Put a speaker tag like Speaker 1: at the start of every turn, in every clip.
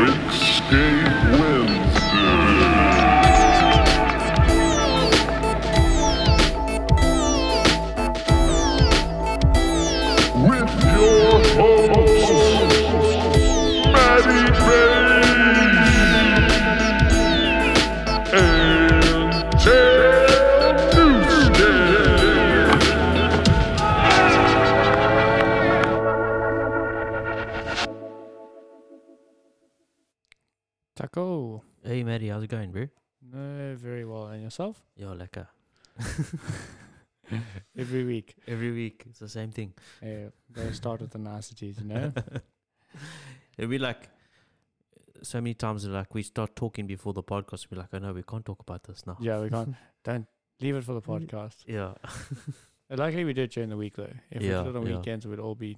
Speaker 1: Wakescape Wednesday. With your hosts, Maddie Bae and Ted Newstead.
Speaker 2: Taco.
Speaker 3: Hey Maddie, how's it going, bro?
Speaker 2: No, very well. And yourself?
Speaker 3: Yo, uh, lekker.
Speaker 2: Every week.
Speaker 3: Every week, it's the same thing.
Speaker 2: Yeah, gotta start with the niceties, you know?
Speaker 3: And we like, so many times, like, we start talking before the podcast. We're like, oh no, we can't talk about this now.
Speaker 2: yeah, we can't. Don't leave it for the
Speaker 3: Mm.
Speaker 2: podcast.
Speaker 3: Yeah.
Speaker 2: Uh, Luckily, we do it during the week, though. If
Speaker 3: Yeah,
Speaker 2: we did it on
Speaker 3: yeah.
Speaker 2: weekends, we'd all be,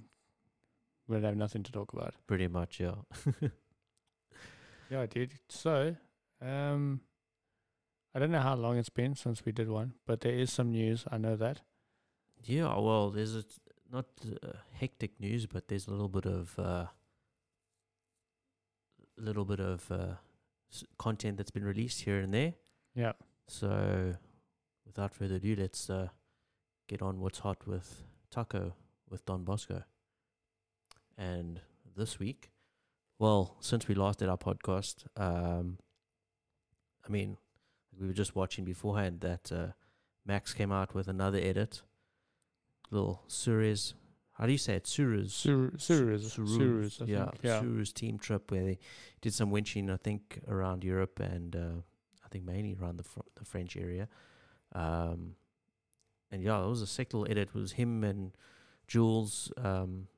Speaker 2: we'd have nothing to talk about.
Speaker 3: Pretty much, yeah.
Speaker 2: Yeah, dude. So, um, I don't know how long it's been since we did one, but there is some news. I know that.
Speaker 3: Yeah, well, there's a, not uh, hectic news, but there's a little bit of, uh, little bit of uh, s- content that's been released here and there.
Speaker 2: Yeah.
Speaker 3: So, without further ado, let's uh, get on what's hot with Taco with Don Bosco. And this week, well, since we last did our podcast, um, I mean, we were just watching beforehand that uh, Max came out with another edit, little Suez. How do you say it? Suez.
Speaker 2: Suru, Suru's, Suru's, I
Speaker 3: yeah,
Speaker 2: think. Yeah.
Speaker 3: Suru's team trip where they did some winching, I think, around Europe and uh, I think mainly around the fr- the French area. Um, and yeah, it was a sick little edit. It was him and Jules. Um,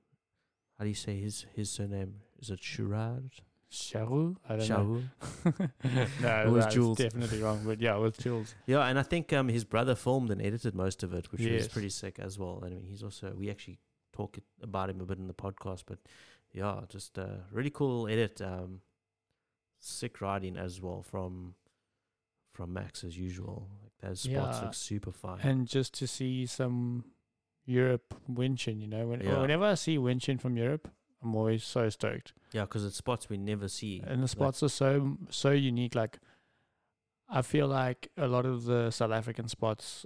Speaker 3: how do you say his his surname? Is it Shurad?
Speaker 2: Sharu? I don't know.
Speaker 3: Shaul.
Speaker 2: no,
Speaker 3: It was
Speaker 2: that's
Speaker 3: Jules.
Speaker 2: definitely wrong, but yeah, it was Jules.
Speaker 3: Yeah, and I think um, his brother filmed and edited most of it, which was
Speaker 2: Yes.
Speaker 3: pretty sick as well. And I mean, he's also we actually talk it- about him a bit in the podcast, but yeah, just uh, really cool edit. Um, sick riding as well from from Max as usual. Like those spots
Speaker 2: Yeah,
Speaker 3: look super fine.
Speaker 2: and just to see some Europe winching, you know. When,
Speaker 3: Yeah.
Speaker 2: Whenever I see winching from Europe, I'm always so stoked.
Speaker 3: yeah, because it's spots we never see.
Speaker 2: And the
Speaker 3: Like,
Speaker 2: spots are so so unique. Like, I feel like a lot of the South African spots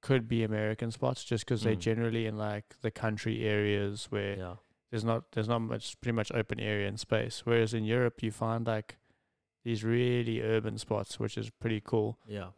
Speaker 2: could be American spots just because they're
Speaker 3: Mm.
Speaker 2: generally in like the country areas where
Speaker 3: yeah,
Speaker 2: there's not there's not much pretty much open area and space. Whereas in Europe, you find like these really urban spots, which is pretty cool.
Speaker 3: yeah,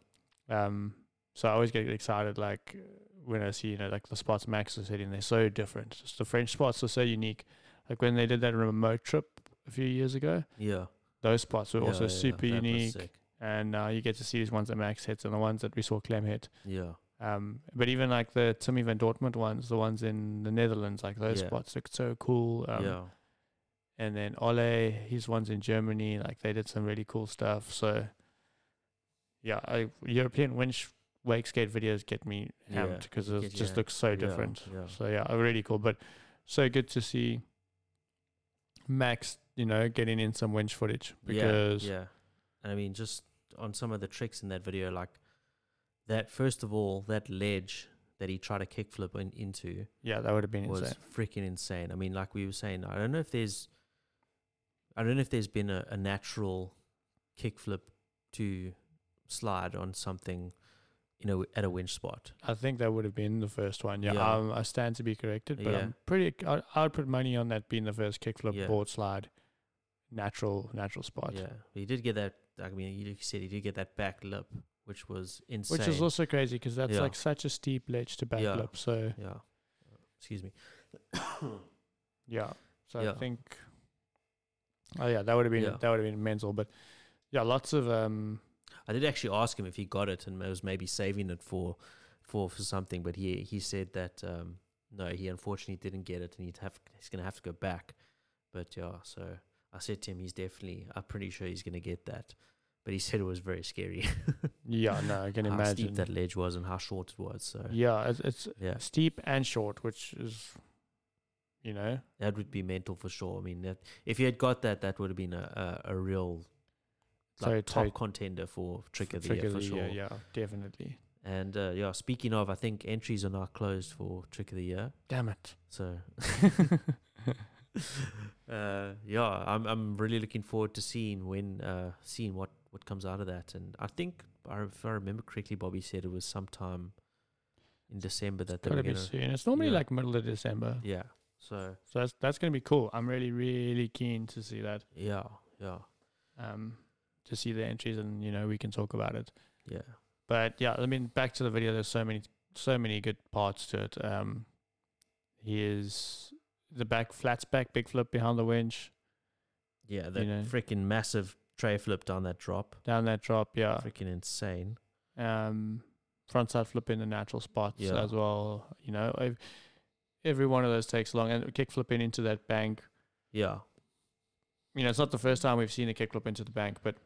Speaker 2: Um, so I always get excited, like when I see you know like the spots Max is hitting, they're so different. Just the French spots are so unique. Like when they did that remote trip a few years ago,
Speaker 3: yeah.
Speaker 2: those spots were
Speaker 3: yeah,
Speaker 2: also
Speaker 3: yeah,
Speaker 2: super
Speaker 3: that was
Speaker 2: unique.
Speaker 3: sick.
Speaker 2: And now you get to see these ones that Max hits and the ones that we saw Clem hit.
Speaker 3: Yeah,
Speaker 2: Um, but even like the Timmy van Dortmund ones, the ones in the Netherlands, like those
Speaker 3: Yeah.
Speaker 2: spots look so cool. Um,
Speaker 3: yeah,
Speaker 2: and then Ole, his ones in Germany, like they did some really cool stuff. So, yeah, I, European winch wake skate videos get me
Speaker 3: Yeah,
Speaker 2: amped because it
Speaker 3: get you
Speaker 2: just
Speaker 3: amped.
Speaker 2: looks so
Speaker 3: Yeah,
Speaker 2: different.
Speaker 3: yeah.
Speaker 2: So yeah, uh, really cool. But so good to see Max, you know, getting in some winch footage because
Speaker 3: yeah, yeah. And I mean, just on some of the tricks in that video, like that. First of all, that ledge that he tried to kickflip in, into
Speaker 2: yeah, that would have been
Speaker 3: was
Speaker 2: insane.
Speaker 3: freaking insane. I mean, like we were saying, I don't know if there's, I don't know if there's been a, a natural kickflip to slide on something, you know, at a winch spot.
Speaker 2: I think that would have been the first one. Yeah,
Speaker 3: Yeah.
Speaker 2: Um, I stand to be corrected, but
Speaker 3: Yeah.
Speaker 2: I'm pretty. I, I'd put money on that being the first kickflip
Speaker 3: Yeah.
Speaker 2: board slide, natural, natural spot.
Speaker 3: Yeah, but he did get that. I mean, you said he did get that back lip, which was insane.
Speaker 2: Which is also crazy because that's
Speaker 3: Yeah.
Speaker 2: like such a steep ledge to back
Speaker 3: Yeah.
Speaker 2: up. So
Speaker 3: yeah. Uh, Excuse me.
Speaker 2: yeah, so
Speaker 3: Yeah.
Speaker 2: I think, oh yeah, that would have been
Speaker 3: Yeah.
Speaker 2: that would have been mental. But yeah, lots of um,
Speaker 3: I did actually ask him if he got it and was maybe saving it for for for something, but he he said that um, no, he unfortunately didn't get it, and he'd have he's gonna have to go back. But yeah, so I said to him, he's definitely, I'm pretty sure he's gonna get that. But he said it was very scary.
Speaker 2: yeah, no, I can
Speaker 3: how
Speaker 2: imagine.
Speaker 3: steep that ledge was and how short it was. So yeah,
Speaker 2: yeah, it's, it's steep and short, which is, you know,
Speaker 3: that would be mental for sure. I mean, that if he had got that, that would have been a a, a real like
Speaker 2: So-
Speaker 3: top
Speaker 2: so-
Speaker 3: contender for trick of the
Speaker 2: trick
Speaker 3: year
Speaker 2: of
Speaker 3: for
Speaker 2: the
Speaker 3: sure.
Speaker 2: year. Yeah, definitely.
Speaker 3: And uh, yeah, speaking of, I think entries are now closed for Trick of the Year.
Speaker 2: Damn it.
Speaker 3: So uh, yeah, I'm I'm really looking forward to seeing when uh, seeing what what comes out of that. And I think I- if I remember correctly, Bobby said it was sometime in December that they were
Speaker 2: Gotta be
Speaker 3: gonna.
Speaker 2: soon. It's normally
Speaker 3: yeah.
Speaker 2: like middle of December,
Speaker 3: Yeah. So
Speaker 2: so that's that's gonna be cool. I'm really really keen to see that.
Speaker 3: yeah, yeah,
Speaker 2: Um, to see the entries and you know we can talk about it.
Speaker 3: yeah,
Speaker 2: But yeah, I mean, back to the video. There's so many, so many good parts to it. Um, he is the back flats back big flip behind the winch
Speaker 3: yeah. That
Speaker 2: know.
Speaker 3: freaking massive tray flip down that drop.
Speaker 2: down that drop. Yeah.
Speaker 3: Freaking insane.
Speaker 2: Um, front side flip in the natural spots
Speaker 3: Yeah.
Speaker 2: as well. You know, ev- every one of those takes long and kick flipping into that bank.
Speaker 3: Yeah,
Speaker 2: You know, it's not the first time we've seen a kick flip into the bank, but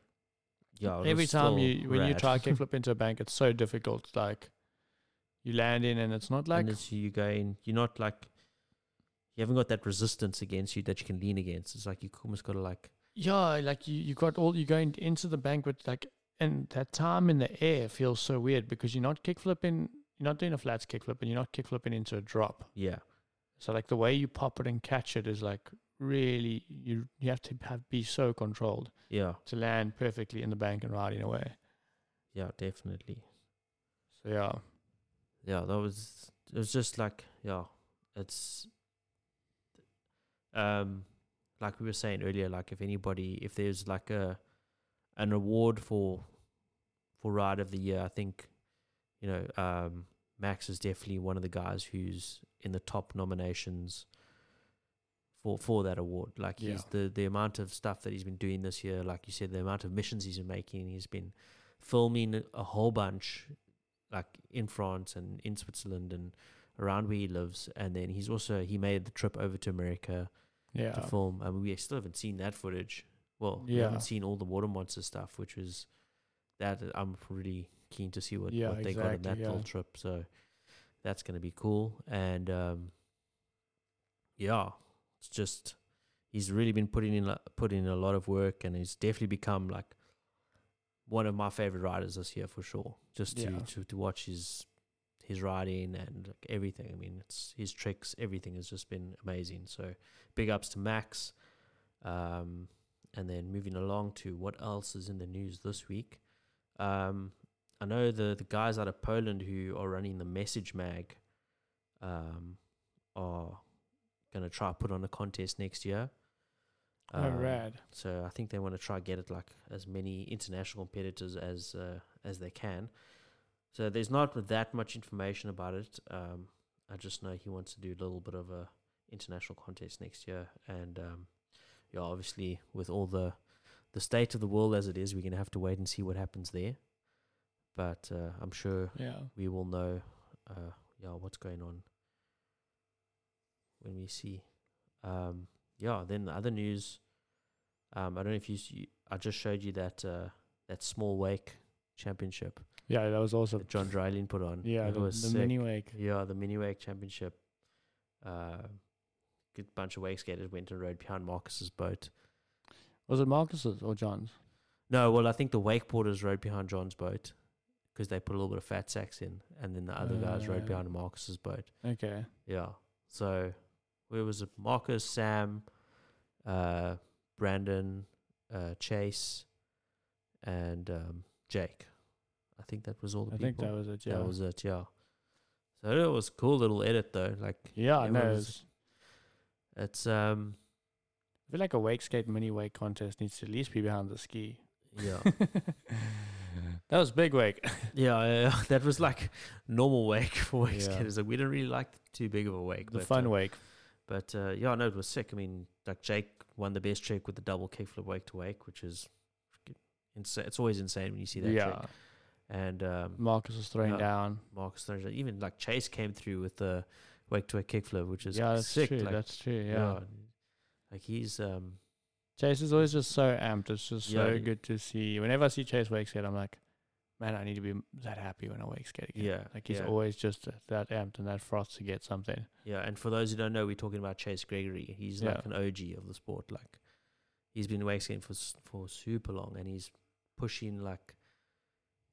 Speaker 3: yeah. it
Speaker 2: every
Speaker 3: was
Speaker 2: time
Speaker 3: still
Speaker 2: you when you
Speaker 3: rad.
Speaker 2: try a kick flip into a bank, it's so difficult. Like you land in and it's not like
Speaker 3: and it's you going you're not like you haven't got that resistance against you that you can lean against it's like you almost got to like
Speaker 2: Yeah, like you, you got all you're going into the bank with like and that time in the air feels so weird because you're not kick flipping you're not doing a flats kick flip and you're not kick flipping into a drop.
Speaker 3: yeah
Speaker 2: So like the way you pop it and catch it is like really you you have to have be so controlled
Speaker 3: yeah
Speaker 2: to land perfectly in the bank and ride in a way.
Speaker 3: yeah definitely
Speaker 2: So yeah.
Speaker 3: yeah that was it was just like yeah it's um like we were saying earlier like if anybody if there's like a an award for for ride of the year i think you know um max is definitely one of the guys who's in the top nominations for for that award like he's
Speaker 2: Yeah.
Speaker 3: the the amount of stuff that he's been doing this year like you said the amount of missions he's been making he's been filming a whole bunch like in France and in Switzerland and around where he lives. And then he's also he made the trip over to America to
Speaker 2: Yeah.
Speaker 3: film. I mean, we still haven't seen that footage. Well, we
Speaker 2: Yeah.
Speaker 3: haven't seen all the water monster stuff, which was that uh, I'm really keen to see what,
Speaker 2: Yeah,
Speaker 3: what they got in
Speaker 2: exactly,
Speaker 3: that little
Speaker 2: yeah.
Speaker 3: trip. So that's gonna be cool. And um, yeah, it's just he's really been putting in lo- putting in a lot of work, and he's definitely become like one of my favorite riders this year for sure. Just to,
Speaker 2: Yeah.
Speaker 3: to, to watch his his riding and like everything. I mean, it's his tricks. Everything has just been amazing. So big ups to Max. Um, and then moving along to what else is in the news this week. Um, I know the the guys out of Poland who are running the message mag, um, are going to try put on a contest next year.
Speaker 2: Oh,
Speaker 3: Um,
Speaker 2: rad.
Speaker 3: so I think they want to try get it like as many international competitors as uh, as they can. So there's not that much information about it. Um, I just know he wants to do a little bit of a international contest next year, and um, yeah, obviously with all the the state of the world as it is, we're gonna have to wait and see what happens there. But uh, I'm sure
Speaker 2: Yeah.
Speaker 3: we will know, uh, yeah, what's going on when we see. Um, yeah, then the other news. Um, I don't know if you. s- you- I just showed you that uh, that small wake championship
Speaker 2: Yeah, that was awesome.
Speaker 3: that John Dryling put on.
Speaker 2: Yeah,
Speaker 3: it
Speaker 2: the,
Speaker 3: was
Speaker 2: the
Speaker 3: sick.
Speaker 2: mini wake.
Speaker 3: Yeah, the mini wake championship. Uh, good bunch of wake skaters went and rode behind Marcus's boat.
Speaker 2: Was it Marcus's or John's?
Speaker 3: No, well, I think the wakeboarders rode behind John's boat because they put a little bit of fat sacks in, and then the other guys rode
Speaker 2: Uh.
Speaker 3: behind Marcus's boat.
Speaker 2: Okay.
Speaker 3: Yeah. So where was it? Marcus, Sam, uh, Brandon, uh, Chase, and um, Jake. I think that was all the
Speaker 2: I
Speaker 3: people.
Speaker 2: think that was it. Yeah.
Speaker 3: That was it. Yeah. So it was cool little edit though. Like
Speaker 2: yeah, I
Speaker 3: it
Speaker 2: know.
Speaker 3: was-
Speaker 2: it's-
Speaker 3: it's um
Speaker 2: I feel like a wake skate mini wake contest needs to at least be behind the ski.
Speaker 3: yeah
Speaker 2: that was big wake.
Speaker 3: yeah, yeah that was like normal wake for wake
Speaker 2: Yeah.
Speaker 3: skaters. Like we didn't really like too big of a wake.
Speaker 2: the
Speaker 3: but,
Speaker 2: fun
Speaker 3: uh,
Speaker 2: wake.
Speaker 3: But uh, yeah, no, it was sick. I mean, like Jake won the best trick with the double kickflip wake to wake, which is insane. It's always insane when you see that
Speaker 2: Yeah.
Speaker 3: trick. And um,
Speaker 2: Marcus was throwing
Speaker 3: Yeah.
Speaker 2: down.
Speaker 3: Marcus Thorne, even like Chase came through with the wake to wake kickflip, which is
Speaker 2: Yeah, that's
Speaker 3: sick.
Speaker 2: true.
Speaker 3: Like,
Speaker 2: that's true. Yeah.
Speaker 3: like he's um,
Speaker 2: Chase is always just so amped. It's just
Speaker 3: Yeah,
Speaker 2: so
Speaker 3: he-
Speaker 2: good to see. Whenever I see Chase wake skate, I'm like, man, I need to be m- that happy when I wake skate again.
Speaker 3: Yeah,
Speaker 2: Like he's
Speaker 3: yeah.
Speaker 2: always just that amped and that froth to get something.
Speaker 3: Yeah, and for those who don't know, we're talking about Chase Gregory. He's like
Speaker 2: Yeah.
Speaker 3: an OG of the sport. Like he's been wake skating for s- for super long, and he's pushing like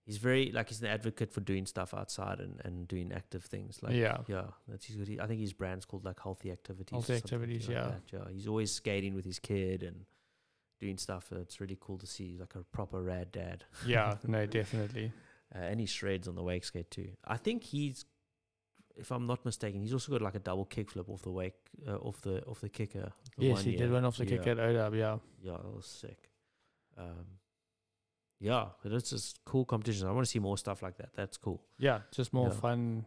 Speaker 3: he's very like he's an advocate for doing stuff outside and, and doing active things. Like
Speaker 2: yeah.
Speaker 3: yeah, that's his. I think his brand's called like Healthy Activities.
Speaker 2: Healthy
Speaker 3: or something
Speaker 2: Activities,
Speaker 3: like
Speaker 2: yeah.
Speaker 3: that, yeah. He's always skating with his kid and doing stuff. and It's really cool to see. He's like a proper rad dad.
Speaker 2: Yeah. No, definitely.
Speaker 3: Uh, and he shreds on the wake skate too. I think he's, if I'm not mistaken, he's also got like a double kickflip off the wake, uh, off the off the kicker. the
Speaker 2: yes,
Speaker 3: one
Speaker 2: he
Speaker 3: year.
Speaker 2: did one off the
Speaker 3: yeah.
Speaker 2: kick at ODAB. Yeah.
Speaker 3: Yeah, that was sick. Um, yeah, but it's just cool competitions. I want to see more stuff like that. That's cool.
Speaker 2: Yeah. Just more
Speaker 3: Yeah.
Speaker 2: fun,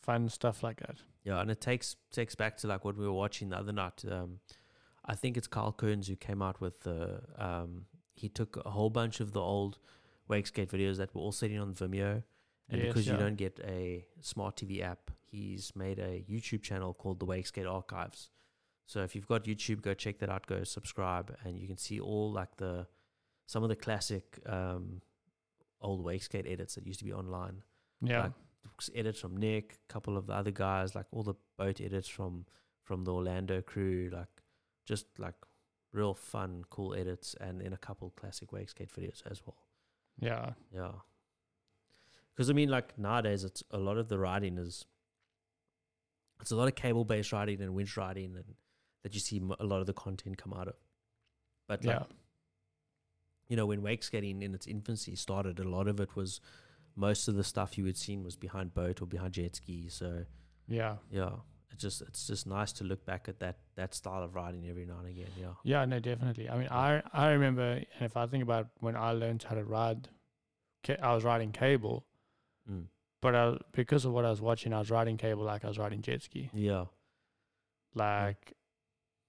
Speaker 2: fun stuff like that.
Speaker 3: Yeah, and it takes takes back to like what we were watching the other night. Um, I think it's Carl Kearns who came out with the. Um, he took a whole bunch of the old wake skate videos that were all sitting on Vimeo, and
Speaker 2: Yes,
Speaker 3: because
Speaker 2: yeah.
Speaker 3: you don't get a smart TV app, he's made a YouTube channel called the Wake Skate Archives. So if you've got YouTube, go check that out. Go subscribe, and you can see all like the some of the classic um, old wake skate edits that used to be online
Speaker 2: Yeah.
Speaker 3: Like, s- edits from Nick, a couple of the other guys, like all the boat edits from from the Orlando crew, like just like real fun, cool edits, and then a couple classic wake skate videos as well.
Speaker 2: yeah.
Speaker 3: Yeah, because I mean, like nowadays, it's a lot of the riding is it's a lot of cable based riding and winch riding, and that you see m- a lot of the content come out of. But like,
Speaker 2: Yeah.
Speaker 3: you know, when wake skating in its infancy started, a lot of it was most of the stuff you had seen was behind boat or behind jet ski. So
Speaker 2: Yeah.
Speaker 3: yeah, it's just it's just nice to look back at that that style of riding every now and again. Yeah,
Speaker 2: Yeah, no, definitely. I mean, I I remember, and if I think about when I learned how to ride, ca- I was riding cable,
Speaker 3: mm.
Speaker 2: but I, because of what I was watching, I was riding cable like I was riding jet ski.
Speaker 3: yeah,
Speaker 2: Like,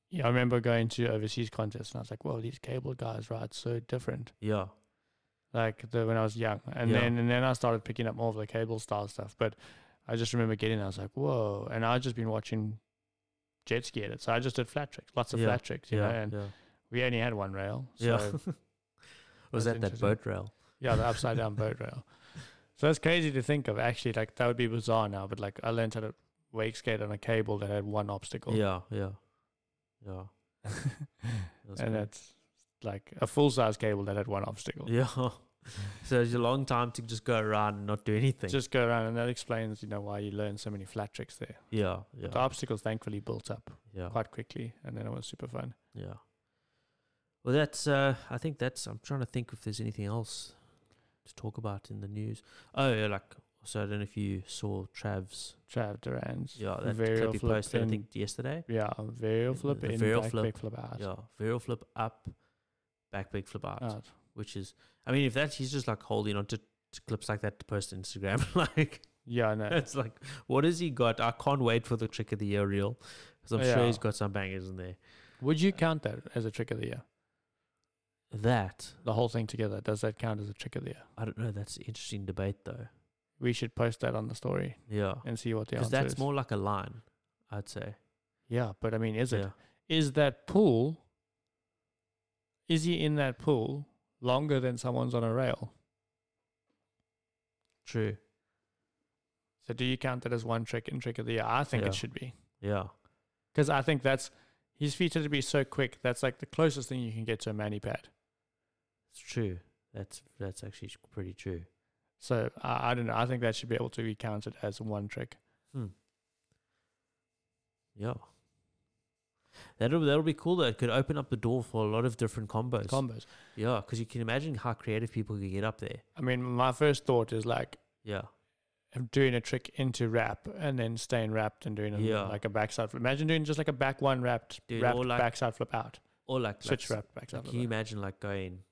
Speaker 2: yeah, I remember going to overseas contests, and I was like, "Whoa, these cable guys ride so different."
Speaker 3: yeah,
Speaker 2: Like the, when I was young, and
Speaker 3: Yeah.
Speaker 2: then and then I started picking up more of the cable style stuff. But I just remember getting, I was like, "Whoa!" And I just been watching jet ski edits, so I just did flat tricks, lots of
Speaker 3: Yeah,
Speaker 2: flat tricks, you
Speaker 3: yeah,
Speaker 2: know. And
Speaker 3: yeah.
Speaker 2: we only had one rail, so
Speaker 3: Yeah.
Speaker 2: that's
Speaker 3: was that that
Speaker 2: interesting.
Speaker 3: boat rail?
Speaker 2: Yeah, the upside down boat rail. So that's crazy to think of. Actually, like that would be bizarre now, but like I learned how to wake skate on a cable that had one obstacle.
Speaker 3: Yeah, yeah, yeah.
Speaker 2: and
Speaker 3: That's cool.
Speaker 2: that's like a full size cable that had one obstacle.
Speaker 3: yeah. so it's a long time to just go around and not do anything.
Speaker 2: Just go around, and that explains, you know, why you learn so many flat tricks there.
Speaker 3: yeah,
Speaker 2: The
Speaker 3: yeah,
Speaker 2: obstacles thankfully built up
Speaker 3: yeah.
Speaker 2: quite quickly, and then it was super fun.
Speaker 3: Yeah. Well, that's. Uh, I think that's. I'm trying to think if there's anything else to talk about in the news. Oh, yeah, like. So I don't know if you saw Trav's.
Speaker 2: Trav Duran's
Speaker 3: Yeah, that
Speaker 2: varial
Speaker 3: clip he
Speaker 2: flip
Speaker 3: posted. I
Speaker 2: in-
Speaker 3: think yesterday.
Speaker 2: yeah, varial
Speaker 3: The-
Speaker 2: flip
Speaker 3: the
Speaker 2: in,
Speaker 3: varial
Speaker 2: back
Speaker 3: flip,
Speaker 2: back flip out.
Speaker 3: Yeah, varial flip up, back big flip out,
Speaker 2: Out.
Speaker 3: which is. I mean, if that's he's just like holding on to, to clips like that to post to Instagram, like
Speaker 2: Yeah, no,
Speaker 3: it's like, what has he got? I can't wait for the trick of the year reel because I'm sure
Speaker 2: Yeah.
Speaker 3: he's got some bangers in there.
Speaker 2: would you count that as a trick of the year?
Speaker 3: That
Speaker 2: The whole thing together, does that count as a trick of the year?
Speaker 3: I don't know. That's an interesting debate though.
Speaker 2: we should post that on the story
Speaker 3: Yeah.
Speaker 2: and see what the
Speaker 3: because
Speaker 2: answer
Speaker 3: that's
Speaker 2: is.
Speaker 3: more like a line, I'd say.
Speaker 2: yeah, but I mean, is it
Speaker 3: yeah,
Speaker 2: is that pool? Is he in that pool longer than someone's on a rail?
Speaker 3: true.
Speaker 2: So do you count that as one trick and trick of the year? I think
Speaker 3: Yeah.
Speaker 2: it should be
Speaker 3: Yeah,
Speaker 2: because I think that's his feet had to be so quick. That's like the closest thing you can get to a mani pad.
Speaker 3: it's true. That's that's actually sh- pretty true.
Speaker 2: So I, I don't know. I think that should be able to be counted as one trick.
Speaker 3: Yeah, that'll that'll be cool. though. It could open up the door for a lot of different combos.
Speaker 2: Combos.
Speaker 3: yeah, because you can imagine how creative people could get up there.
Speaker 2: I mean, my first thought is like
Speaker 3: Yeah,
Speaker 2: of doing a trick into wrap and then staying wrapped and doing a,
Speaker 3: Yeah.
Speaker 2: like a backside flip. Imagine doing just like a back one wrapped,
Speaker 3: Dude,
Speaker 2: wrapped
Speaker 3: or like-
Speaker 2: backside flip out,
Speaker 3: or like
Speaker 2: switch
Speaker 3: like, s-
Speaker 2: wrapped backside
Speaker 3: like,
Speaker 2: flip.
Speaker 3: Can you
Speaker 2: out.
Speaker 3: imagine like going,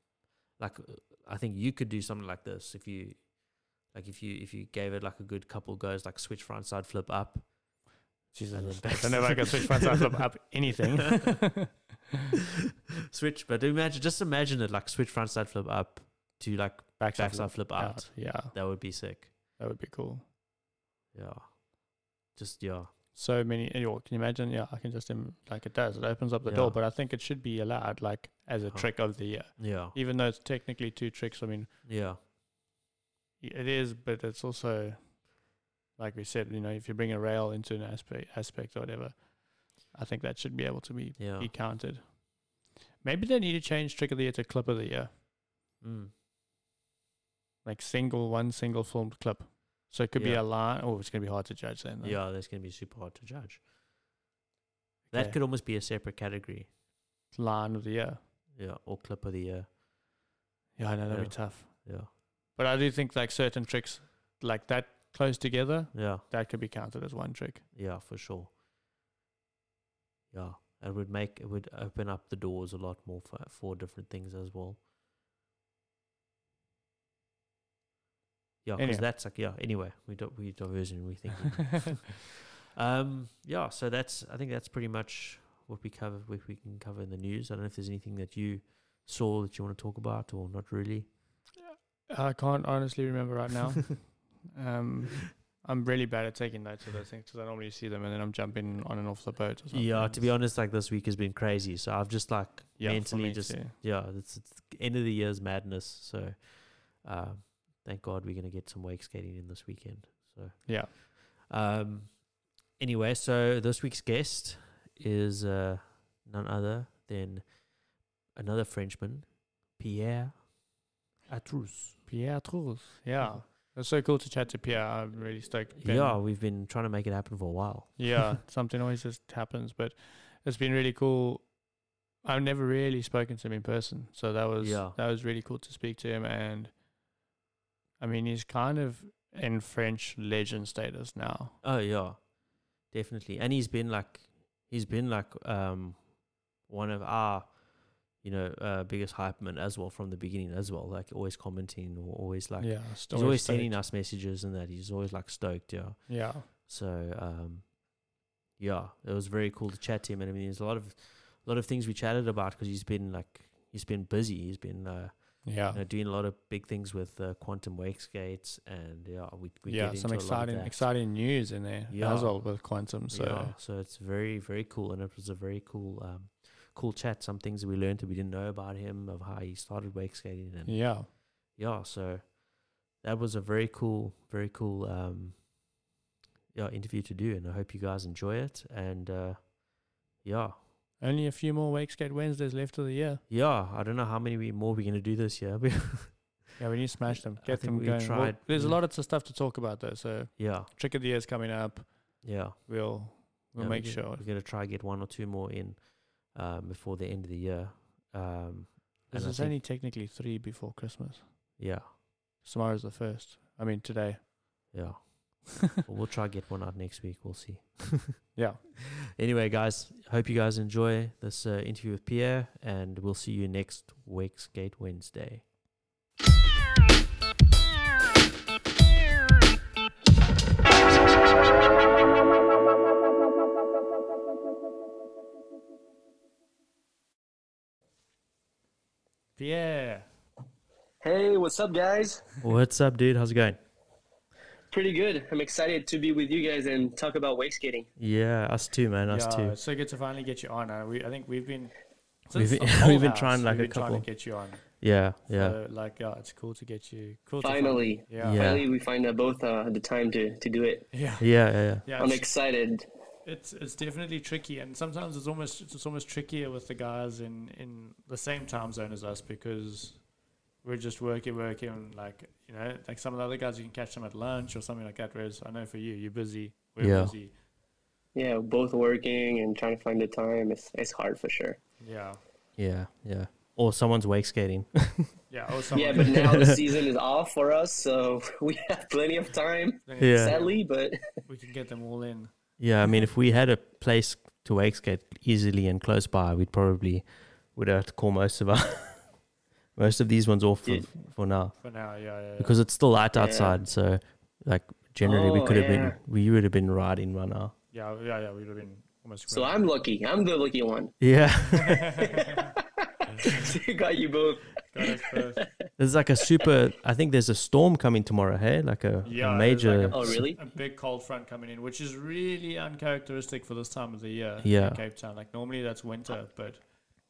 Speaker 3: like uh, I think you could do something like this if you, like if you if you gave it like a good couple goes like switch front side flip up. and then
Speaker 2: Jesus,
Speaker 3: back-
Speaker 2: I don't know if I can switch backside flip up anything.
Speaker 3: switch, but imagine just imagine it like switch front side flip up to like
Speaker 2: backside,
Speaker 3: backside flip
Speaker 2: flip
Speaker 3: out.
Speaker 2: out. Yeah,
Speaker 3: That would be sick.
Speaker 2: that would be cool.
Speaker 3: Yeah, just yeah,
Speaker 2: So many. you know, Can you imagine? Yeah, I can just Im- like it does. It opens up the
Speaker 3: Yeah.
Speaker 2: door, but I think it should be allowed like as a
Speaker 3: Huh.
Speaker 2: trick of the year,
Speaker 3: yeah,
Speaker 2: even though it's technically two tricks. I mean,
Speaker 3: yeah,
Speaker 2: y- it is, but it's also like we said, you know, if you bring a rail into an aspect aspect or whatever, I think that should be able to be
Speaker 3: yeah.
Speaker 2: be counted. Maybe they need to change trick of the year to clip of the year.
Speaker 3: Mm.
Speaker 2: like single one single filmed clip. So it could be
Speaker 3: Yeah.
Speaker 2: a line. Oh, it's gonna be hard to judge then. though.
Speaker 3: Yeah, that's going to be super hard to judge. That
Speaker 2: Okay.
Speaker 3: could almost be a separate category.
Speaker 2: line of the year.
Speaker 3: Yeah, or clip of the year.
Speaker 2: Yeah, I know that'd be
Speaker 3: Yeah.
Speaker 2: tough.
Speaker 3: Yeah,
Speaker 2: But I do think like certain tricks like that close together
Speaker 3: yeah,
Speaker 2: that could be counted as one trick.
Speaker 3: yeah, for sure. Yeah, it would make it would open up the doors a lot more for for different things as well. Yeah, because
Speaker 2: Anyhow.
Speaker 3: that's like yeah. Anyway, we don't we diversion we think. Um, yeah, so that's I think that's pretty much what we covered. What we can cover in the news. I don't know if there's anything that you saw that you want to talk about or not really.
Speaker 2: I can't honestly remember right now. um, I'm really bad at taking notes of those things because I normally see them and then I'm jumping on and off the boat. Or something.
Speaker 3: Yeah, to be honest, like this week has been crazy. So I've just like
Speaker 2: Yeah, for
Speaker 3: mentally
Speaker 2: me
Speaker 3: just
Speaker 2: too.
Speaker 3: yeah, it's, it's the end of the year's madness. So um, thank God we're gonna get some wake skating in this weekend. So
Speaker 2: Yeah.
Speaker 3: Um, anyway, so this week's guest is uh, none other than another Frenchman, Pierre Atrous.
Speaker 2: Pierre Truls. Yeah. It's so cool to chat to Pierre. I'm really stoked. Ben-
Speaker 3: Yeah, we've been trying to make it happen for a while.
Speaker 2: Yeah. something always just happens, but it's been really cool. I've never really spoken to him in person, so that was
Speaker 3: Yeah.
Speaker 2: that was really cool to speak to him. And I mean, he's kind of in French legend status now.
Speaker 3: Oh yeah, definitely. And he's been like, he's been like, um, one of our, you know, uh, biggest hype men as well from the beginning as well. Like always commenting or always like,
Speaker 2: yeah,
Speaker 3: he's always sending us messages and that he's always like stoked. Yeah.
Speaker 2: Yeah,
Speaker 3: So um, yeah, it was very cool to chat to him, and I mean, there's a lot of, a lot of things we chatted about because he's been like, he's been busy. He's been uh,
Speaker 2: yeah,
Speaker 3: you know, doing a lot of big things with uh, quantum wake skates, and yeah, we, we
Speaker 2: yeah.
Speaker 3: get
Speaker 2: Some
Speaker 3: into a lot of
Speaker 2: exciting,
Speaker 3: that.
Speaker 2: exciting news in there
Speaker 3: Yeah.
Speaker 2: as well with quantum. So
Speaker 3: yeah, so it's very very cool, and it was a very cool um, cool chat. Some things that we learned that we didn't know about him of how he started wake skating, and yeah,
Speaker 2: yeah,
Speaker 3: so that was a very cool very cool um, yeah interview to do, and I hope you guys enjoy it. And uh, yeah,
Speaker 2: only a few more Wakeskate Wednesdays left of the year.
Speaker 3: yeah, I don't know how many we- more we're gonna do this year, but
Speaker 2: Yeah, we need to smash them,
Speaker 3: I
Speaker 2: get
Speaker 3: think
Speaker 2: them
Speaker 3: we
Speaker 2: going. Well,
Speaker 3: tried- Mm.
Speaker 2: there's a
Speaker 3: we-
Speaker 2: lot of stuff to talk about though. So
Speaker 3: yeah,
Speaker 2: trick of the year is coming up.
Speaker 3: yeah.
Speaker 2: We'll we'll
Speaker 3: Yeah,
Speaker 2: make
Speaker 3: we're
Speaker 2: sure.
Speaker 3: gonna, we're gonna try get one or two more in um, before the end of the year. Um,
Speaker 2: This
Speaker 3: and I
Speaker 2: is
Speaker 3: think-
Speaker 2: only technically three before Christmas.
Speaker 3: yeah,
Speaker 2: Tomorrow's the first. I mean today.
Speaker 3: yeah. Well, we'll try get one out next week. We'll see.
Speaker 2: yeah.
Speaker 3: Anyway, guys, hope you guys enjoy this uh, interview with Pierre, and we'll see you next week's Gate Wednesday.
Speaker 2: Pierre.
Speaker 4: Hey, what's up, guys?
Speaker 3: What's up, dude? How's it going?
Speaker 4: Pretty good. I'm excited to be with you guys and talk about wake skating.
Speaker 3: Yeah, us too, man. Us
Speaker 2: yeah,
Speaker 3: too.
Speaker 2: it's so good to finally get you on. Uh, we I think we've been
Speaker 3: We've
Speaker 2: since
Speaker 3: been-
Speaker 2: the whole
Speaker 3: we've been
Speaker 2: house,
Speaker 3: trying, like,
Speaker 2: we've
Speaker 3: a
Speaker 2: been trying to
Speaker 3: couple.
Speaker 2: get you on.
Speaker 3: Yeah, yeah,
Speaker 2: So, like yeah, it's cool to get you. Cool. to fin-
Speaker 4: Finally,
Speaker 2: yeah.
Speaker 3: Yeah.
Speaker 2: Yeah.
Speaker 4: finally, we find uh, both uh, the time to, to do it.
Speaker 2: Yeah.
Speaker 3: yeah, yeah, yeah.
Speaker 4: I'm
Speaker 2: it's-
Speaker 4: excited.
Speaker 2: It's it's definitely tricky, and sometimes it's almost it's almost trickier with the guys in in the same time zone as us because we're just working working like you know like some of the other guys you can catch them at lunch or something like that. Whereas I know for you, you're busy. We're
Speaker 3: Yeah.
Speaker 2: busy.
Speaker 4: Yeah, both working and trying to find the time. It's, it's hard for sure.
Speaker 2: Yeah.
Speaker 3: yeah, yeah. Or someone's wake skating.
Speaker 2: Yeah. Or someone,
Speaker 4: Yeah, but now the season is off for us, so we have plenty of time,
Speaker 3: yeah,
Speaker 4: sadly, but
Speaker 2: we can get them all in.
Speaker 3: Yeah, I mean, if we had a place to wake skate easily and close by, we'd probably would have to call most of our most of these ones off for,
Speaker 4: Yeah.
Speaker 3: for now
Speaker 2: For now, yeah, yeah, yeah.
Speaker 3: because it's still light outside. So, like generally, we
Speaker 4: Oh,
Speaker 3: could have been
Speaker 4: yeah.
Speaker 3: we would have been riding by now.
Speaker 2: yeah, yeah, yeah, we'd have been almost.
Speaker 4: so
Speaker 2: grown.
Speaker 4: I'm lucky. I'm the lucky one.
Speaker 3: Yeah,
Speaker 4: Got you both.
Speaker 2: God, that's both.
Speaker 3: there's like a super. I think there's a storm coming tomorrow. Hey, like a, a
Speaker 2: Yeah, there's like
Speaker 3: major.
Speaker 2: a-
Speaker 4: Oh, really?
Speaker 2: a big cold front coming in, which is really uncharacteristic for this time of the year.
Speaker 3: Yeah.
Speaker 2: in Cape Town. Like normally that's winter, but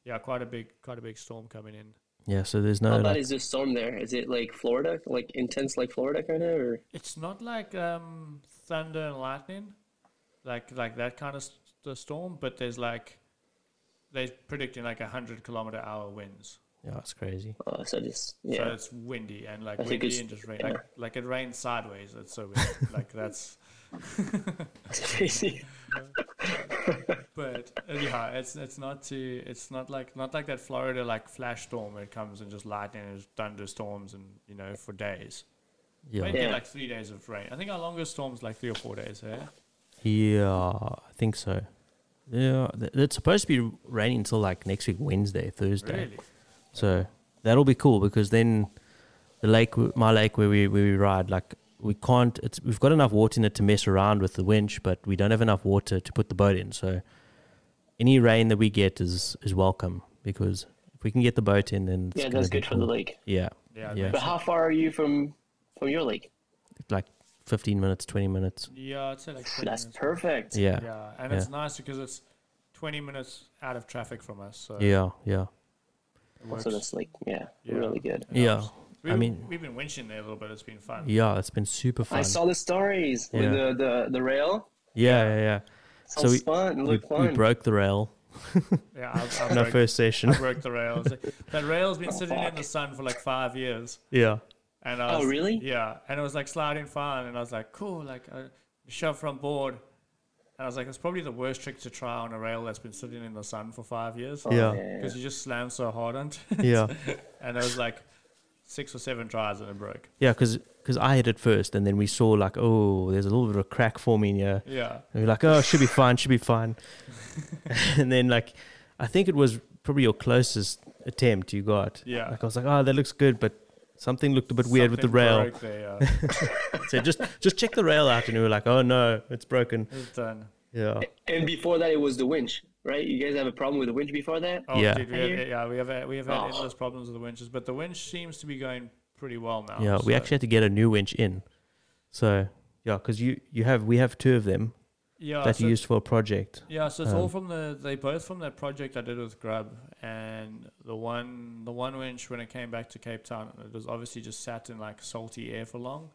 Speaker 2: yeah, quite a big, quite a big storm coming in.
Speaker 3: yeah, so there's
Speaker 2: Oh,
Speaker 4: How
Speaker 3: no.
Speaker 4: bad
Speaker 3: Like,
Speaker 4: is this storm there? Is it like Florida, like intense like Florida kind of? Or
Speaker 2: It's not like um, thunder and lightning, like like that kind of st- storm. But there's like they're predicting like a hundred kilometer hour winds.
Speaker 3: Yeah, it's crazy.
Speaker 4: Uh, so just
Speaker 2: So
Speaker 4: yeah,
Speaker 2: it's windy and like
Speaker 4: I think
Speaker 2: windy
Speaker 4: it's-
Speaker 2: and just rain.
Speaker 4: yeah.
Speaker 2: Like, like it rains sideways. It's so weird. like that's.
Speaker 4: it's crazy.
Speaker 2: but uh, yeah, it's it's not too. It's not like not like that Florida like flash storm where it comes and just lightning and thunderstorms and you know for days.
Speaker 3: Yeah.
Speaker 2: Maybe
Speaker 4: Yeah.
Speaker 2: like three days of rain. I think our longest storm's like three or four days. eh? Yeah.
Speaker 3: Yeah, I think so. Yeah, th- it's supposed to be raining until like next week, Wednesday, Thursday.
Speaker 2: Really.
Speaker 3: So that'll be cool because then the lake, w- my lake where we where we ride, like we can't. It's we've got enough water in it to mess around with the winch, but we don't have enough water to put the boat in. So any rain that we get is is welcome because if we can get the boat in, then it's
Speaker 4: Yeah,
Speaker 3: gonna
Speaker 4: that's
Speaker 3: be
Speaker 4: good for the
Speaker 3: cool.
Speaker 4: lake.
Speaker 3: Yeah,
Speaker 2: Yeah.
Speaker 3: Yeah.
Speaker 2: Yeah.
Speaker 4: But how far are you from from your lake?
Speaker 3: like fifteen minutes, twenty minutes.
Speaker 2: yeah I'd say like. 20
Speaker 4: That's
Speaker 2: minutes.
Speaker 4: perfect.
Speaker 3: Yeah, yeah,
Speaker 2: Yeah, and
Speaker 3: Yeah.
Speaker 2: it's nice because it's twenty minutes out of traffic from us. So
Speaker 3: yeah, yeah.
Speaker 2: it works.
Speaker 4: So that's like yeah,
Speaker 2: Yeah.
Speaker 4: really good.
Speaker 2: It helps. We've,
Speaker 3: mean-
Speaker 2: we've been winching there a little bit. It's been fun.
Speaker 3: it's been super fun.
Speaker 4: I saw the stories with
Speaker 3: Yeah.
Speaker 4: the, the the rail.
Speaker 3: yeah, yeah, yeah.
Speaker 4: Sounds
Speaker 3: So we-
Speaker 4: fun.
Speaker 3: We,
Speaker 4: It looked
Speaker 3: we
Speaker 4: fun.
Speaker 3: broke the rail
Speaker 2: Yeah, I've, I've
Speaker 3: in our
Speaker 2: broke-
Speaker 3: first session.
Speaker 2: I broke the rail. It's like- That rail's
Speaker 4: Oh,
Speaker 2: been sitting in the sun for like five years,
Speaker 3: yeah,
Speaker 2: and I
Speaker 4: Oh,
Speaker 2: was,
Speaker 4: really?
Speaker 2: Yeah, and it was like sliding fine, and I was like, cool, like uh, shove from board, and I was like, it's probably the worst trick to try on a rail that's been sitting in the sun for five years.
Speaker 3: yeah,
Speaker 4: Yeah.
Speaker 2: because you just slam so hard on, it.
Speaker 3: yeah,
Speaker 2: and it was like six or seven tries and it broke.
Speaker 3: yeah. Because I hit it first, and then we saw like, oh, there's a little bit of a crack forming here.
Speaker 2: Yeah,
Speaker 3: And we're like, oh, should be fine, should be fine. and then like, I think it was probably your closest attempt you got.
Speaker 2: Yeah.
Speaker 3: Like I was like, oh, that looks good, but something looked a bit weird with the rail.
Speaker 2: Broke there, yeah.
Speaker 3: So just just check the rail out, and we were like, oh no, it's broken.
Speaker 2: It was done.
Speaker 3: Yeah.
Speaker 4: And before that, it was the winch, right? You guys have a problem with the winch before that?
Speaker 2: Oh,
Speaker 3: Yeah.
Speaker 2: dude, we
Speaker 4: Are you-
Speaker 2: have, yeah, we have we have had
Speaker 4: Oh.
Speaker 2: endless problems with the winches, but the winch seems to be going pretty well now.
Speaker 3: Yeah, we
Speaker 2: so-
Speaker 3: actually had to get a new winch in. So yeah, because you you have we have two of them
Speaker 2: yeah
Speaker 3: that
Speaker 2: Oh, so
Speaker 3: you used for a project.
Speaker 2: Yeah, so it's all from the they both from that project I did with Grub and the one the one winch when it came back to Cape Town it was obviously just sat in like salty air for long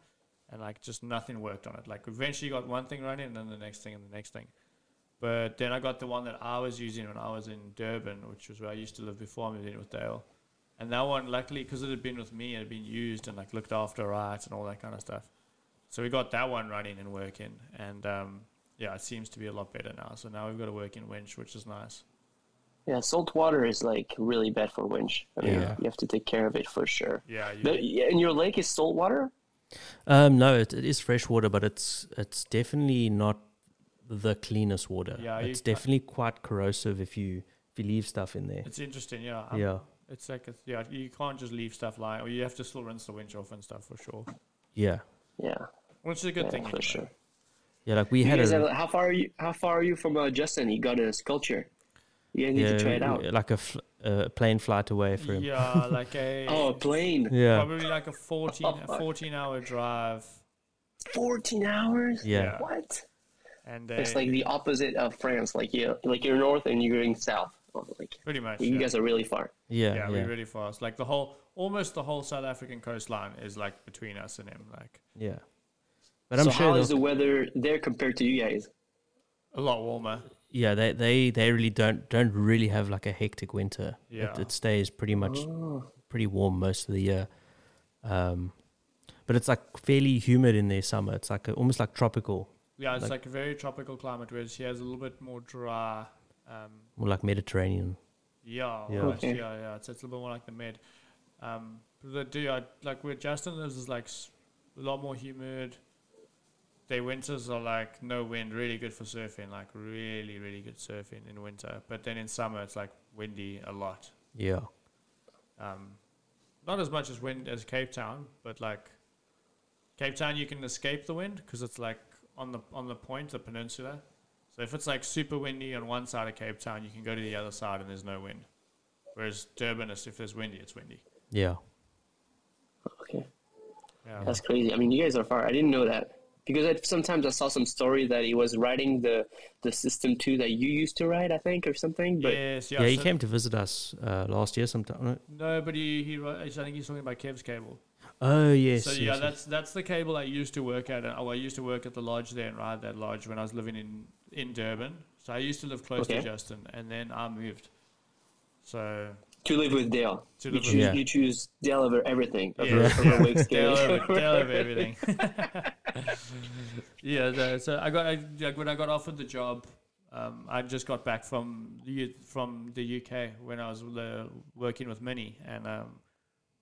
Speaker 2: and like just nothing worked on it. Like eventually got one thing running and then the next thing and the next thing. But then I got the one that I was using when I was in Durban, which was where I used to live before I moved in with Dale. And that one, luckily, because it had been with me, it had been used and like looked after right and all that kind of stuff. So we got that one running and working, and um, yeah, it seems to be a lot better now. So now we've got a working winch, which is nice.
Speaker 4: Yeah, salt water is like really bad for winch. I mean,
Speaker 3: Yeah.
Speaker 4: you have to take care of it for sure.
Speaker 2: Yeah, you,
Speaker 4: But, yeah, and your lake is salt water?
Speaker 3: Um, no, it, it is fresh water, but it's it's definitely not the cleanest water.
Speaker 2: Yeah, you
Speaker 3: it's
Speaker 2: ca-
Speaker 3: definitely quite corrosive if you if you leave stuff in there.
Speaker 2: it's uh, interesting. Yeah, I'm-
Speaker 3: Yeah,
Speaker 2: it's like a, yeah, you can't just leave stuff lying, or you have to still rinse the winch off and stuff for sure.
Speaker 3: yeah,
Speaker 4: Yeah,
Speaker 2: Which is a good
Speaker 4: yeah
Speaker 2: thing
Speaker 4: for
Speaker 2: anyway.
Speaker 4: sure.
Speaker 3: yeah. Like we
Speaker 4: You
Speaker 3: had
Speaker 4: guys
Speaker 3: a
Speaker 4: have, how far are you? How far are you from uh, Justin? He got a sculpture. You guys need
Speaker 3: yeah,
Speaker 4: to try it out.
Speaker 3: like a fl- uh, plane flight away from. Yeah,
Speaker 2: Yeah, like a
Speaker 4: Oh, a plane.
Speaker 3: yeah,
Speaker 2: probably like a 14, a 14 hour drive,
Speaker 4: Fourteen hours.
Speaker 3: yeah,
Speaker 2: yeah.
Speaker 4: What?
Speaker 2: and
Speaker 4: It's
Speaker 2: a-
Speaker 4: like the opposite of France. Like you, like you're north and you're going south. Like
Speaker 2: pretty much.
Speaker 4: you
Speaker 2: yeah.
Speaker 4: guys are really far.
Speaker 3: yeah,
Speaker 2: yeah, we're really fast. Like the whole, almost the whole South African coastline is like between us and him. Like
Speaker 3: yeah. But I'm
Speaker 4: so
Speaker 3: sure
Speaker 4: how
Speaker 3: they'll-
Speaker 4: is the weather there compared to you guys?
Speaker 2: a lot warmer.
Speaker 3: yeah they, they they really don't don't really have like a hectic winter it,
Speaker 2: Yeah.
Speaker 3: it stays pretty much pretty warm most of the year um but it's like fairly humid in their summer it's like a, almost like tropical
Speaker 2: Yeah, it's like,
Speaker 3: Like-
Speaker 2: a very tropical climate, whereas here is a little bit more dry. Um,
Speaker 3: more like mediterranean
Speaker 2: yeah,
Speaker 3: Yeah.
Speaker 2: yeah,
Speaker 4: Okay.
Speaker 2: yeah, yeah. It's, it's a little bit more like the med. Um, but the do yeah, like where Justin lives is like s- a lot more humid. Their winters are like no wind, really good for surfing, like really, really good surfing in winter. But then in summer, it's like windy a lot.
Speaker 3: yeah
Speaker 2: Um, not as much as wind as Cape Town, but like Cape Town, you can escape the wind because it's like on the on the point, the peninsula. So if it's like super windy on one side of Cape Town, you can go to the other side and there's no wind. Whereas Durban, is if there's windy, it's windy.
Speaker 3: yeah
Speaker 4: Okay,
Speaker 2: Yeah,
Speaker 4: that's crazy. I mean, you guys are far. I didn't know that because I, sometimes I saw some story that he was riding the the system two that you used to ride, I think, or something. But
Speaker 2: yes, yeah.
Speaker 3: yeah he
Speaker 2: so-
Speaker 3: came to visit us uh last year sometime
Speaker 2: No, but he, he wrote, I think he's talking about Kev's cable.
Speaker 3: oh yes
Speaker 2: So
Speaker 3: yes,
Speaker 2: yeah,
Speaker 3: yes.
Speaker 2: that's that's the cable I used to work at. Oh, I used to work at the lodge there and ride that lodge when I was living in in Durban. So I used to live close
Speaker 4: Okay.
Speaker 2: to Justin, and then I moved. So
Speaker 4: to live with Dale.
Speaker 2: To live
Speaker 4: you,
Speaker 2: with-
Speaker 4: choose,
Speaker 3: Yeah.
Speaker 4: you choose Dale over everything. Over,
Speaker 2: Yeah.
Speaker 4: over Wake's
Speaker 2: Dale
Speaker 4: game.
Speaker 2: over, Dale over everything. yeah, so, so I got I, like when I got offered the job, um, I just got back from the U- from the UK when I was the, working with Minnie, and um,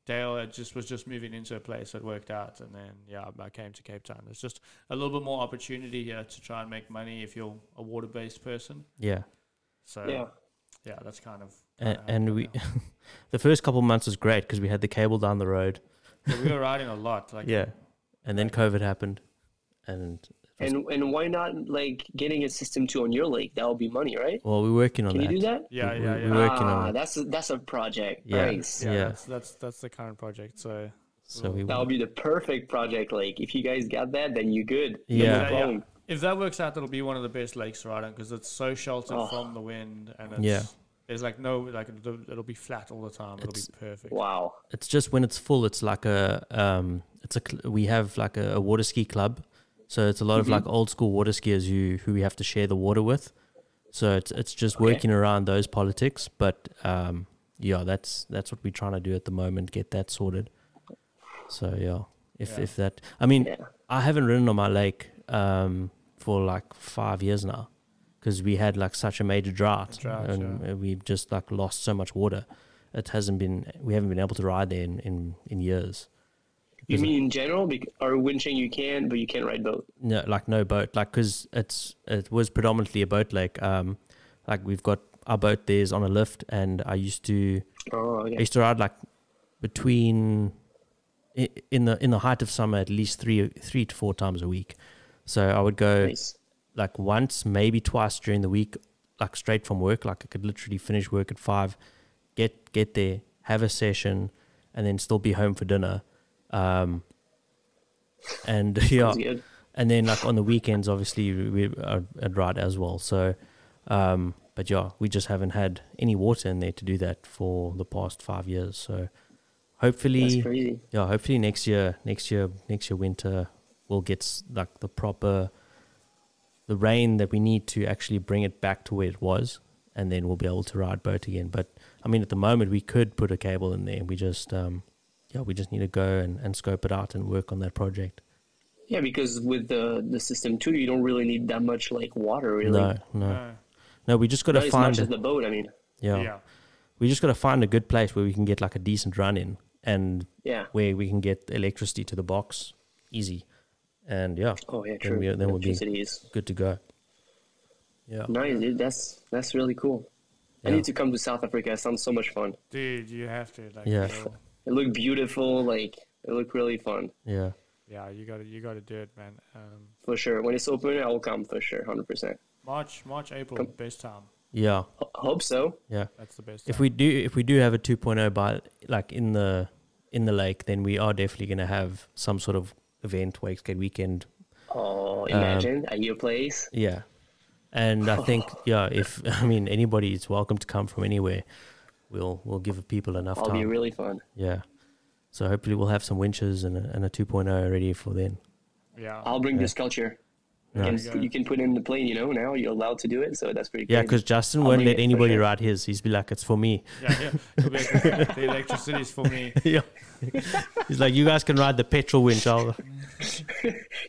Speaker 2: Dale had just was just moving into a place that worked out, and then yeah, I came to Cape Town. There's just a little bit more opportunity here to try and make money if you're a water based person.
Speaker 3: Yeah.
Speaker 2: So
Speaker 4: yeah.
Speaker 2: yeah, that's kind of
Speaker 3: And,
Speaker 2: kinda how it
Speaker 3: and
Speaker 2: got
Speaker 3: we,
Speaker 2: down.
Speaker 3: the first couple months was great because we had the cable down the road.
Speaker 2: But we were riding a lot like
Speaker 3: Yeah. And then COVID happened. And,
Speaker 4: And and why not like getting a system two on your lake? That would be money, right?
Speaker 3: well, we're working on
Speaker 4: Can
Speaker 3: that.
Speaker 4: you do that?
Speaker 2: yeah
Speaker 3: We-
Speaker 2: yeah
Speaker 3: we
Speaker 2: yeah.
Speaker 3: were- Working on
Speaker 4: ah,
Speaker 3: it.
Speaker 4: that's a, that's a project.
Speaker 3: Yeah.
Speaker 4: Nice.
Speaker 2: yeah,
Speaker 3: Yeah.
Speaker 2: That's, that's that's the current project. So
Speaker 3: So we,
Speaker 4: That would be the perfect project lake. If you guys got that, then you good.
Speaker 3: Yeah.
Speaker 4: No
Speaker 2: Yeah, yeah.
Speaker 4: problem.
Speaker 2: if that works out, that'll be one of the best lakes right on because it's so sheltered
Speaker 4: Oh.
Speaker 2: from the wind and it's,
Speaker 3: Yeah.
Speaker 2: there's like no like it'll, it'll be flat all the time. It'll
Speaker 3: It's-
Speaker 2: be perfect.
Speaker 4: Wow.
Speaker 3: it's just when it's full, it's like a, um, it's a, cl- we have like a, a water ski club. So it's a lot of
Speaker 2: Mm-hmm.
Speaker 3: like old school water skiers who, who we have to share the water with. So it's, it's just working around those politics. But, um, yeah, that's, that's what we're trying to do at the moment, get that sorted. So yeah, if,
Speaker 2: Yeah.
Speaker 3: if that, I mean,
Speaker 4: Yeah.
Speaker 3: I haven't ridden on my lake um, for like five years now because we had like such a major drought,
Speaker 2: drought,
Speaker 3: and uh, we've just like lost so much water. It hasn't been we haven't been able to ride there in in, in years.
Speaker 4: You mean in general? Bec- Or wind chain you can, but you can't ride boat.
Speaker 3: No, like no boat, like because it's it was predominantly a boat lake. Um, like we've got our boat there's on a lift, and I used to
Speaker 4: Oh,
Speaker 3: I
Speaker 4: okay.
Speaker 3: used to ride like between i- in the in the height of summer at least three three to four times a week. So I would go
Speaker 4: Nice.
Speaker 3: like once, maybe twice during the week, like straight from work. Like I could literally finish work at five, get get there, have a session, and then still be home for dinner. Um, and yeah,
Speaker 4: Sounds good.
Speaker 3: and then like on the weekends, obviously we I'd, I'd ride as well. So, um, but yeah, we just haven't had any water in there to do that for the past five years. So,
Speaker 4: That's
Speaker 3: hopefully,
Speaker 4: crazy.
Speaker 3: yeah, hopefully next year, next year, next year winter, we'll get s- like the proper, the rain that we need to actually bring it back to where it was, and then we'll be able to ride boat again. But I mean, at the moment, we could put a cable in there. We just, um, yeah, we just need to go and, and scope it out and work on that project.
Speaker 4: Yeah, because with the the system too, you don't really need that much like water, really.
Speaker 3: No, no,
Speaker 2: No.
Speaker 3: no. We just got
Speaker 4: Not
Speaker 3: to
Speaker 4: as much
Speaker 3: find,
Speaker 4: as
Speaker 3: a-
Speaker 4: the boat. I mean,
Speaker 3: yeah,
Speaker 2: yeah.
Speaker 3: we just got to find a good place where we can get like a decent run in, and
Speaker 4: yeah.
Speaker 3: where we can get electricity to the box easy, and yeah,
Speaker 4: Oh yeah,
Speaker 3: Then
Speaker 4: true.
Speaker 3: we- then we'll be-
Speaker 4: Electricity is
Speaker 3: good to go. Yeah.
Speaker 4: nice. Dude. That's that's really cool. I
Speaker 3: Yeah.
Speaker 4: need to come to South Africa. It sounds so much fun.
Speaker 2: Dude, you have to like
Speaker 3: Yeah.
Speaker 2: you'll-
Speaker 4: It looked beautiful. Like it looked really fun
Speaker 3: Yeah.
Speaker 2: yeah, you gotta you gotta do it, man. Um,
Speaker 4: for sure. When it's open, I will come for sure, hundred percent.
Speaker 2: March, March, April, best time.
Speaker 3: Yeah.
Speaker 4: Hope so.
Speaker 3: Yeah.
Speaker 2: That's the best.
Speaker 3: If
Speaker 2: time.
Speaker 3: we do if we do have a 2.0 by like in the in the lake then we are definitely going to have some sort of event wakescape weekend. Um,
Speaker 4: Oh, imagine at your place.
Speaker 3: Yeah. And I think yeah, if I mean anybody is welcome to come from anywhere. We'll we'll give people enough
Speaker 4: I'll
Speaker 3: time.
Speaker 4: be really fun.
Speaker 3: yeah. So hopefully we'll have some winches and a, and a 2.0 ready for then.
Speaker 2: yeah,
Speaker 4: I'll bring this culture.
Speaker 2: Nice.
Speaker 4: You, can, you can put it in the plane, you know. Now you're allowed to do it, so that's pretty.
Speaker 3: Yeah,
Speaker 4: good.
Speaker 3: because Justin
Speaker 4: I'll
Speaker 3: won't
Speaker 4: bring
Speaker 3: let
Speaker 4: it for
Speaker 3: anybody
Speaker 4: sure.
Speaker 3: ride his. He's be like, it's for me.
Speaker 2: yeah, yeah. It'll be like, the electricity's for me.
Speaker 3: yeah. He's like, you guys can ride the petrol winch. I'll,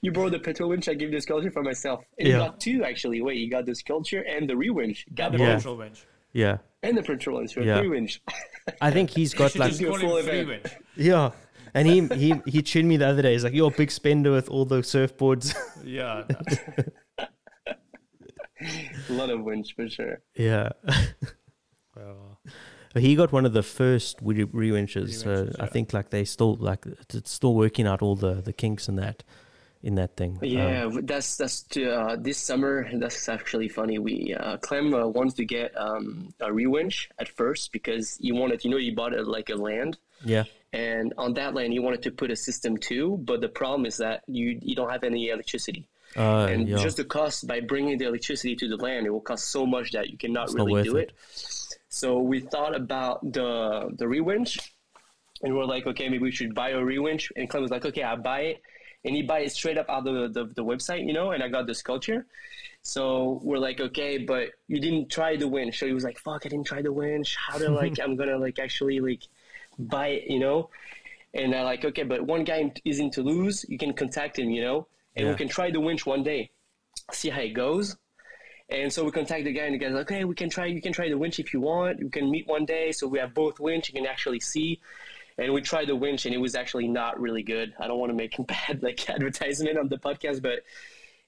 Speaker 4: you borrowed the petrol winch. I gave the sculpture for myself. And
Speaker 3: Yeah.
Speaker 4: you got two actually. Wait, you got the sculpture and the re winch. Got
Speaker 2: The
Speaker 4: the
Speaker 3: Yeah.
Speaker 2: control bench.
Speaker 3: yeah.
Speaker 4: and the petrol winch.
Speaker 3: Yeah.
Speaker 4: Yeah. Three winch.
Speaker 3: I think he's
Speaker 2: You
Speaker 3: got
Speaker 2: should
Speaker 3: like
Speaker 2: just
Speaker 4: do a
Speaker 2: call him
Speaker 4: full
Speaker 2: three
Speaker 4: event.
Speaker 2: winch.
Speaker 3: Yeah. And he he he tuned me the other day. He's like, "You're a big spender with all the surfboards."
Speaker 2: Yeah,
Speaker 4: A lot of winch for sure.
Speaker 3: yeah.
Speaker 2: well,
Speaker 3: he got one of the first re- winches, so
Speaker 2: Rewinches,
Speaker 3: I
Speaker 2: yeah.
Speaker 3: think like they still like it's- it's still working out all the the kinks in that in that thing. Um,
Speaker 4: Yeah, w- that's that's to, uh, this summer. That's actually funny. We uh, Clem uh, wants to get um, a re winch at first because he wanted. You know, he bought it like a land.
Speaker 3: yeah.
Speaker 4: and on that land you wanted to put a system too but the problem is that you you don't have any electricity
Speaker 3: Uh,
Speaker 4: and
Speaker 3: yeah.
Speaker 4: just the cost by bringing the electricity to the land it will cost so much that you cannot
Speaker 3: not
Speaker 4: really
Speaker 3: worth
Speaker 4: do
Speaker 3: it.
Speaker 4: it. so we thought about the the rewinch and we're like okay maybe we should buy a rewinch and Clem was like okay i buy it and he buy it straight up out of the, the, the website you know and i got the sculpture So we're like, okay, but you didn't try the winch. So he was like, fuck, I didn't try the winch. How to like, I'm gonna like actually like buy it, you know? And I like, okay, but one guy is in Toulouse. You can contact him, you know, and
Speaker 3: Yeah.
Speaker 4: we can try the winch one day, see how it goes. And so we contact the guy, and the guy's like, "Hey, we can try. You can try the winch if you want. We can meet one day, so we have both winch. You can actually see." And we tried the winch, and it was actually not really good. I don't want to make bad like advertisement on the podcast, but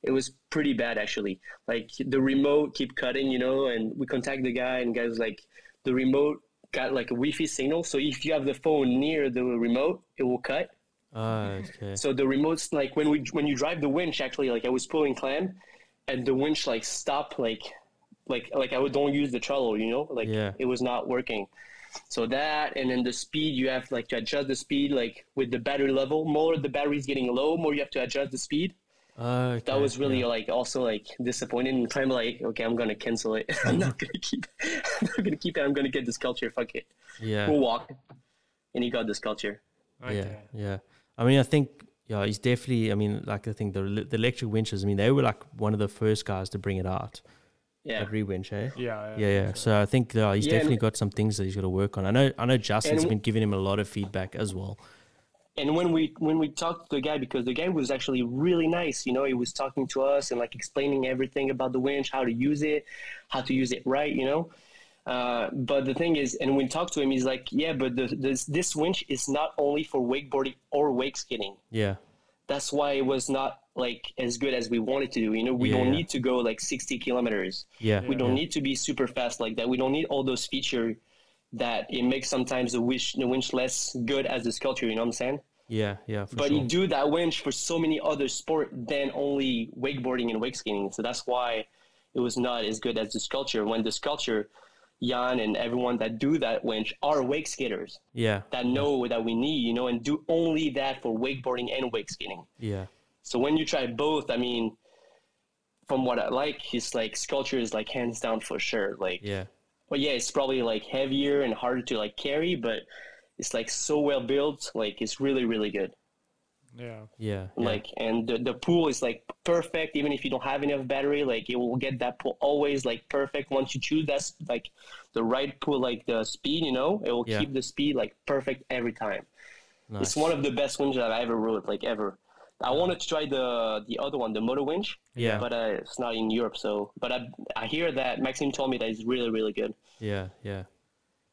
Speaker 4: it was pretty bad actually. Like the remote keep cutting, you know. And we contact the guy, and the guy was like, "The remote got like a Wi-Fi signal, so if you have the phone near the remote, it will cut."
Speaker 3: Ah, okay.
Speaker 4: So the remotes like when we when you drive the winch actually like I was pulling clam and the winch like stopped like like like I would don't use the trello, you know? Like
Speaker 3: Yeah.
Speaker 4: it was not working. So that and then the speed you have like to adjust the speed like with the battery level. More the battery's getting low, more you have to adjust the speed.
Speaker 3: Ah, okay.
Speaker 4: That was really
Speaker 3: yeah.
Speaker 4: like also like disappointing and kind of like, okay, I'm gonna cancel it. I'm not gonna keep I'm not gonna keep it, I'm gonna get the sculpture, fuck it.
Speaker 3: yeah.
Speaker 4: We'll walk. And he got the sculpture.
Speaker 2: Okay.
Speaker 3: Yeah, yeah. I mean, I think yeah, he's definitely. I mean, like I think the le- the electric winches. I mean, they were like one of the first guys to bring it out.
Speaker 4: Yeah.
Speaker 3: That rewinch, eh?
Speaker 2: Yeah.
Speaker 3: Yeah, yeah. So I think uh, he's
Speaker 4: Yeah, and-
Speaker 3: definitely got some things that he's got to work on. I know, I know. Justin's
Speaker 4: w-
Speaker 3: been giving him a lot of feedback as well.
Speaker 4: and when we when we talked to the guy because the guy was actually really nice you know he was talking to us and like explaining everything about the winch how to use it how to use it right you know uh, but the thing is and when we talked to him he's like yeah but the, this this winch is not only for wakeboarding or wake skating
Speaker 3: Yeah,
Speaker 4: that's why it was not like as good as we wanted to do you know we
Speaker 3: Yeah,
Speaker 4: don't
Speaker 3: yeah.
Speaker 4: need to go like 60 kilometers
Speaker 3: yeah.
Speaker 4: we don't
Speaker 3: yeah.
Speaker 4: need to be super fast like that. We don't need all those feature that it makes sometimes the winch the winch less good as a sculpture. You know what I'm saying?
Speaker 3: Yeah, yeah. For
Speaker 4: But
Speaker 3: sure.
Speaker 4: you do that winch for so many other sport than only wakeboarding and wake skating. So that's why it was not as good as the sculpture. When the sculpture, Jan and everyone that do that winch are wake skaters
Speaker 3: yeah,
Speaker 4: that know that we need, you know, and do only that for wakeboarding and wake skating.
Speaker 3: yeah,
Speaker 4: So when you try both, I mean, from what I like, it's like sculpture is like hands down for sure. Like,
Speaker 3: yeah,
Speaker 4: well, yeah, it's probably like heavier and harder to like carry, but it's like so well built. Like, it's really, really good.
Speaker 2: Yeah.
Speaker 3: yeah. yeah.
Speaker 4: Like, and the, the pool is like perfect. Even if you don't have enough battery, like it will get that pool always like perfect. Once you choose that's like the right pool, like the speed, you know, it will
Speaker 3: Yeah.
Speaker 4: keep the speed like perfect every time.
Speaker 3: nice.
Speaker 4: It's one of the best winches that I ever rode, like ever. I wanted to try the the other one, the motor winch.
Speaker 3: Yeah.
Speaker 4: But uh, it's not in Europe, so. But I I hear that Maxime told me that it's really really good.
Speaker 3: Yeah, yeah.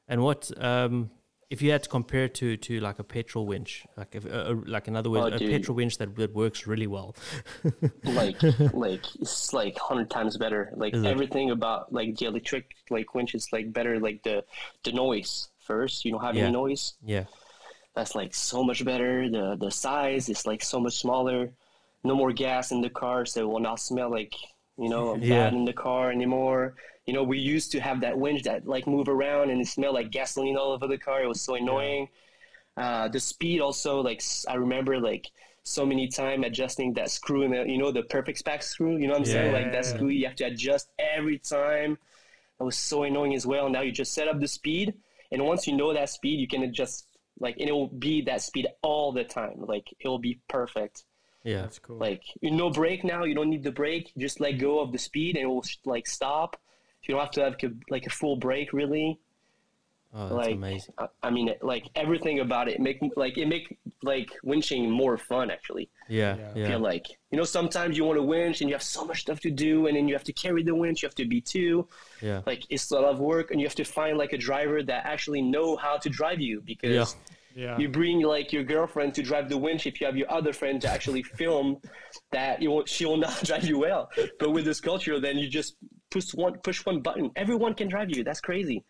Speaker 3: And what um if you had to compare it to to like a petrol winch, like if, uh, uh, like in other words,
Speaker 4: Oh,
Speaker 3: a
Speaker 4: dude.
Speaker 3: petrol winch that that works really well.
Speaker 4: Like like it's like hundred times better. Like
Speaker 3: Is it?
Speaker 4: everything about like the electric like winch is like better. Like the the noise first, you don't have
Speaker 3: Yeah.
Speaker 4: any noise.
Speaker 3: yeah,
Speaker 4: That's like so much better. The the size is like so much smaller. No more gas in the car, so it will not smell like you know
Speaker 3: Yeah.
Speaker 4: bad in the car anymore. You know, we used to have that winch that like move around and it smelled like gasoline all over the car. It was so annoying. Uh, the speed also, like s- I remember, like so many time adjusting that screw in the you know the perfect spack screw. You know what I'm saying?
Speaker 3: Yeah.
Speaker 4: Like that screw you have to adjust every time. That was so annoying as well. Now you just set up the speed, and once you know that speed, you can adjust like and it will be that speed all the time. Like it will be perfect.
Speaker 3: yeah,
Speaker 2: That's cool.
Speaker 4: Like you no brake now. You don't need the brake. You just let go of the speed, and it will like stop. You don't have to have like a full brake really.
Speaker 3: oh, that's
Speaker 4: like
Speaker 3: amazing.
Speaker 4: I, I mean, like everything about it make like it make like winching more fun actually.
Speaker 3: Yeah,
Speaker 2: Yeah.
Speaker 3: yeah,
Speaker 4: Feel like you know sometimes you want to winch and you have so much stuff to do, and then you have to carry the winch. You have to be two
Speaker 3: yeah,
Speaker 4: like it's a lot of work and you have to find like a driver that actually know how to drive you because
Speaker 3: Yeah.
Speaker 2: Yeah.
Speaker 4: you bring like your girlfriend to drive the winch if you have your other friend to actually film that you will, she will not drive you well but with this culture then you just push one push one button everyone can drive you that's crazy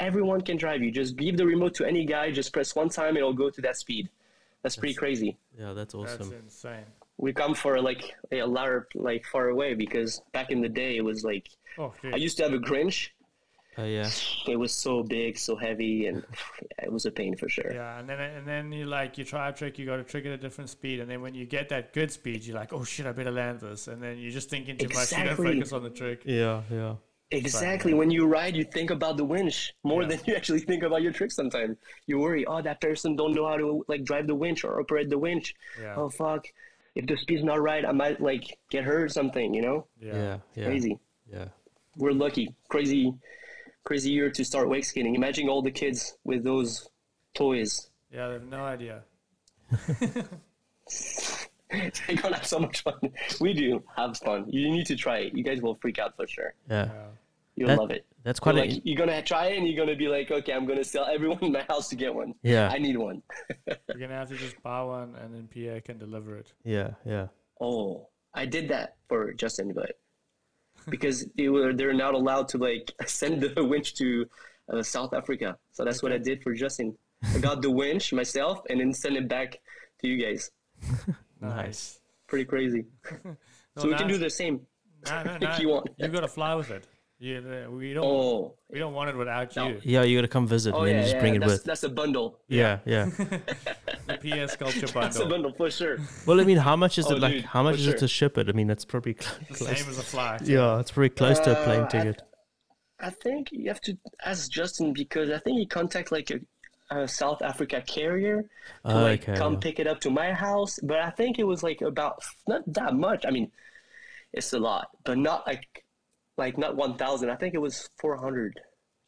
Speaker 4: everyone can drive you just give the remote to any guy just press one time and it'll go to that speed that's pretty crazy
Speaker 3: yeah. That's
Speaker 2: That's
Speaker 3: awesome.
Speaker 2: insane.
Speaker 4: we come for like a larp like far away because back in the day it was like
Speaker 2: Oh, dude.
Speaker 4: i used to have a grinch
Speaker 3: Oh yeah,
Speaker 4: it was so big, so heavy, and yeah, it was a pain for sure.
Speaker 2: Yeah, and then and then you like you try a trick, you got to trick at a different speed, and then when you get that good speed, you're like, oh shit, I better land this, and then you're just thinking too much, you
Speaker 4: Exactly.
Speaker 2: don't focus on the trick.
Speaker 3: yeah, yeah,
Speaker 4: Exactly. When you ride, you think about the winch more than you actually think about your trick. Sometimes you worry, oh, that person don't know how to like drive the winch or operate the winch.
Speaker 2: Yeah.
Speaker 4: Oh fuck, if the speed's not right, I might like get hurt or something. You know,
Speaker 3: yeah, yeah,
Speaker 4: crazy.
Speaker 3: yeah.
Speaker 4: We're lucky. Crazy, crazy year to start wake skating. Imagine all the kids with those toys.
Speaker 2: Yeah, they have no idea.
Speaker 4: They're gonna have so much fun. We do have fun. You need to try it. You guys will freak out for sure.
Speaker 3: yeah.
Speaker 2: Yeah.
Speaker 4: You'll
Speaker 3: That-
Speaker 4: love it.
Speaker 3: That's
Speaker 4: You're
Speaker 3: quite
Speaker 4: like
Speaker 3: a
Speaker 4: you're gonna try it and you're gonna be like, okay, I'm gonna sell everyone in my house to get one.
Speaker 3: yeah,
Speaker 4: I need one.
Speaker 2: We're gonna have to just buy one, and then Pierre can deliver it.
Speaker 3: yeah, yeah,
Speaker 4: Oh, I did that for Justin, but because they were they're not allowed to like send the winch to uh, South Africa, so that's what I did for Justin. I got the winch myself and then sent it back to you guys.
Speaker 3: Nice.
Speaker 4: Pretty crazy.
Speaker 2: No,
Speaker 4: so we can
Speaker 2: now-
Speaker 4: do the same.
Speaker 2: No, no,
Speaker 4: if
Speaker 2: no.
Speaker 4: you want.
Speaker 2: have got to fly with it. You, uh, we don't.
Speaker 4: Oh,
Speaker 2: We don't want it without you.
Speaker 3: yeah. You gotta come visit
Speaker 4: oh
Speaker 3: and then
Speaker 4: yeah,
Speaker 3: you just
Speaker 4: yeah,
Speaker 3: bring it
Speaker 4: that's,
Speaker 3: with.
Speaker 4: that's a bundle.
Speaker 3: yeah, yeah.
Speaker 2: The PS sculpture
Speaker 4: That's a
Speaker 2: bundle,
Speaker 4: bundle for sure.
Speaker 3: well, I mean, how much is
Speaker 4: Oh,
Speaker 3: it like?
Speaker 4: dude,
Speaker 3: how much
Speaker 4: for
Speaker 3: is it
Speaker 4: sure.
Speaker 3: to ship it? I mean, that's probably cl- close.
Speaker 2: same as a fly.
Speaker 3: Yeah, it's pretty close to a
Speaker 4: Uh,
Speaker 3: plane
Speaker 4: I-
Speaker 3: ticket.
Speaker 4: I think you have to ask Justin because I think he contact like a, a South Africa carrier to
Speaker 3: Oh,
Speaker 4: like
Speaker 3: okay,
Speaker 4: come
Speaker 3: yeah.
Speaker 4: pick it up to my house. But I think it was like about not that much. I mean, it's a lot, but not like like not one thousand. I think it was four hundred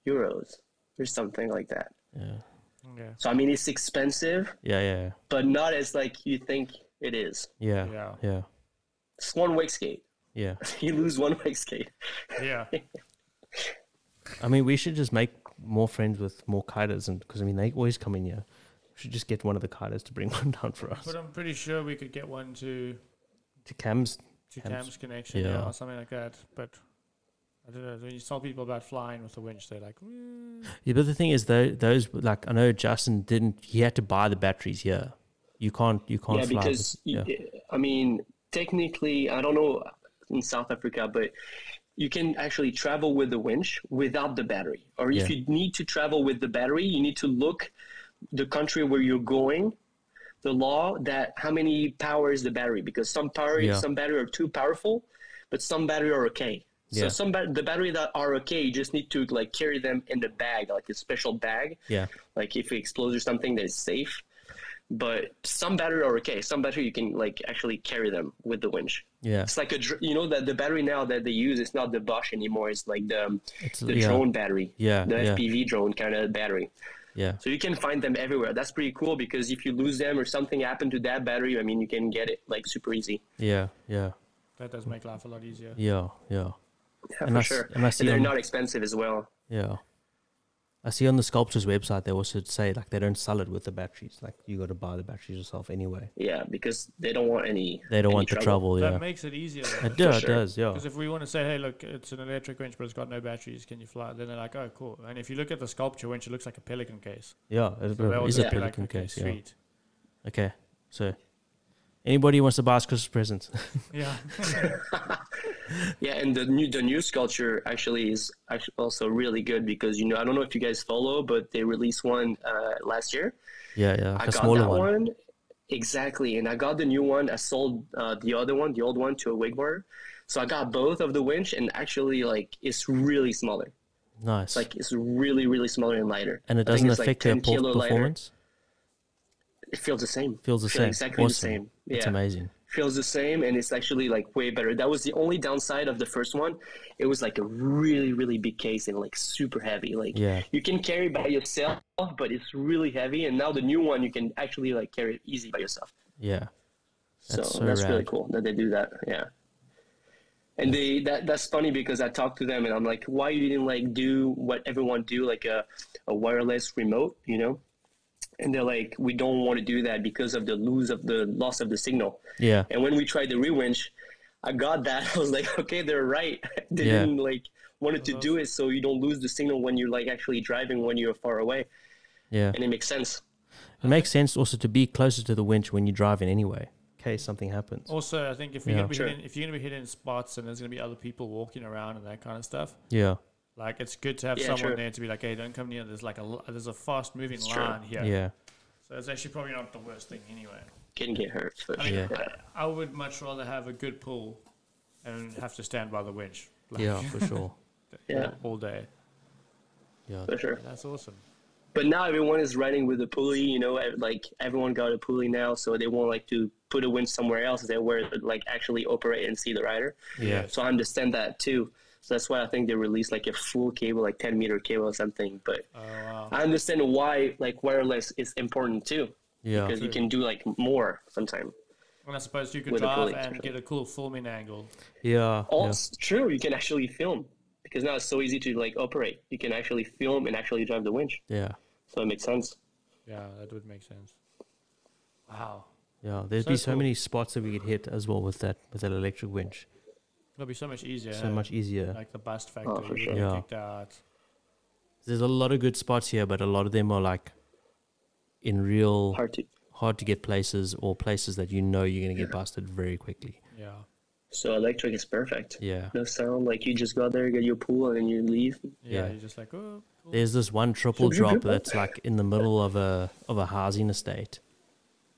Speaker 4: euros or something like that.
Speaker 3: Yeah,
Speaker 2: Okay.
Speaker 4: So I mean, it's expensive,
Speaker 3: yeah, yeah,
Speaker 4: but not as like you think it is.
Speaker 3: yeah, yeah,
Speaker 2: Yeah.
Speaker 3: yeah,
Speaker 4: It's one wake skate.
Speaker 3: yeah.
Speaker 4: You lose one wake skate.
Speaker 2: Yeah.
Speaker 3: I mean, we should just make more friends with more kites, and because I mean, they always come in here. We should just get one of the kites to bring one down for us
Speaker 2: But I'm pretty sure we could get one to
Speaker 3: to Cam's.
Speaker 2: to
Speaker 3: Cam's-
Speaker 2: Cam's, connection yeah,
Speaker 3: yeah.
Speaker 2: or something like that. But I don't know. When you tell people about flying with a winch, they're like, "Mm."
Speaker 3: Yeah, but the thing is, though, those like I know Justin didn't. He had to buy the batteries here. You can't. You can't.
Speaker 4: yeah,
Speaker 3: fly
Speaker 4: because
Speaker 3: with- yeah.
Speaker 4: y- I mean, technically, I don't know in South Africa, but you can actually travel with the winch without the battery. Or if
Speaker 3: Yeah.
Speaker 4: you need to travel with the battery, you need to look the country where you're going, the law that how many power is the battery because some power
Speaker 3: Yeah.
Speaker 4: some battery are too powerful, but some battery are okay.
Speaker 3: Yeah.
Speaker 4: So some ba- the battery that are okay, you just need to like carry them in the bag, like a special bag
Speaker 3: yeah,
Speaker 4: like if it explodes or something that is safe but some battery are okay some battery you can like actually carry them with the winch
Speaker 3: yeah,
Speaker 4: it's like a dr- you know that the battery now that they use it's not the bosch anymore it's like the,
Speaker 3: It's-
Speaker 4: the
Speaker 3: yeah.
Speaker 4: drone battery
Speaker 3: Yeah,
Speaker 4: the
Speaker 3: yeah.
Speaker 4: fpv drone kind of battery
Speaker 3: yeah,
Speaker 4: so you can find them everywhere that's pretty cool because if you lose them or something happened to that battery i mean you can get it like super easy
Speaker 3: yeah, yeah,
Speaker 2: that does make life a lot easier.
Speaker 3: yeah, yeah.
Speaker 4: yeah,
Speaker 3: And I
Speaker 4: for
Speaker 3: s-
Speaker 4: sure
Speaker 3: and I see
Speaker 4: they're
Speaker 3: on-
Speaker 4: not expensive as well
Speaker 3: Yeah. I see on the sculptures website they also say like they don't sell it with the batteries. Like you got to buy the batteries yourself anyway.
Speaker 4: yeah because they don't want any
Speaker 3: They don't
Speaker 4: any
Speaker 3: want the trouble.
Speaker 2: That
Speaker 3: Yeah.
Speaker 2: makes it easier.
Speaker 3: It do- it
Speaker 4: sure.
Speaker 3: does. Yeah.
Speaker 2: Because if we want to say, hey, look, it's an electric winch, but it's got no batteries, can you fly? it?" Then they're like, oh, cool. And if you look at the sculpture winch, it looks like a pelican case.
Speaker 3: Yeah. It
Speaker 2: So they'll
Speaker 3: is
Speaker 2: just
Speaker 3: a
Speaker 2: be like,
Speaker 3: pelican
Speaker 2: "Okay,
Speaker 3: case. Yeah.
Speaker 2: Sweet.
Speaker 3: Okay. So, anybody who wants to buy us Christmas presents?
Speaker 2: Yeah.
Speaker 4: Yeah, and the new the new sculpture actually is actually also really good because you know I don't know if you guys follow, but they released one uh, last year.
Speaker 3: yeah, yeah,
Speaker 4: I
Speaker 3: like a
Speaker 4: got
Speaker 3: smaller
Speaker 4: that
Speaker 3: one.
Speaker 4: one. exactly, and I got the new one. I sold uh, the other one, the old one, to a wakeboarder. So I got both of the winch, and actually, like it's really smaller.
Speaker 3: Nice.
Speaker 4: Like it's really really smaller and lighter.
Speaker 3: and it
Speaker 4: I think
Speaker 3: doesn't
Speaker 4: it's,
Speaker 3: affect
Speaker 4: like
Speaker 3: your
Speaker 4: 10
Speaker 3: por-
Speaker 4: kilo lighter.
Speaker 3: performance.
Speaker 4: It feels the same.
Speaker 3: Feels the
Speaker 4: Feels
Speaker 3: same.
Speaker 4: Exactly
Speaker 3: Awesome.
Speaker 4: the same. Yeah.
Speaker 3: It's amazing.
Speaker 4: feels the same and it's actually like way better that was the only downside of the first one it was like a really really big case and like super heavy like
Speaker 3: Yeah.
Speaker 4: you can carry by yourself but it's really heavy and now the new one you can actually like carry it easy by yourself
Speaker 3: Yeah. That's
Speaker 4: so,
Speaker 3: so
Speaker 4: that's really
Speaker 3: rad.
Speaker 4: cool that they do that yeah and they that that's funny because i talked to them and i'm like why you didn't like do what everyone do like a, a wireless remote you know and they're like we don't want to do that because of the lose of the loss of the signal
Speaker 3: Yeah.
Speaker 4: and when we tried the rewinch, I got that. I was like, okay, they're right. they
Speaker 3: Yeah.
Speaker 4: didn't like wanted to
Speaker 2: Uh-huh.
Speaker 4: do it so you don't lose the signal when you're like actually driving when you're far away.
Speaker 3: Yeah.
Speaker 4: And it makes sense.
Speaker 3: It makes sense also to be closer to the winch when you're driving anyway, in case something happens.
Speaker 4: Oh.
Speaker 2: also, I think if, we're gonna be
Speaker 4: Sure.
Speaker 2: hitting, if you're going to be hitting spots and there's going to be other people walking around and that kind of stuff,
Speaker 3: Yeah.
Speaker 2: Like it's good to have
Speaker 4: Yeah,
Speaker 2: someone
Speaker 4: true.
Speaker 2: there to be like, hey, don't come near. There's like a l- there's a fast moving
Speaker 4: true.
Speaker 2: line here,
Speaker 3: Yeah.
Speaker 2: so it's actually probably not the worst thing anyway.
Speaker 4: Can get hurt. But,
Speaker 2: I mean,
Speaker 3: Yeah.
Speaker 2: I, I would much rather have a good pull and have to stand by the winch, like,
Speaker 3: Yeah. For sure.
Speaker 4: yeah,
Speaker 2: all day.
Speaker 3: Yeah.
Speaker 4: for sure.
Speaker 2: That's awesome.
Speaker 4: But now everyone is riding with a pulley. You know, ev- like everyone got a pulley now, so they won't like to put a winch somewhere else that where it would, like actually operate and see the rider.
Speaker 3: Yeah.
Speaker 4: So I understand that too. So that's why I think they released like a full cable, like ten meter cable or something. But
Speaker 2: Oh wow.
Speaker 4: I understand why like wireless is important too
Speaker 3: Yeah.
Speaker 4: because you can do like more sometimes.
Speaker 2: And I suppose you could
Speaker 4: With a
Speaker 2: drive
Speaker 4: bullet,
Speaker 2: and
Speaker 4: sure.
Speaker 2: get a cool filming angle.
Speaker 3: Yeah.
Speaker 4: Oh,
Speaker 3: yeah.
Speaker 4: it's true. You can actually film because now it's so easy to like operate. You can actually film and actually drive the winch.
Speaker 3: Yeah.
Speaker 4: So it makes sense.
Speaker 2: Yeah, that would make sense. Wow.
Speaker 3: Yeah. There'd
Speaker 2: So
Speaker 3: be so
Speaker 2: cool.
Speaker 3: many spots that we could hit as well with that with that electric winch.
Speaker 2: It'll be so much easier.
Speaker 3: So much easier.
Speaker 2: Like the bust factory.
Speaker 4: Oh, for
Speaker 2: you
Speaker 4: sure.
Speaker 2: get
Speaker 3: Yeah.
Speaker 2: kicked out.
Speaker 3: There's a lot of good spots here, but a lot of them are like in real
Speaker 4: Hard to.
Speaker 3: hard to get places or places that you know you're gonna get busted very quickly.
Speaker 2: Yeah.
Speaker 4: So electric is perfect.
Speaker 3: Yeah.
Speaker 4: No sound. Like you just go there, get your pool, and then you leave.
Speaker 2: Yeah.
Speaker 3: Yeah.
Speaker 2: You're just like, oh, cool.
Speaker 3: There's this one triple
Speaker 4: Should we do
Speaker 3: drop
Speaker 4: that?
Speaker 3: that's like in the middle of a of a housing estate,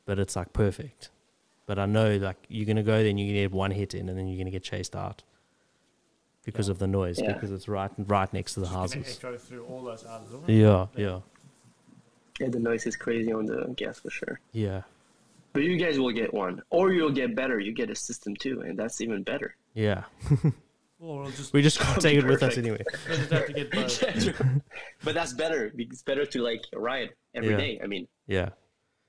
Speaker 3: but it's like perfect. But I know like you're gonna go there and you're gonna get one hit in and then you're gonna get chased out because of the noise
Speaker 4: Yeah.
Speaker 3: because it's right right next to the
Speaker 2: Just gonna
Speaker 3: houses.
Speaker 2: echo through all those houses. Oh,
Speaker 3: Yeah, yeah,
Speaker 4: Yeah, the noise is crazy on the gas for sure.
Speaker 3: yeah,
Speaker 4: But you guys will get one, or you'll get better. You get a system too, and that's even better.
Speaker 3: yeah.
Speaker 2: Well, we'll just,
Speaker 3: We just can't take it with us
Speaker 4: Perfect.
Speaker 3: anyway.
Speaker 2: we'll just have to get both.
Speaker 4: but that's better. It's better to like ride every
Speaker 3: Yeah.
Speaker 4: day. I mean,
Speaker 3: Yeah,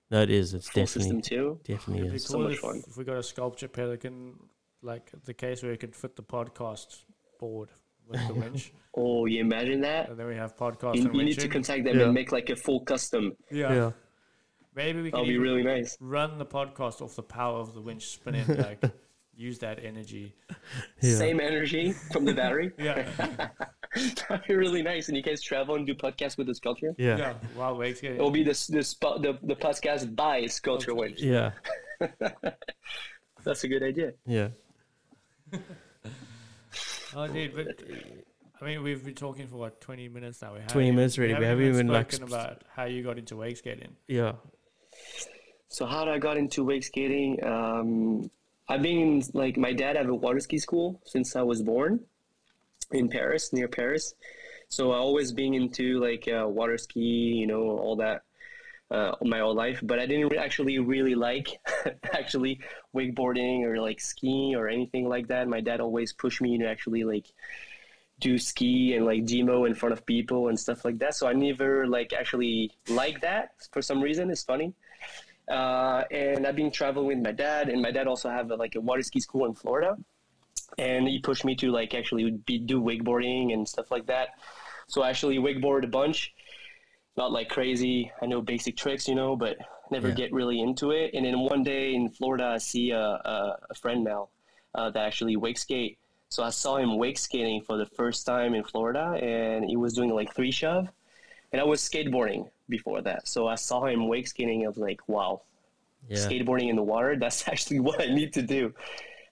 Speaker 3: no, it is. It's
Speaker 4: full system
Speaker 3: definitely
Speaker 4: too.
Speaker 3: definitely
Speaker 2: It'd be
Speaker 3: is.
Speaker 4: So
Speaker 2: cool
Speaker 4: much
Speaker 2: if,
Speaker 4: fun.
Speaker 2: if we got a sculpture pelican, like the case where you could fit the podcast board with the winch,
Speaker 4: Oh, you imagine that?
Speaker 2: and then we have podcast
Speaker 4: You,
Speaker 2: and
Speaker 4: you need to
Speaker 2: winching.
Speaker 4: contact them
Speaker 3: Yeah.
Speaker 4: and make like a full custom.
Speaker 2: yeah.
Speaker 3: Yeah,
Speaker 2: maybe we can
Speaker 4: That'll be
Speaker 2: even
Speaker 4: really nice.
Speaker 2: run the podcast off the power of the winch spinning, like use that energy.
Speaker 3: Yeah.
Speaker 4: Same energy from the battery.
Speaker 2: Yeah,
Speaker 4: That'd be really nice. And you guys travel and do podcasts with the sculpture.
Speaker 3: yeah, yeah.
Speaker 2: yeah. Wow, wait, it's
Speaker 4: It will
Speaker 2: getting
Speaker 4: be the s- the spot the, the podcast by sculpture winch.
Speaker 3: yeah.
Speaker 4: That's a good idea.
Speaker 3: yeah.
Speaker 2: Oh, dude, but I mean, we've been talking for what twenty minutes now. We
Speaker 3: 20
Speaker 2: haven't-
Speaker 3: minutes already, we haven't even, like,
Speaker 2: spoken
Speaker 3: sp-
Speaker 2: about how you got into wake skating.
Speaker 3: Yeah.
Speaker 4: So how I got into wake skating, um, I've been like my dad have a water ski school since I was born in Paris, near Paris. So I always been into like uh, water ski, you know, all that uh, my whole life. But I didn't re- actually really like actually wakeboarding or like skiing or anything like that. My dad always pushed me to actually like do ski and like demo in front of people and stuff like that. So I never like actually like that for some reason. It's funny uh, and I've been traveling with my dad, and my dad also have a, like a water ski school in Florida, and he pushed me to like actually be, do wakeboarding and stuff like that. So I actually wakeboard a bunch, not like crazy. I know basic tricks, you know, but never
Speaker 3: Yeah.
Speaker 4: get really into it. And then one day in Florida, I see a, a, a friend now uh, that actually wake skate. So I saw him wake skating for the first time in Florida, and he was doing like three shove and I was skateboarding before that. So I saw him wake skating. I was like, wow,
Speaker 3: Yeah.
Speaker 4: skateboarding in the water. That's actually what I need to do.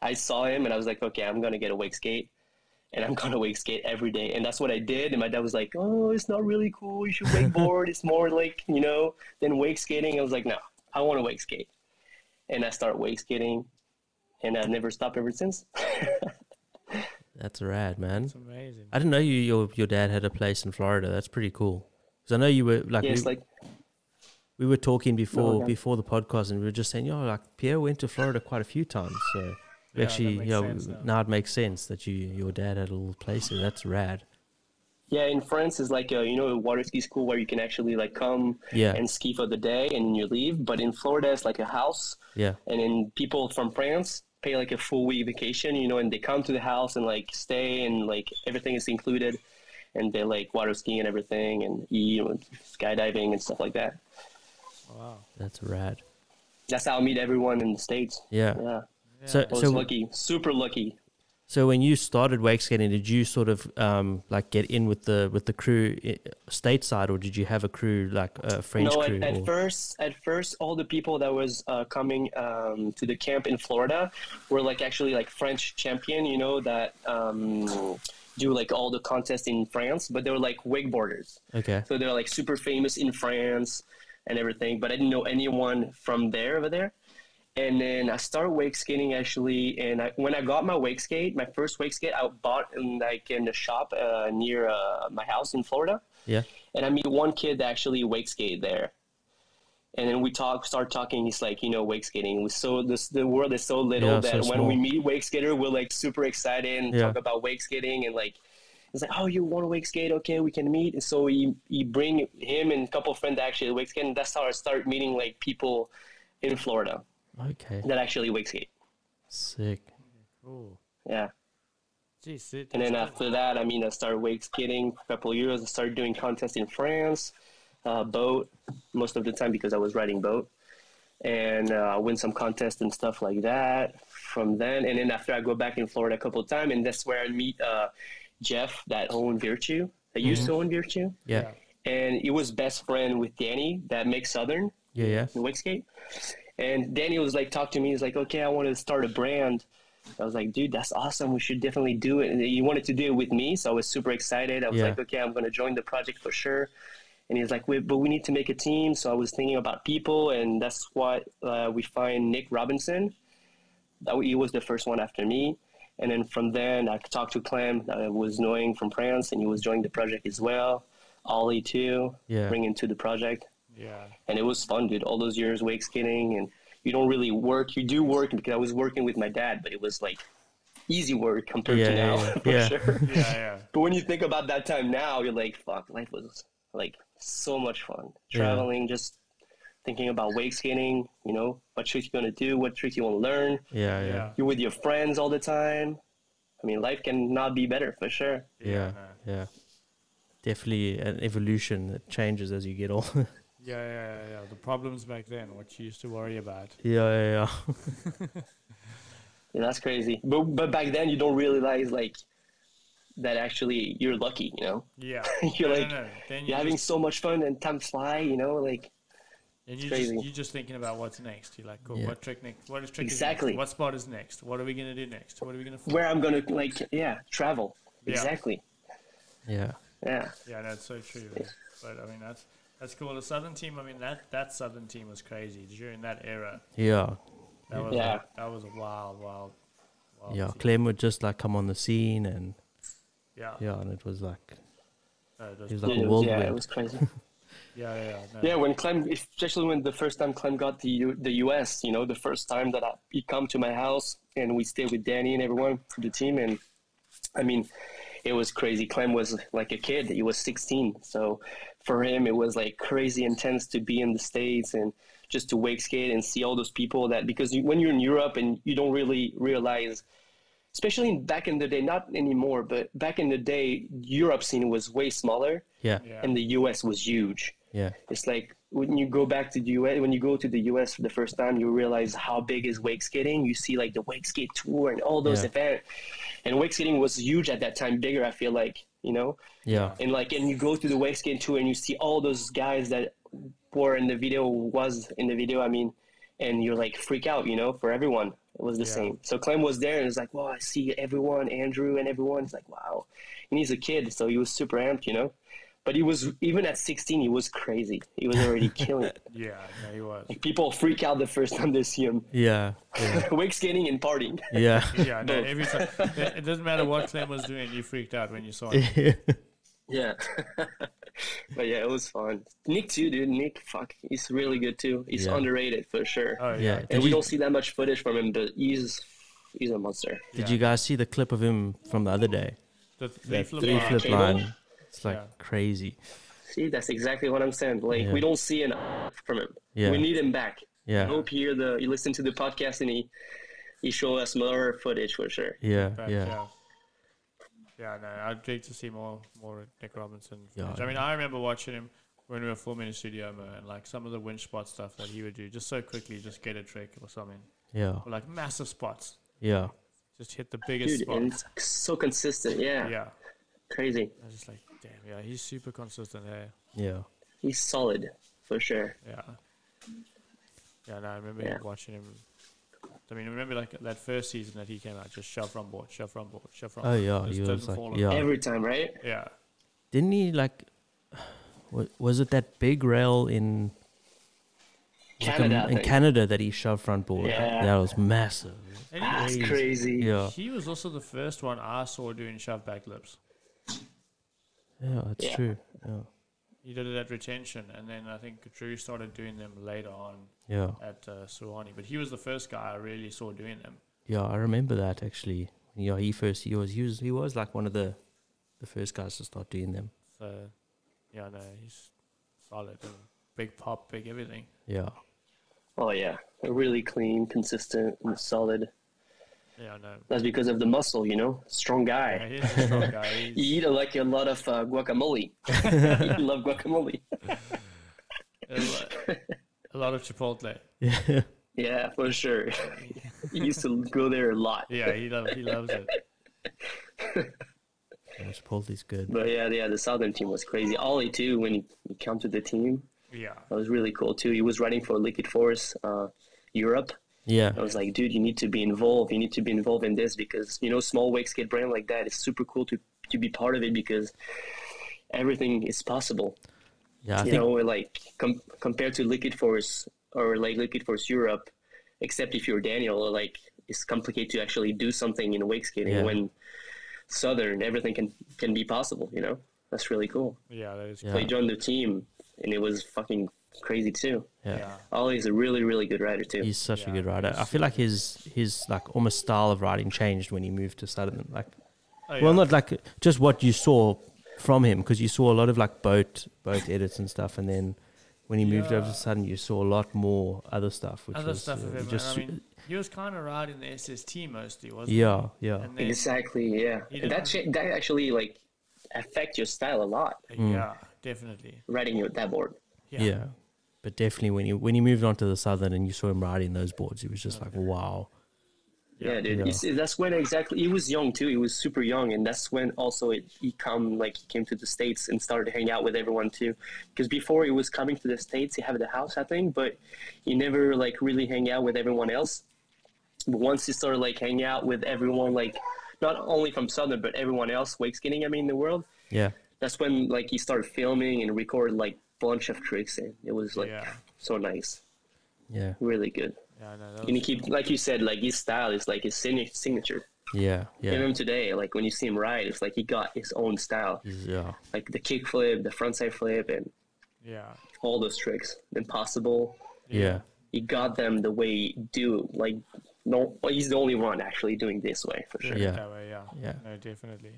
Speaker 4: I saw him and I was like, okay, I'm going to get a wake skate and I'm going to wake skate every day. And that's what I did. And my dad was like, oh, it's not really cool. You should wakeboard. it's more like, you know, than wake skating. I was like, no, I want to wake skate. And I start wake skating and I've never stopped ever since.
Speaker 3: That's rad, man.
Speaker 2: It's amazing.
Speaker 3: I didn't know you your your dad had a place in Florida. That's pretty cool. Because I know you were like,
Speaker 4: yeah,
Speaker 3: we,
Speaker 4: it's like,
Speaker 3: we were talking before
Speaker 4: yeah.
Speaker 3: before the podcast, and we were just saying, yo, like Pierre went to Florida quite a few times, so we
Speaker 2: Yeah,
Speaker 3: actually,
Speaker 2: that makes
Speaker 3: you know,
Speaker 2: sense
Speaker 3: now.
Speaker 2: now.
Speaker 3: it makes sense that you your dad had a little place there. That's rad.
Speaker 4: Yeah, in France is like a you know a water ski school where you can actually like come
Speaker 3: Yeah.
Speaker 4: and ski for the day and then you leave. But in Florida, it's like a house,
Speaker 3: Yeah,
Speaker 4: and then people from France pay like a full week vacation, you know, and they come to the house and like stay and like everything is included, and they like water skiing and everything and eat and skydiving and stuff like that.
Speaker 2: Wow.
Speaker 3: that's rad.
Speaker 4: That's how I meet everyone in the states.
Speaker 3: Yeah.
Speaker 4: yeah,
Speaker 3: So
Speaker 4: I was
Speaker 3: so
Speaker 4: lucky, super lucky.
Speaker 3: so when you started wake skating, did you sort of um like get in with the with the crew i- stateside, or did you have a crew like a French
Speaker 4: no,
Speaker 3: crew?
Speaker 4: at,
Speaker 3: or-
Speaker 4: at first, at first, all the people that was uh, coming um, to the camp in Florida were like actually like French champion, you know, that um, do like all the contests in France, but they were like wakeboarders,
Speaker 3: okay.
Speaker 4: so they're like super famous in France and everything. But I didn't know anyone from there over there. And then I started wake skating actually, and I, when I got my wake skate, my first wake skate, I bought in, like in a shop uh, near uh, my house in Florida
Speaker 3: Yeah.
Speaker 4: and I meet one kid that actually wake skate there. and then we talk, start talking. He's like, you know, wake skating. We so this the world is so little
Speaker 3: Yeah, so
Speaker 4: that when
Speaker 3: small.
Speaker 4: we meet wake skater, we're like super excited and
Speaker 3: Yeah.
Speaker 4: talk about wake skating and like. It's like, oh, you want to wake skate? Okay, we can meet. And so he, he bring him and a couple friends that actually wake skate. And that's how I start meeting like people in Florida
Speaker 3: Okay.
Speaker 4: that actually wake skate.
Speaker 3: Sick.
Speaker 2: Cool.
Speaker 4: Yeah.
Speaker 2: Jeez, it,
Speaker 4: And then
Speaker 2: that's
Speaker 4: after that, I mean, I started wake skating for a couple of years. I started doing contests in France, uh, boat most of the time because I was riding boat, and uh, I win some contests and stuff like that. From then, and then after I go back in Florida a couple of times, and that's where I meet uh, Jeff that owned Virtue. I used to own Virtue,
Speaker 3: Yeah.
Speaker 4: and he was best friend with Danny that makes Southern
Speaker 3: Yeah. Yeah.
Speaker 4: in Wakescape. And Daniel was like, talk to me. He's like, okay, I want to start a brand. I was like, dude, that's awesome. We should definitely do it. And he wanted to do it with me. So I was super excited. I was
Speaker 3: Yeah.
Speaker 4: like, okay, I'm going to join the project for sure. And he's like, wait, but we need to make a team. So I was thinking about people. And that's why uh, we find Nick Robinson. That He was the first one after me. And then from then, I talked to Clem. I was knowing from France, and he was joining the project as well. Ollie, too,
Speaker 3: Yeah.
Speaker 4: bringing to the project
Speaker 2: yeah.
Speaker 4: and it was fun, dude. All those years wake skating, and you don't really work. You do work because I was working with my dad, but it was like easy work compared
Speaker 3: Yeah,
Speaker 4: to now,
Speaker 3: yeah,
Speaker 4: for
Speaker 3: yeah.
Speaker 4: sure.
Speaker 2: Yeah, yeah.
Speaker 4: but when you think about that time now, you're like, fuck, life was like so much fun.
Speaker 3: Yeah.
Speaker 4: Traveling, just thinking about wake skating. You know, what tricks you gonna do, what tricks you want to learn.
Speaker 3: Yeah. Yeah.
Speaker 2: Yeah.
Speaker 4: You're with your friends all the time. I mean, life cannot be better for sure.
Speaker 3: Yeah.
Speaker 2: no.
Speaker 3: Yeah. Definitely an evolution that changes as you get older.
Speaker 2: Yeah, yeah, yeah, yeah. The problems back then, what you used to worry about.
Speaker 3: yeah. Yeah. Yeah.
Speaker 4: Yeah, that's crazy. But but back then, you don't realize like that actually you're lucky. You know.
Speaker 2: Yeah.
Speaker 4: You're
Speaker 2: No, no,
Speaker 4: like,
Speaker 2: no. Then
Speaker 4: you're having so much fun and time fly, you know, like
Speaker 2: And you
Speaker 4: crazy.
Speaker 2: just you're just thinking about what's next. You're like, cool,
Speaker 3: Yeah.
Speaker 2: what trick next? What is trick? is
Speaker 4: Exactly.
Speaker 2: Next? What spot is next? What are we gonna do next? What are we gonna? Flip?
Speaker 4: where I'm gonna like yeah, travel.
Speaker 2: Yeah.
Speaker 4: Exactly.
Speaker 3: Yeah.
Speaker 4: Yeah.
Speaker 2: Yeah, that's so true. man. But I mean, that's that's cool. The Southern team. I mean, that that Southern team was crazy during that era.
Speaker 3: Yeah.
Speaker 2: That was
Speaker 4: Yeah.
Speaker 2: a, that was a wild, wild, wild.
Speaker 3: Yeah.
Speaker 2: team.
Speaker 3: Clem would just like come on the scene and
Speaker 2: Yeah.
Speaker 3: yeah, and it was like
Speaker 2: No, it was-
Speaker 3: he was
Speaker 4: Dude,
Speaker 3: like a
Speaker 4: it was- yeah,
Speaker 3: whirlwind.
Speaker 4: it was crazy.
Speaker 2: yeah, yeah, yeah. No,
Speaker 4: yeah, when Clem especially when the first time Clem got the U- the US, you know, the first time that I, he come to my house and we stayed with Danny and everyone for the team and I mean it was crazy. Clem was like a kid. He was 16. So for him, it was like crazy intense to be in the States and just to wake skate and see all those people that, because you, when you're in Europe and you don't really realize, especially in, back in the day, not anymore, but back in the day, Europe scene was way smaller
Speaker 3: Yeah.
Speaker 2: Yeah.
Speaker 4: and the US was huge
Speaker 3: Yeah.
Speaker 4: it's like when you go back to the US, when you go to the US for the first time, you realize how big is wake skating. You see like the wake skate tour and all those
Speaker 3: Yeah.
Speaker 4: events, and wake skating was huge at that time, bigger. I feel like you know,
Speaker 3: Yeah.
Speaker 4: and like and you go to the wake skate tour and you see all those guys that were in the video was in the video. I mean, and you're like freak out, you know, for everyone. It was the
Speaker 2: Yeah.
Speaker 4: same. So Clem was there and it's like, wow, I see everyone, Andrew and everyone. It's like, wow. And he's a kid, so he was super amped, you know. But he was even at 16, he was crazy. He was already killing it.
Speaker 2: yeah, no, he was.
Speaker 4: People freak out the first time they see him
Speaker 3: Yeah. Yeah.
Speaker 4: wake skating and partying.
Speaker 3: Yeah.
Speaker 2: Yeah, no, every time. It it doesn't matter what Clem was doing, you freaked out when you saw him.
Speaker 3: yeah.
Speaker 4: Yeah. but yeah, it was fun. Nick too, dude. Nick, fuck, he's really good too. He's
Speaker 3: Yeah.
Speaker 4: underrated for sure.
Speaker 2: Oh,
Speaker 3: Yeah.
Speaker 2: yeah.
Speaker 4: and
Speaker 3: Did
Speaker 4: we
Speaker 3: you
Speaker 4: don't see that much footage from him, but he's he's a monster.
Speaker 3: did
Speaker 2: Yeah.
Speaker 3: you guys see the clip of him from the other day?
Speaker 2: The three flip
Speaker 4: three
Speaker 2: line.
Speaker 3: Flip
Speaker 4: Cable?
Speaker 3: line. It's like
Speaker 2: Yeah.
Speaker 3: crazy.
Speaker 4: See, that's exactly what I'm saying. Like
Speaker 3: Yeah.
Speaker 4: we don't see enough from him.
Speaker 3: Yeah.
Speaker 4: We need him back. I
Speaker 3: Yeah.
Speaker 4: hope he hear the he listen to the podcast and he he show us more footage for sure.
Speaker 3: Yeah.
Speaker 2: But,
Speaker 3: Yeah.
Speaker 2: yeah. Yeah, no, I'd like to see more more Nick Robinson.
Speaker 3: Yeah,
Speaker 2: footage. I mean, I remember watching him when we were filming in Studio Mo and like some of the winch spot stuff that he would do just so quickly, just get a trick or something.
Speaker 3: Yeah.
Speaker 2: Or like massive spots.
Speaker 3: Yeah.
Speaker 2: Just hit the biggest
Speaker 4: Dude, and
Speaker 2: spots.
Speaker 4: it's so consistent. Yeah,
Speaker 2: Yeah.
Speaker 4: crazy.
Speaker 2: I was just like, damn, yeah, he's super consistent there.
Speaker 3: Yeah.
Speaker 4: He's solid for sure.
Speaker 2: Yeah. Yeah, no, I remember
Speaker 4: Yeah.
Speaker 2: watching him. I mean, remember like that first season that he came out, just shove from board, shove from board, shove from
Speaker 3: Oh,
Speaker 2: board.
Speaker 3: yeah,
Speaker 2: Just
Speaker 3: he
Speaker 2: doesn't
Speaker 3: was like-
Speaker 2: fall off.
Speaker 3: yeah.
Speaker 4: Every time, right?
Speaker 2: Yeah.
Speaker 3: Didn't he like? wa- Was it that big rail in like,
Speaker 4: Canada.
Speaker 3: um,
Speaker 4: I
Speaker 3: in
Speaker 4: think.
Speaker 3: Canada that he shoved front board?
Speaker 4: Yeah.
Speaker 3: That was massive.
Speaker 2: And he-
Speaker 4: That's Ah, crazy.
Speaker 3: Yeah.
Speaker 2: He was also the first one I saw doing shove back lips.
Speaker 3: Yeah. That's
Speaker 4: Yeah.
Speaker 3: true. Yeah.
Speaker 2: He you did it at retention, and then I think Drew started doing them later on
Speaker 3: Yeah.
Speaker 2: at uh, Suwannee. But he was the first guy I really saw doing them.
Speaker 3: Yeah, I remember that actually. Yeah, he first he was he was he was like one of the the first guys to start doing them.
Speaker 2: So yeah, no, he's solid and big pop, big everything.
Speaker 3: Yeah.
Speaker 4: Oh yeah, really clean, consistent, and solid.
Speaker 2: Yeah, no,
Speaker 4: That's because of the muscle, you know. Strong
Speaker 2: yeah,
Speaker 4: guy.
Speaker 2: he's a strong guy. He's,
Speaker 4: You eat uh, like a lot of uh, guacamole. you love guacamole.
Speaker 2: a lo- a lot of Chipotle.
Speaker 3: Yeah.
Speaker 4: Yeah, for sure. you used to go there a lot.
Speaker 2: Yeah, he loves he loves it.
Speaker 3: Chipotle's good.
Speaker 4: But yeah, yeah, the Southern team was crazy. Ollie too, when he, he came to the team,
Speaker 2: Yeah,
Speaker 4: that was really cool too. He was running for Liquid Force uh, Europe.
Speaker 3: Yeah.
Speaker 4: I was like, dude, you need to be involved. You need to be involved in this because you know, small wake skate brand like that is super cool to to be part of it because everything is possible.
Speaker 3: Yeah, I
Speaker 4: you
Speaker 3: think
Speaker 4: know, like com- compared to Liquid Force or like Liquid Force Europe, except if you're Daniel, like it's complicated to actually do something in wake skating
Speaker 3: Yeah.
Speaker 4: when Southern everything can can be possible. You know, that's really cool.
Speaker 2: yeah, that is
Speaker 3: Yeah.
Speaker 4: I joined the team, and it was fucking crazy too.
Speaker 3: yeah.
Speaker 2: yeah.
Speaker 4: Ollie's a really really good rider too.
Speaker 3: He's such a
Speaker 2: Yeah,
Speaker 3: good rider. I feel like his his like almost style of riding changed when he moved to Southern. Like,
Speaker 2: Oh, yeah.
Speaker 3: well, not like just what you saw from him because you saw a lot of like boat boat edits and stuff, and then when he moved over to
Speaker 2: Yeah.
Speaker 3: Southern, you saw a lot more other stuff. Which
Speaker 2: other
Speaker 3: was,
Speaker 2: stuff
Speaker 3: uh,
Speaker 2: of him. and
Speaker 3: Just,
Speaker 2: I mean, he was kind of riding the SST mostly, wasn't
Speaker 3: yeah,
Speaker 2: he?
Speaker 3: yeah,
Speaker 2: And then,
Speaker 4: Exactly, yeah.
Speaker 2: He
Speaker 4: And
Speaker 2: did
Speaker 4: that
Speaker 2: that.
Speaker 4: shit, that actually like affect your style a lot
Speaker 2: uh, yeah,
Speaker 3: Mm.
Speaker 2: definitely.
Speaker 4: riding your that board.
Speaker 3: yeah, But definitely when he when he moved on to the Southern and you saw him riding those boards, it was
Speaker 2: Oh,
Speaker 3: just like wow.
Speaker 4: Yeah, dude.
Speaker 3: Yeah.
Speaker 4: It's- that's when exactly he was young too. He was super young, and that's when also it, he come like he came to the states and started to hang out with everyone too. Because before he was coming to the states, he had the house, I think, but he never like really hang out with everyone else. But once he started like hanging out with everyone, like not only from Southern but everyone else wake skating, I mean, in the world,
Speaker 3: Yeah,
Speaker 4: that's when like he started filming and recorded like bunch of tricks, and it was like
Speaker 2: Yeah.
Speaker 4: so nice,
Speaker 3: yeah,
Speaker 4: really good.
Speaker 2: Yeah, no, that
Speaker 4: And he
Speaker 2: was,
Speaker 4: keep like you said, like his style is like his signa- signature.
Speaker 3: yeah,
Speaker 4: Even
Speaker 3: yeah.
Speaker 4: him today, like when you see him ride, it's like he got his own style,
Speaker 3: He's- Yeah,
Speaker 4: like the kick flip, the frontside flip, and
Speaker 2: yeah,
Speaker 4: all those tricks. Impossible.
Speaker 3: yeah,
Speaker 4: He got them the way he do. Like, no, well, he's the only one actually doing this way for sure.
Speaker 2: doing it
Speaker 3: Yeah.
Speaker 2: that way, yeah,
Speaker 3: Yeah.
Speaker 2: no, definitely.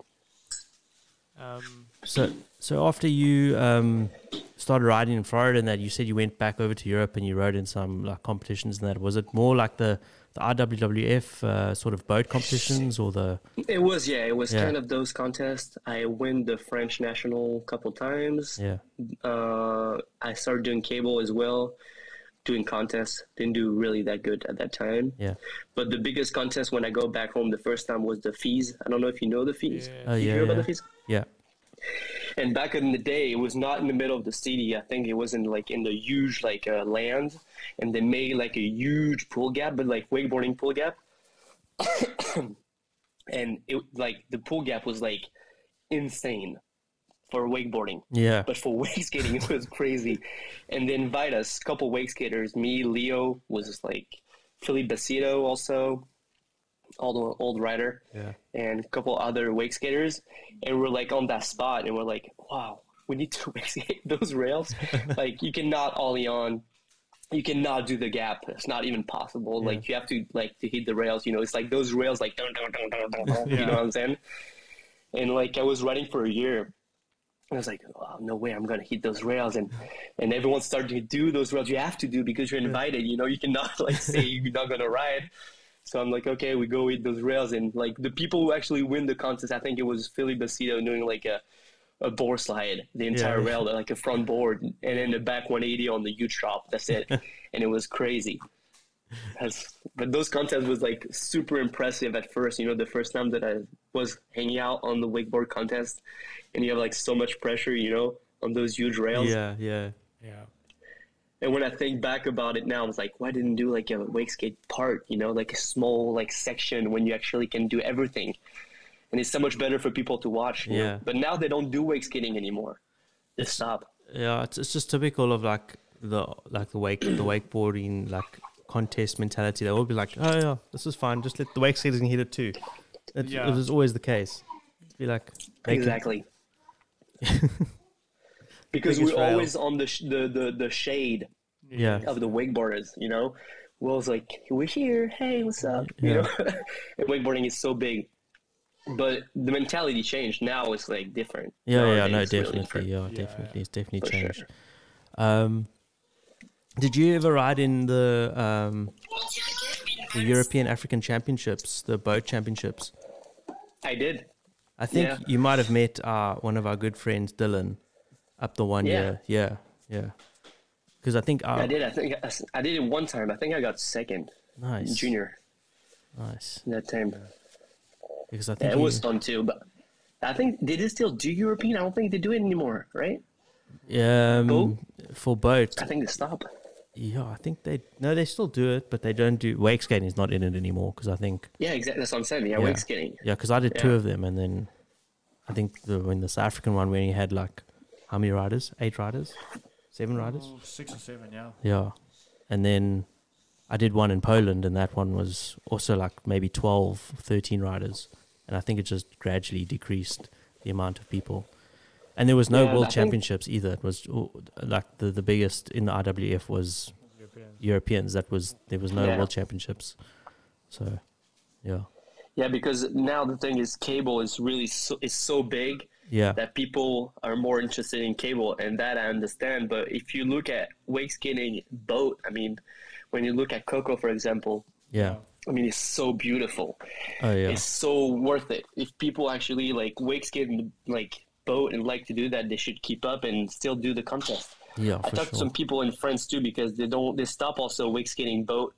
Speaker 2: Um,
Speaker 3: So, so after you um, started riding in Florida and that, you said you went back over to Europe and you rode in some like competitions and that. Was it more like the the RWWF uh, sort of boat competitions or the
Speaker 4: It was, yeah, it was
Speaker 3: Yeah.
Speaker 4: kind of those contests. I win the French national couple times.
Speaker 3: yeah
Speaker 4: Uh, I started doing cable as well, doing contests. Didn't do really that good at that time.
Speaker 3: yeah
Speaker 4: But the biggest contest when I go back home the first time was the fees. I don't know if you know the fees.
Speaker 2: Yeah.
Speaker 3: Oh,
Speaker 4: Did you
Speaker 3: yeah,
Speaker 4: hear about
Speaker 3: yeah.
Speaker 4: the fees?
Speaker 3: yeah
Speaker 4: And back in the day, it was not in the middle of the city. I think it was in like in the huge like uh, land, and they made like a huge pool gap, but like wakeboarding pool gap. and it like the pool gap was like insane for wakeboarding
Speaker 3: yeah
Speaker 4: but for wake skating it was crazy and they invite us a couple wake skaters me leo was just like philly Basito also old old rider
Speaker 3: Yeah.
Speaker 4: and a couple other wake skaters and we're like on that spot and we're like wow we need to wake skate those rails like you cannot ollie on you cannot do the gap. It's not even possible. Like you have to like to hit the rails. You know, it's like those rails, like dun, dun, dun, dun, dun, dun, you know what I'm saying. And like I was running for a year, and I was like, oh, no way, I'm gonna hit those rails, and and everyone started to do those rails. You have to do because you're invited. You know, you cannot like say you're not gonna ride. So I'm like, okay, we go hit those rails, and like the people who actually win the contest, I think it was Philly Basito doing like a a board slide, the entire
Speaker 3: yeah.
Speaker 4: rail, like a front board, and then the back 180 on the huge drop. That's it, and it was crazy. That's, but those contests was like super impressive at first. You know, the first time that I was hanging out on the wakeboard contest, and you have like so much pressure, you know, on those huge rails.
Speaker 3: yeah yeah
Speaker 2: yeah,
Speaker 4: And when I think back about it now, I was like, why didn't do like a wake skate part, you know, like a small like section when you actually can do everything. And it's so much better for people to watch. you know?
Speaker 3: Yeah.
Speaker 4: But now they don't do wake skating anymore. They stop.
Speaker 3: yeah. It's, it's just typical of like the like the wake the wakeboarding like contest mentality. They all be like, oh yeah, this is fine. Just let the wake skaters can hit it too. It,
Speaker 2: Yeah.
Speaker 3: it was always the case. Be like make it-
Speaker 4: Exactly. because
Speaker 3: Biggest
Speaker 4: we're
Speaker 3: rail.
Speaker 4: always on the, sh- the the the shade
Speaker 3: Yeah.
Speaker 4: of the wakeboarders. You know, Will's like, "We're here. Hey, what's up?" You
Speaker 3: Yeah.
Speaker 4: know, and wakeboarding is so big, but the mentality changed. Now it's like different.
Speaker 3: Yeah, yeah,
Speaker 4: Nowadays
Speaker 3: no,
Speaker 4: it's really
Speaker 3: definitely,
Speaker 4: different.
Speaker 3: yeah,
Speaker 2: Yeah,
Speaker 3: definitely,
Speaker 2: yeah.
Speaker 3: it's definitely
Speaker 4: For sure.
Speaker 3: changed. Um, did you ever ride in the um, the European African Championships, the boat championships?
Speaker 4: I did.
Speaker 3: I think
Speaker 4: Yeah.
Speaker 3: you might have met uh, one of our good friends, Dylan, up the one
Speaker 4: Yeah.
Speaker 3: year. Yeah, yeah. Because I think uh,
Speaker 4: I
Speaker 3: our
Speaker 4: did. I think I, I did it one time. I think I got second,
Speaker 3: nice
Speaker 4: junior
Speaker 3: nice
Speaker 4: that time.
Speaker 3: because I think
Speaker 4: Yeah, it
Speaker 3: you-
Speaker 4: was fun too, but. I think did they still do European? I don't think they do it anymore, right?
Speaker 3: um,
Speaker 4: Boat?
Speaker 3: for boat.
Speaker 4: I think they stopped.
Speaker 3: Yeah, I think they no, they still do it, but they don't do wake skating is not in it anymore because I think
Speaker 4: Yeah, exactly. That's what I'm saying. Yeah,
Speaker 3: Yeah.
Speaker 4: wake skating.
Speaker 3: Yeah, because I did two
Speaker 4: Yeah.
Speaker 3: of them, and then I think the when the South African one, when he had like how many riders? Eight riders, seven riders.
Speaker 4: Mm.
Speaker 2: Oh, six or seven, yeah.
Speaker 3: Yeah, and then I did one in Poland, and that one was also like maybe 12, 13 riders, and I think it just gradually decreased the amount of people. And there was no
Speaker 4: Yeah, and I
Speaker 3: world
Speaker 4: think-
Speaker 3: championships either. It was all- like the, the biggest in the IWF was
Speaker 2: European.
Speaker 3: Europeans. That was there was no
Speaker 4: Yeah.
Speaker 3: world championships. So, yeah,
Speaker 4: Yeah, because now the thing is, cable is really so, is so big
Speaker 3: yeah,
Speaker 4: that people are more interested in cable, and that I understand. But if you look at wake skating boat, I mean, when you look at Coco, for example,
Speaker 3: yeah.
Speaker 4: I mean, it's so beautiful.
Speaker 3: Oh yeah.
Speaker 4: It's so worth it. If people actually like wake skating like boat and like to do that, they should keep up and still do the contest.
Speaker 3: Yeah,
Speaker 4: I
Speaker 3: for
Speaker 4: talked
Speaker 3: sure.
Speaker 4: to some people in France too because they don't they stop also wake skating boat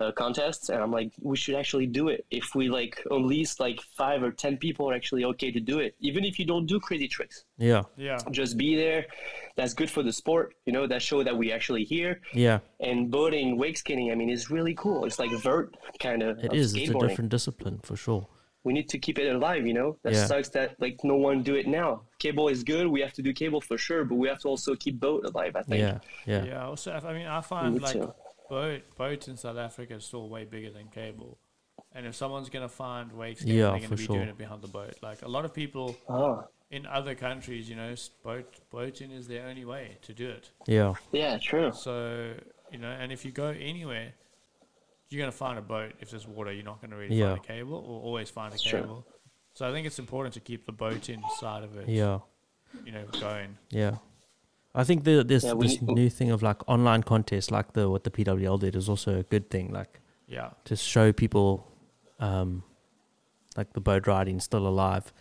Speaker 4: uh, contests and I'm like we should actually do it if we like at least like five or ten people are actually okay to do it even if you don't do crazy tricks
Speaker 3: yeah,
Speaker 2: Yeah.
Speaker 4: just be there that's good for the sport you know that show that we actually here
Speaker 3: yeah.
Speaker 4: and boating wake skating I mean is really cool it's like vert kind of
Speaker 3: It
Speaker 4: of
Speaker 3: is. It's a
Speaker 4: skateboarding.
Speaker 3: different discipline for sure.
Speaker 4: we need to keep it alive you know that
Speaker 3: Yeah.
Speaker 4: sucks that like no one do it now cable is good we have to do cable for sure but we have to also keep boat alive I think
Speaker 3: Yeah, yeah, yeah,
Speaker 2: Yeah. Also, I I mean, I find
Speaker 4: would
Speaker 2: like
Speaker 4: too.
Speaker 2: boat boat in South Africa is still way bigger than cable. And if someone's gonna find wakes, skating,
Speaker 3: Yeah,
Speaker 2: they're gonna
Speaker 3: for
Speaker 2: be
Speaker 3: sure.
Speaker 2: doing it behind the boat. Like a lot of people
Speaker 4: oh.
Speaker 2: in other countries, you know, s- boat boating is their only way to do it.
Speaker 3: yeah,
Speaker 4: yeah true
Speaker 2: So you know, and if you go anywhere, you're gonna find a boat. If there's water, you're not gonna really
Speaker 3: Yeah.
Speaker 2: find a cable, or always find a
Speaker 4: true.
Speaker 2: cable. So I think it's important to keep the boating side of it,
Speaker 3: yeah,
Speaker 2: you know, going.
Speaker 3: I think the, there's
Speaker 4: Yeah, we
Speaker 3: this
Speaker 4: need-
Speaker 3: new thing of like online contests, like the what the PWL did, is also a good thing. Like
Speaker 2: Yeah,
Speaker 3: to show people, um, like the boat riding still alive.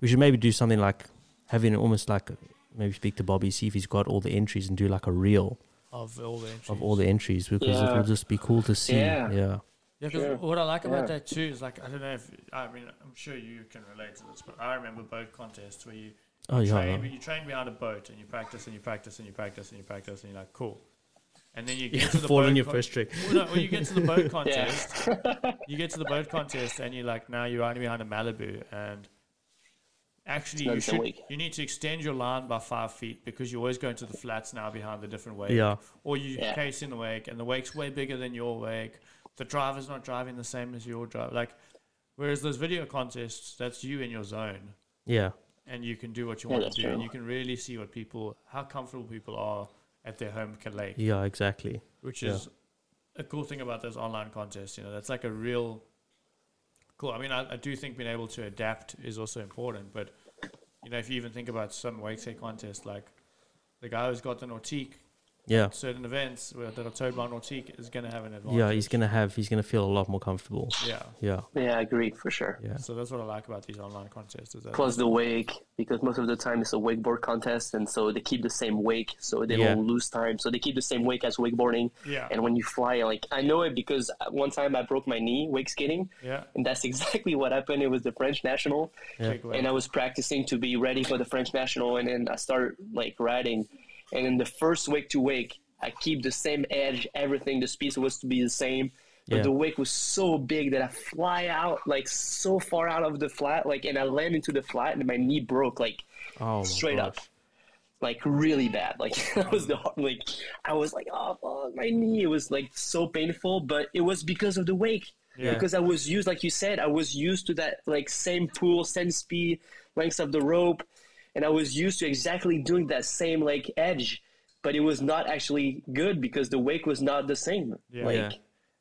Speaker 3: We should maybe do something like having almost like maybe speak to Bobby, see if he's got all the entries, and do like a reel
Speaker 2: of all the entries.
Speaker 3: of all the entries because
Speaker 4: Yeah.
Speaker 3: it will just be cool to see.
Speaker 4: Yeah.
Speaker 3: yeah.
Speaker 2: Yeah, 'cause
Speaker 4: Sure.
Speaker 2: what I like about
Speaker 4: Yeah.
Speaker 2: that too is like I don't know if I mean I'm sure you can relate to this, but I remember boat contests where you
Speaker 3: Oh yeah.
Speaker 2: train,
Speaker 3: man.
Speaker 2: you train behind a boat and you practice and you practice and you practice and you practice and you're like cool, and then you get to the
Speaker 3: fall on
Speaker 2: boat
Speaker 3: your
Speaker 2: con-
Speaker 3: first trick.
Speaker 2: Well, no, well, you get to the boat contest, you get to the boat contest and you're like now you're riding behind a Malibu and actually you
Speaker 4: Nice and
Speaker 2: should
Speaker 4: weak.
Speaker 2: you need to extend your line by five feet because you're always going to the flats now behind the different wake
Speaker 3: Yeah.
Speaker 2: or you
Speaker 4: Yeah.
Speaker 2: case in the wake, and the wake's way bigger than your wake. The driver's not driving the same as your driver. Like, whereas those video contests, that's you in your zone,
Speaker 3: Yeah.
Speaker 2: and you can do what you
Speaker 4: Yeah,
Speaker 2: want
Speaker 4: that's
Speaker 2: to do, and
Speaker 4: true.
Speaker 2: you can really see what people, how comfortable people are at their home ca- lake,
Speaker 3: Yeah. Exactly.
Speaker 2: which
Speaker 3: yeah.
Speaker 2: is a cool thing about those online contests. You know, that's like a real cool. I mean, I, I do think being able to adapt is also important, but you know, if you even think about some wake set contest, like the guy who's got the Nautique
Speaker 3: Yeah.
Speaker 2: certain events where that are towed by Nautique is going to have an advantage.
Speaker 3: Yeah, he's gonna have he's gonna feel a lot more comfortable.
Speaker 2: yeah.
Speaker 3: Yeah,
Speaker 4: Yeah, I agree for sure.
Speaker 3: yeah,
Speaker 2: So that's what I like about these online contests. Is that
Speaker 4: Plus the wake, because most of the time it's a wakeboard contest, and so they keep the same wake, so they
Speaker 3: Yeah.
Speaker 4: don't lose time. So they keep the same wake as wakeboarding.
Speaker 2: Yeah.
Speaker 4: And when you fly, like I know it because one time I broke my knee wake skating,
Speaker 2: yeah,
Speaker 4: and that's exactly what happened. It was the French national,
Speaker 3: Yeah.
Speaker 2: big wave.
Speaker 4: and I was practicing to be ready for the French national, and then I start like riding, and in the first wake to wake, I keep the same edge, everything. The speed was to be the same, but
Speaker 3: Yeah.
Speaker 4: the wake was so big that I fly out like so far out of the flat, like, and I land into the flat, and my knee broke like
Speaker 3: Oh my
Speaker 4: straight up,
Speaker 3: gosh.
Speaker 4: like really bad. Like that was the hard, like I was like, oh fuck, my knee. It was like so painful, but it was because of the wake.
Speaker 2: Yeah.
Speaker 4: Because I was used, like you said, I was used to that like same pool, same speed, length of the rope, and I was used to exactly doing that same like edge, but it was not actually good because the wake was not the same.
Speaker 2: Yeah.
Speaker 4: Like,
Speaker 2: Like-
Speaker 3: yeah,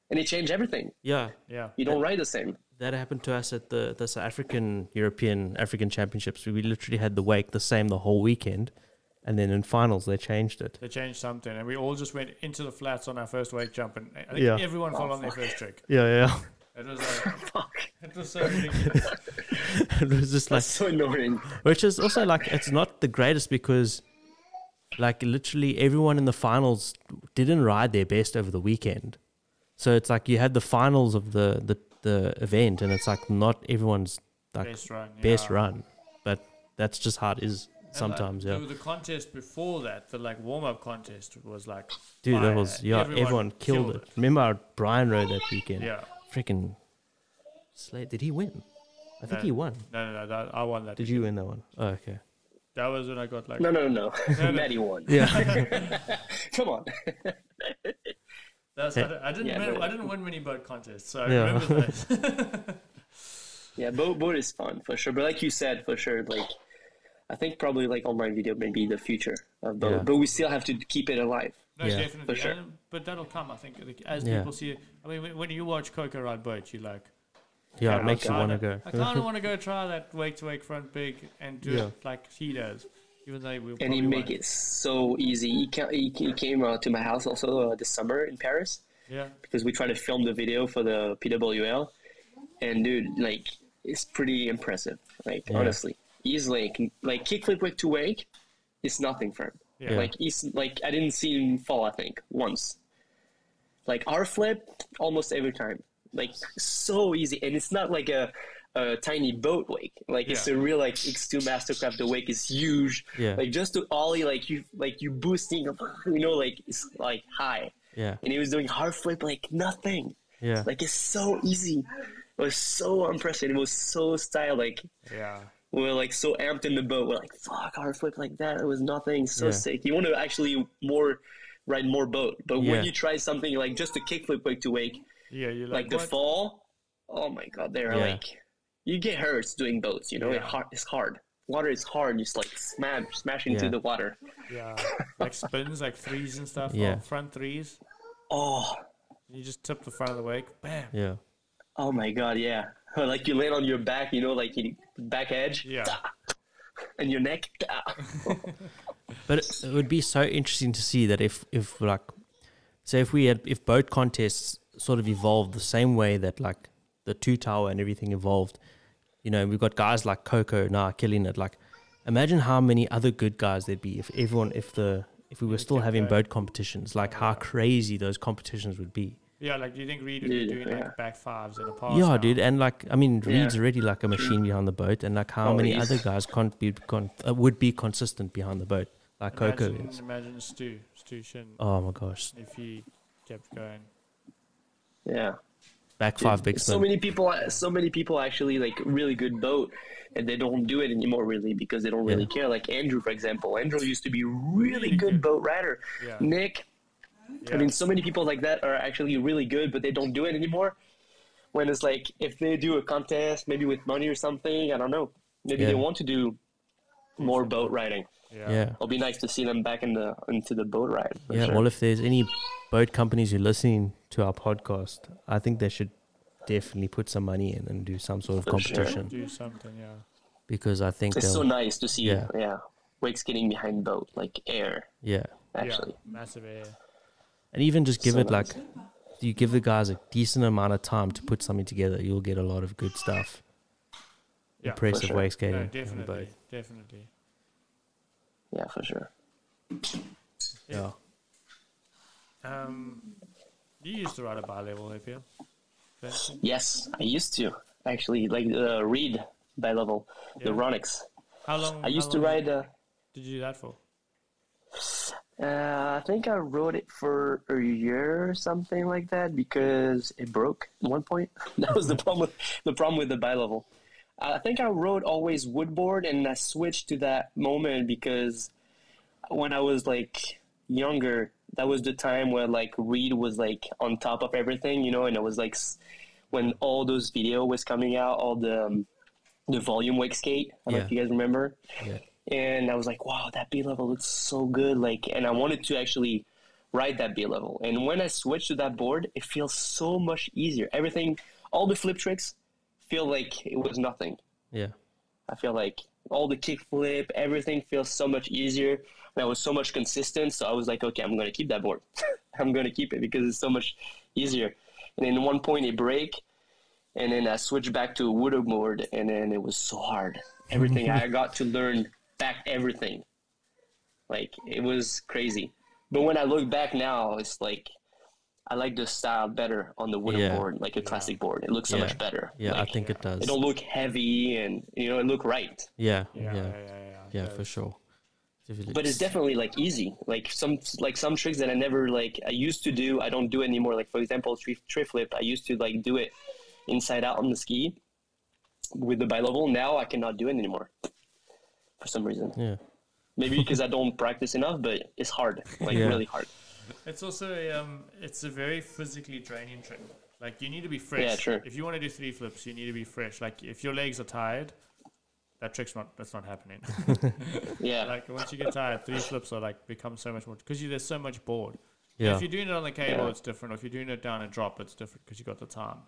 Speaker 4: and it changed everything.
Speaker 3: yeah.
Speaker 2: Yeah.
Speaker 4: You don't ride the same.
Speaker 3: That happened to us at the the South African European African Championships. We literally had the wake the same the whole weekend, and then in finals they changed it.
Speaker 2: They changed something, and we all just went into the flats on our first wake jump, and I think
Speaker 3: Yeah.
Speaker 2: everyone fell on their first trick.
Speaker 3: Yeah,
Speaker 2: It was like,
Speaker 4: Fuck,
Speaker 2: it was so ridiculous.
Speaker 3: yeah. it was just like
Speaker 4: so annoying.
Speaker 3: which is also like it's not the greatest because like literally everyone in the finals didn't ride their best over the weekend so it's like you had the finals of the the, the event and it's like not everyone's like best,
Speaker 2: best run. Yeah.
Speaker 3: run but that's just how it is
Speaker 2: And, like,
Speaker 3: sometimes
Speaker 2: there
Speaker 3: yeah
Speaker 2: was a contest before that, the like warm up contest was like.
Speaker 3: dude that
Speaker 2: fire.
Speaker 3: was yeah everyone, killed, it. remember how brian rode that weekend
Speaker 2: Yeah.
Speaker 3: freaking slate did he win i
Speaker 2: No.
Speaker 3: think he won
Speaker 2: No, no, no. That, I won that.
Speaker 3: did you win that one? Oh, okay
Speaker 2: That was when I got like.
Speaker 4: No, no, no, no. Maddie won.
Speaker 3: yeah
Speaker 4: Come on.
Speaker 2: That's, I, don't- I didn't.
Speaker 4: Yeah,
Speaker 2: win,
Speaker 4: but-
Speaker 2: I didn't win many boat contests, so I
Speaker 3: Yeah.
Speaker 2: remember that.
Speaker 4: Yeah, boat boat is fun for sure. But like you said, for sure, like I think probably like online video may be the future of boat,
Speaker 3: Yeah.
Speaker 4: but we still have to keep it alive.
Speaker 2: No,
Speaker 3: Yeah.
Speaker 2: definitely.
Speaker 4: For sure.
Speaker 2: And- but that'll come, I think, like, as
Speaker 3: Yeah.
Speaker 2: people see it. I mean, when- when you watch Coco ride boats, you like.
Speaker 3: yeah
Speaker 2: I
Speaker 3: it makes you
Speaker 2: kinda-
Speaker 3: want to go
Speaker 2: I kind of want to go try that wake to wake front big and do
Speaker 3: Yeah.
Speaker 2: it like he does, even though we.
Speaker 4: And he make it so easy. He ca he, he came uh, to my house also uh, this summer in Paris
Speaker 2: Yeah.
Speaker 4: because we tried to film the video for the PWL, and dude, like it's pretty impressive. Like
Speaker 3: Yeah.
Speaker 4: honestly, he's like like kickflip wake to wake, is nothing for him.
Speaker 2: Yeah.
Speaker 4: Like he's like I didn't see him fall. I think once. Like our flip, almost every time. Like so easy, and it's not like a, a tiny boat wake. Like it's
Speaker 2: Yeah.
Speaker 4: a real like X2 Mastercraft. The wake is huge.
Speaker 3: Yeah.
Speaker 4: Like just to ollie, like you like you boosting, you know, like it's like high,
Speaker 3: yeah
Speaker 4: and he was doing hard flip like nothing.
Speaker 3: yeah
Speaker 4: Like it's so easy. It was so impressive. It was so style. Like
Speaker 2: Yeah.
Speaker 4: we were like so amped in the boat. We're like, fuck, hard flip like that. It was nothing. So
Speaker 3: Yeah.
Speaker 4: sick. You want to actually more ride more boat. But
Speaker 3: Yeah.
Speaker 4: when you try something like just a kickflip wake to wake,
Speaker 2: Yeah. You
Speaker 4: like,
Speaker 2: like,
Speaker 4: the
Speaker 2: what?
Speaker 4: fall, oh my god, they're
Speaker 3: Yeah.
Speaker 4: like you get hurt doing boats, you know, it
Speaker 2: Yeah.
Speaker 4: hard, it's hard. Water is hard, you just like smash smash into
Speaker 3: Yeah.
Speaker 4: the water.
Speaker 2: Yeah. Like spins, like threes and stuff.
Speaker 3: Yeah.
Speaker 2: Yeah. front threes.
Speaker 4: Oh
Speaker 2: You just tip the front of the wake. Bam.
Speaker 3: yeah
Speaker 4: oh my god, yeah. Like you land on your back, you know, like you back edge
Speaker 2: Yeah.
Speaker 4: and your neck. Ah.
Speaker 3: But it- it would be so interesting to see that if if like so if we had if boat contests sort of evolved the same way that like the two tower and everything evolved, you know, we've got guys like Coco now killing it. Like imagine how many other good guys there'd be if everyone if the if we were still
Speaker 2: kept
Speaker 3: having
Speaker 2: going.
Speaker 3: boat competitions, like how crazy those competitions would be.
Speaker 2: Yeah. Like, do you think Reed would be
Speaker 4: Dude,
Speaker 2: doing
Speaker 4: yeah.
Speaker 2: like back fives and a pass?
Speaker 3: yeah,
Speaker 2: now?
Speaker 3: dude, and like I mean,
Speaker 4: Oh, Yeah.
Speaker 3: Reed's already like a machine behind the boat, and like how
Speaker 4: Oh,
Speaker 3: many
Speaker 4: he's-
Speaker 3: other guys can't be con- uh, would be consistent behind the boat, like Coco
Speaker 2: Imagine,
Speaker 3: is.
Speaker 2: imagine Stu, Stu Shin,
Speaker 3: Oh my gosh,
Speaker 2: if he kept going.
Speaker 4: yeah.
Speaker 3: back five big
Speaker 4: so
Speaker 3: spin.
Speaker 4: many people so many people actually like really good boat and they don't do it anymore really because they don't really
Speaker 3: Yeah.
Speaker 4: care like andrew for example andrew used to be really good boat rider
Speaker 2: Yeah.
Speaker 4: nick
Speaker 2: Yeah.
Speaker 4: i mean so many people like that are actually really good but they don't do it anymore when it's like if they do a contest maybe with money or something i don't know maybe
Speaker 3: Yeah.
Speaker 4: they want to do more boat riding
Speaker 2: yeah.
Speaker 3: yeah,
Speaker 4: it'll be nice to see them back in the into the boat ride for
Speaker 3: yeah.
Speaker 4: sure.
Speaker 3: Well, if there's any boat companies who are listening to our podcast, I think they should definitely put some money in and do some sort of
Speaker 4: For sure.
Speaker 3: competition
Speaker 2: Do something. Yeah.
Speaker 3: because I think
Speaker 4: it's
Speaker 3: they'll,
Speaker 4: so nice to see
Speaker 3: Yeah.
Speaker 4: yeah, wakes getting behind boat like air
Speaker 3: yeah,
Speaker 4: actually
Speaker 2: Yeah. Massive air.
Speaker 3: and even just give
Speaker 4: So
Speaker 3: it
Speaker 4: nice.
Speaker 3: like you give the guys a decent amount of time to put something together, you'll get a lot of good stuff.
Speaker 2: Yeah.
Speaker 3: Impressive
Speaker 4: sure.
Speaker 3: wake
Speaker 2: No,
Speaker 3: skating. on the
Speaker 2: definitely.
Speaker 3: boat.
Speaker 2: Definitely.
Speaker 4: yeah for sure
Speaker 2: Yeah.
Speaker 3: Yeah.
Speaker 2: Um, you used to ride a bi level APL. Fancy?
Speaker 4: Yes, I used to actually like the read by level, the
Speaker 2: Yeah.
Speaker 4: Ronix.
Speaker 2: How long?
Speaker 4: I
Speaker 2: how
Speaker 4: used to
Speaker 2: long
Speaker 4: ride. Uh,
Speaker 2: Did you do that for?
Speaker 4: uh, I think I rode it for a year or something like that because it broke at one point. That was the problem. The problem with the bi level. I think I rode always woodboard, and I switched to that moment because when I was like younger, that was the time where like Reed was like on top of everything, you know, and it was like s- when all those video was coming out, all the um, the volume wake skate. I don't know if
Speaker 3: Yeah.
Speaker 4: you guys remember.
Speaker 3: Yeah.
Speaker 4: and I was like, wow, that B level looks so good. Like, and I wanted to actually ride that B level. And when I switched to that board, it feels so much easier. Everything, all the flip tricks, feel like it was nothing.
Speaker 3: Yeah.
Speaker 4: I feel like all the kick flip, everything feels so much easier. And I was so much consistent. So I was like, okay, I'm going to keep that board. I'm going to keep it because it's so much easier. And then one point, it break. And then I switched back to a wood board. And then it was so hard. Everything I got to learn back everything. Like it was crazy. But when I look back now, it's like I like the style better on the wooden
Speaker 3: Yeah.
Speaker 4: board, like a classic board. It looks so
Speaker 3: Yeah.
Speaker 4: much better.
Speaker 3: Yeah, I
Speaker 4: Like,
Speaker 3: think it does.
Speaker 4: it don't look heavy and you know it look right
Speaker 3: yeah, yeah,
Speaker 5: Yeah,
Speaker 3: yeah,
Speaker 5: yeah, yeah. yeah,
Speaker 3: for sure. Definitely.
Speaker 4: but it's definitely like easy like some like some tricks that i never like i used to do i don't do anymore like for example tree, tree flip i used to like do it inside out on the ski with the bilevel now i cannot do it anymore for some reason
Speaker 3: yeah,
Speaker 4: maybe because i don't practice enough but it's hard like
Speaker 3: Yeah.
Speaker 4: really hard
Speaker 5: It's also a, um, it's a very physically draining trick. Like you need to be fresh.
Speaker 4: Yeah, true.
Speaker 5: If you want to do three flips, you need to be fresh. Like if your legs are tired, that trick's not that's not happening.
Speaker 4: yeah
Speaker 5: like once you get tired, three flips are like become so much more because you there's so much board.
Speaker 3: yeah,
Speaker 5: If you're doing it on the cable,
Speaker 4: Yeah.
Speaker 5: it's different. Or if you're doing it down and drop, it's different because you got the time.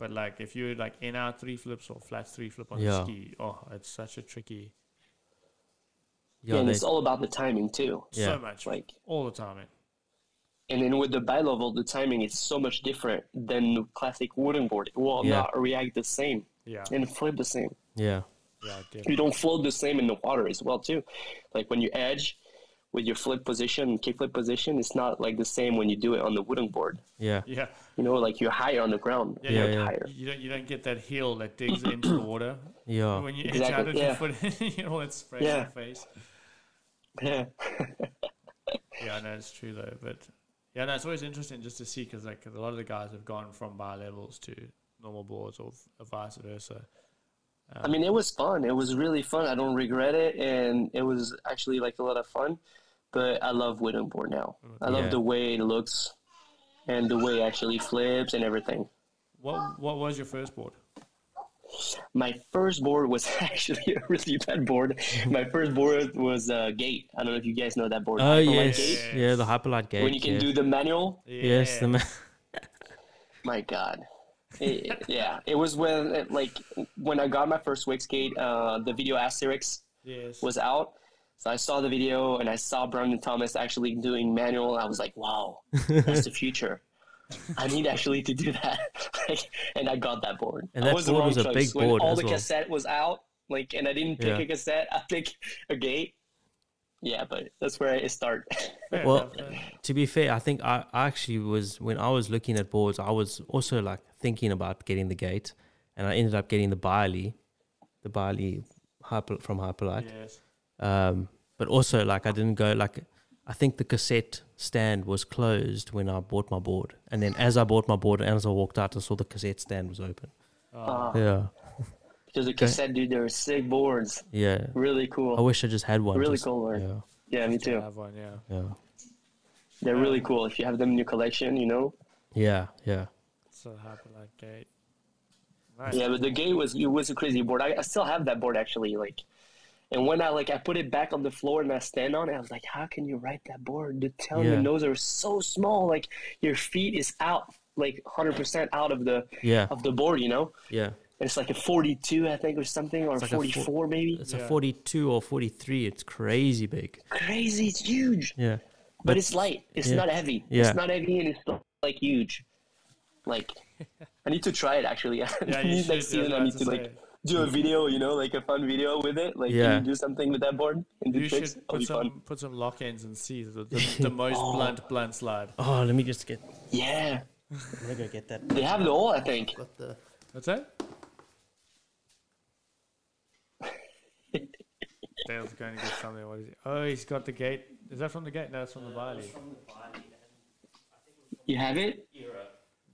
Speaker 5: But like if you're like in out three flips or flat three flip on
Speaker 3: Yeah.
Speaker 5: the ski, oh, it's such a tricky.
Speaker 3: yeah,
Speaker 4: and
Speaker 3: they-
Speaker 4: it's all about the timing too
Speaker 3: Yeah.
Speaker 5: So much
Speaker 4: like
Speaker 5: all the time. Man.
Speaker 4: And then with the bilevel, the timing is so much different than classic wooden board. It will
Speaker 3: Yeah.
Speaker 4: not react the same
Speaker 5: Yeah,
Speaker 4: and flip the same.
Speaker 3: yeah,
Speaker 5: yeah,
Speaker 4: You
Speaker 5: definitely.
Speaker 4: don't float the same in the water as well too. Like when you edge with your flip position and kick flip position, it's not like the same when you do it on the wooden board.
Speaker 3: yeah,
Speaker 5: yeah.
Speaker 4: You know, like you're higher on the ground.
Speaker 5: Yeah,
Speaker 4: you're
Speaker 3: yeah, yeah.
Speaker 4: higher.
Speaker 5: You don't you don't get that heel that digs into the water
Speaker 3: yeah,
Speaker 5: when you
Speaker 4: Exactly,
Speaker 5: exactly,
Speaker 4: yeah.
Speaker 5: your foot in, you know it sprays
Speaker 4: Yeah.
Speaker 5: your face.
Speaker 4: Yeah.
Speaker 5: Yeah, I know it's true though, but yeah, no, it's always interesting just to see because like a lot of the guys have gone from bi levels to normal boards or v- vice versa.
Speaker 4: I mean, it was fun. It was really fun. I don't regret it, and it was actually like a lot of fun. But I love wooden board now. I love
Speaker 3: Yeah.
Speaker 4: the way it looks, and the way it actually flips and everything.
Speaker 5: What what was your first board?
Speaker 4: my first board was actually a really bad board. My first board was uh, Gate. I don't know if you guys know that board.
Speaker 3: Oh
Speaker 4: Hyperlight
Speaker 3: yes,
Speaker 4: Gate.
Speaker 3: yeah, the hyperlight gate.
Speaker 4: When you can
Speaker 3: yeah.
Speaker 4: do the manual,
Speaker 3: yes, the
Speaker 5: Yeah.
Speaker 3: ma-
Speaker 4: my God. It- yeah, it was when it, like when I got my first Wix Gate, uh, the video Asterix
Speaker 5: yes.
Speaker 4: was out. So I saw the video and I saw Brandon Thomas actually doing manual. I was like, wow, that's the future. I need actually to do that. like, and I got that board.
Speaker 3: And
Speaker 4: I
Speaker 3: that
Speaker 4: the
Speaker 3: board
Speaker 4: wrong
Speaker 3: was a
Speaker 4: choice.
Speaker 3: big
Speaker 4: when
Speaker 3: board
Speaker 4: all
Speaker 3: as
Speaker 4: the
Speaker 3: well.
Speaker 4: cassette was out, like, and I didn't pick
Speaker 3: Yeah.
Speaker 4: a cassette. I picked a gate. Yeah, but that's where it start.
Speaker 5: Fair
Speaker 3: well-
Speaker 5: enough, uh,
Speaker 3: to be fair, I think I, I actually was when I was looking at boards, I was also like thinking about getting the gate, and I ended up getting the Biley, the Biley hyper, from Hyperlite.
Speaker 5: yes.
Speaker 3: Um, but also like I didn't go like I think the cassette stand was closed when I bought my board, and then as I bought my board and as I walked out, I saw the cassette stand was open.
Speaker 4: Ah.
Speaker 3: yeah,
Speaker 4: because the cassette, dude, they were sick boards.
Speaker 3: yeah.
Speaker 4: Really cool.
Speaker 3: I wish I just had one.
Speaker 4: Hmm. Really
Speaker 3: just-
Speaker 4: cool board.
Speaker 3: Yeah,
Speaker 4: yeah, me
Speaker 5: I
Speaker 4: too.
Speaker 5: have one, yeah.
Speaker 3: yeah,
Speaker 4: They're really cool. If you have them in your collection, you know.
Speaker 3: yeah, yeah.
Speaker 5: So Hyperlight Gate. Nice.
Speaker 4: Yeah, but the gate was it was a crazy board. I, I still have that board actually. Like, and when I like I put it back on the floor and I stand on it, I was like, how can you ride that board? The tail and
Speaker 3: Yeah.
Speaker 4: the nose are so small. Like your feet is out, like hundred percent out of the
Speaker 3: Yeah.
Speaker 4: of the board. You know,
Speaker 3: yeah.
Speaker 4: and it's like a forty-two, I think, or something, or
Speaker 3: like a four-
Speaker 4: forty-four, maybe.
Speaker 3: It's a
Speaker 5: Yeah.
Speaker 3: 42 or 43. It's crazy big.
Speaker 4: Crazy, it's huge,
Speaker 3: Yeah.
Speaker 4: but it's light. It's
Speaker 3: Yeah.
Speaker 4: not heavy.
Speaker 3: Yeah.
Speaker 4: It's not heavy, and it's not like huge. Like, I need to try it actually.
Speaker 5: Yeah, you
Speaker 4: Next
Speaker 5: should, yeah, I was
Speaker 4: season, I
Speaker 5: about
Speaker 4: need
Speaker 5: to
Speaker 4: to like
Speaker 5: say.
Speaker 4: do a video, you know, like a fun video with it. Like
Speaker 3: Yeah.
Speaker 4: you do something with that board and do
Speaker 5: You
Speaker 4: tricks.
Speaker 5: should
Speaker 4: It'll
Speaker 5: put
Speaker 4: be
Speaker 5: some
Speaker 4: fun.
Speaker 5: put some lock ends and see the, the, the most blunt blunt slide.
Speaker 3: Oh, let me just get.
Speaker 4: Yeah.
Speaker 3: Let me go get that.
Speaker 4: They have the all, I think.
Speaker 3: Got the.
Speaker 5: What's that? Dale's going to get something. What is it? Oh, he's got the gate. Is that from the gate? No, it's from the Bali.
Speaker 4: You have it?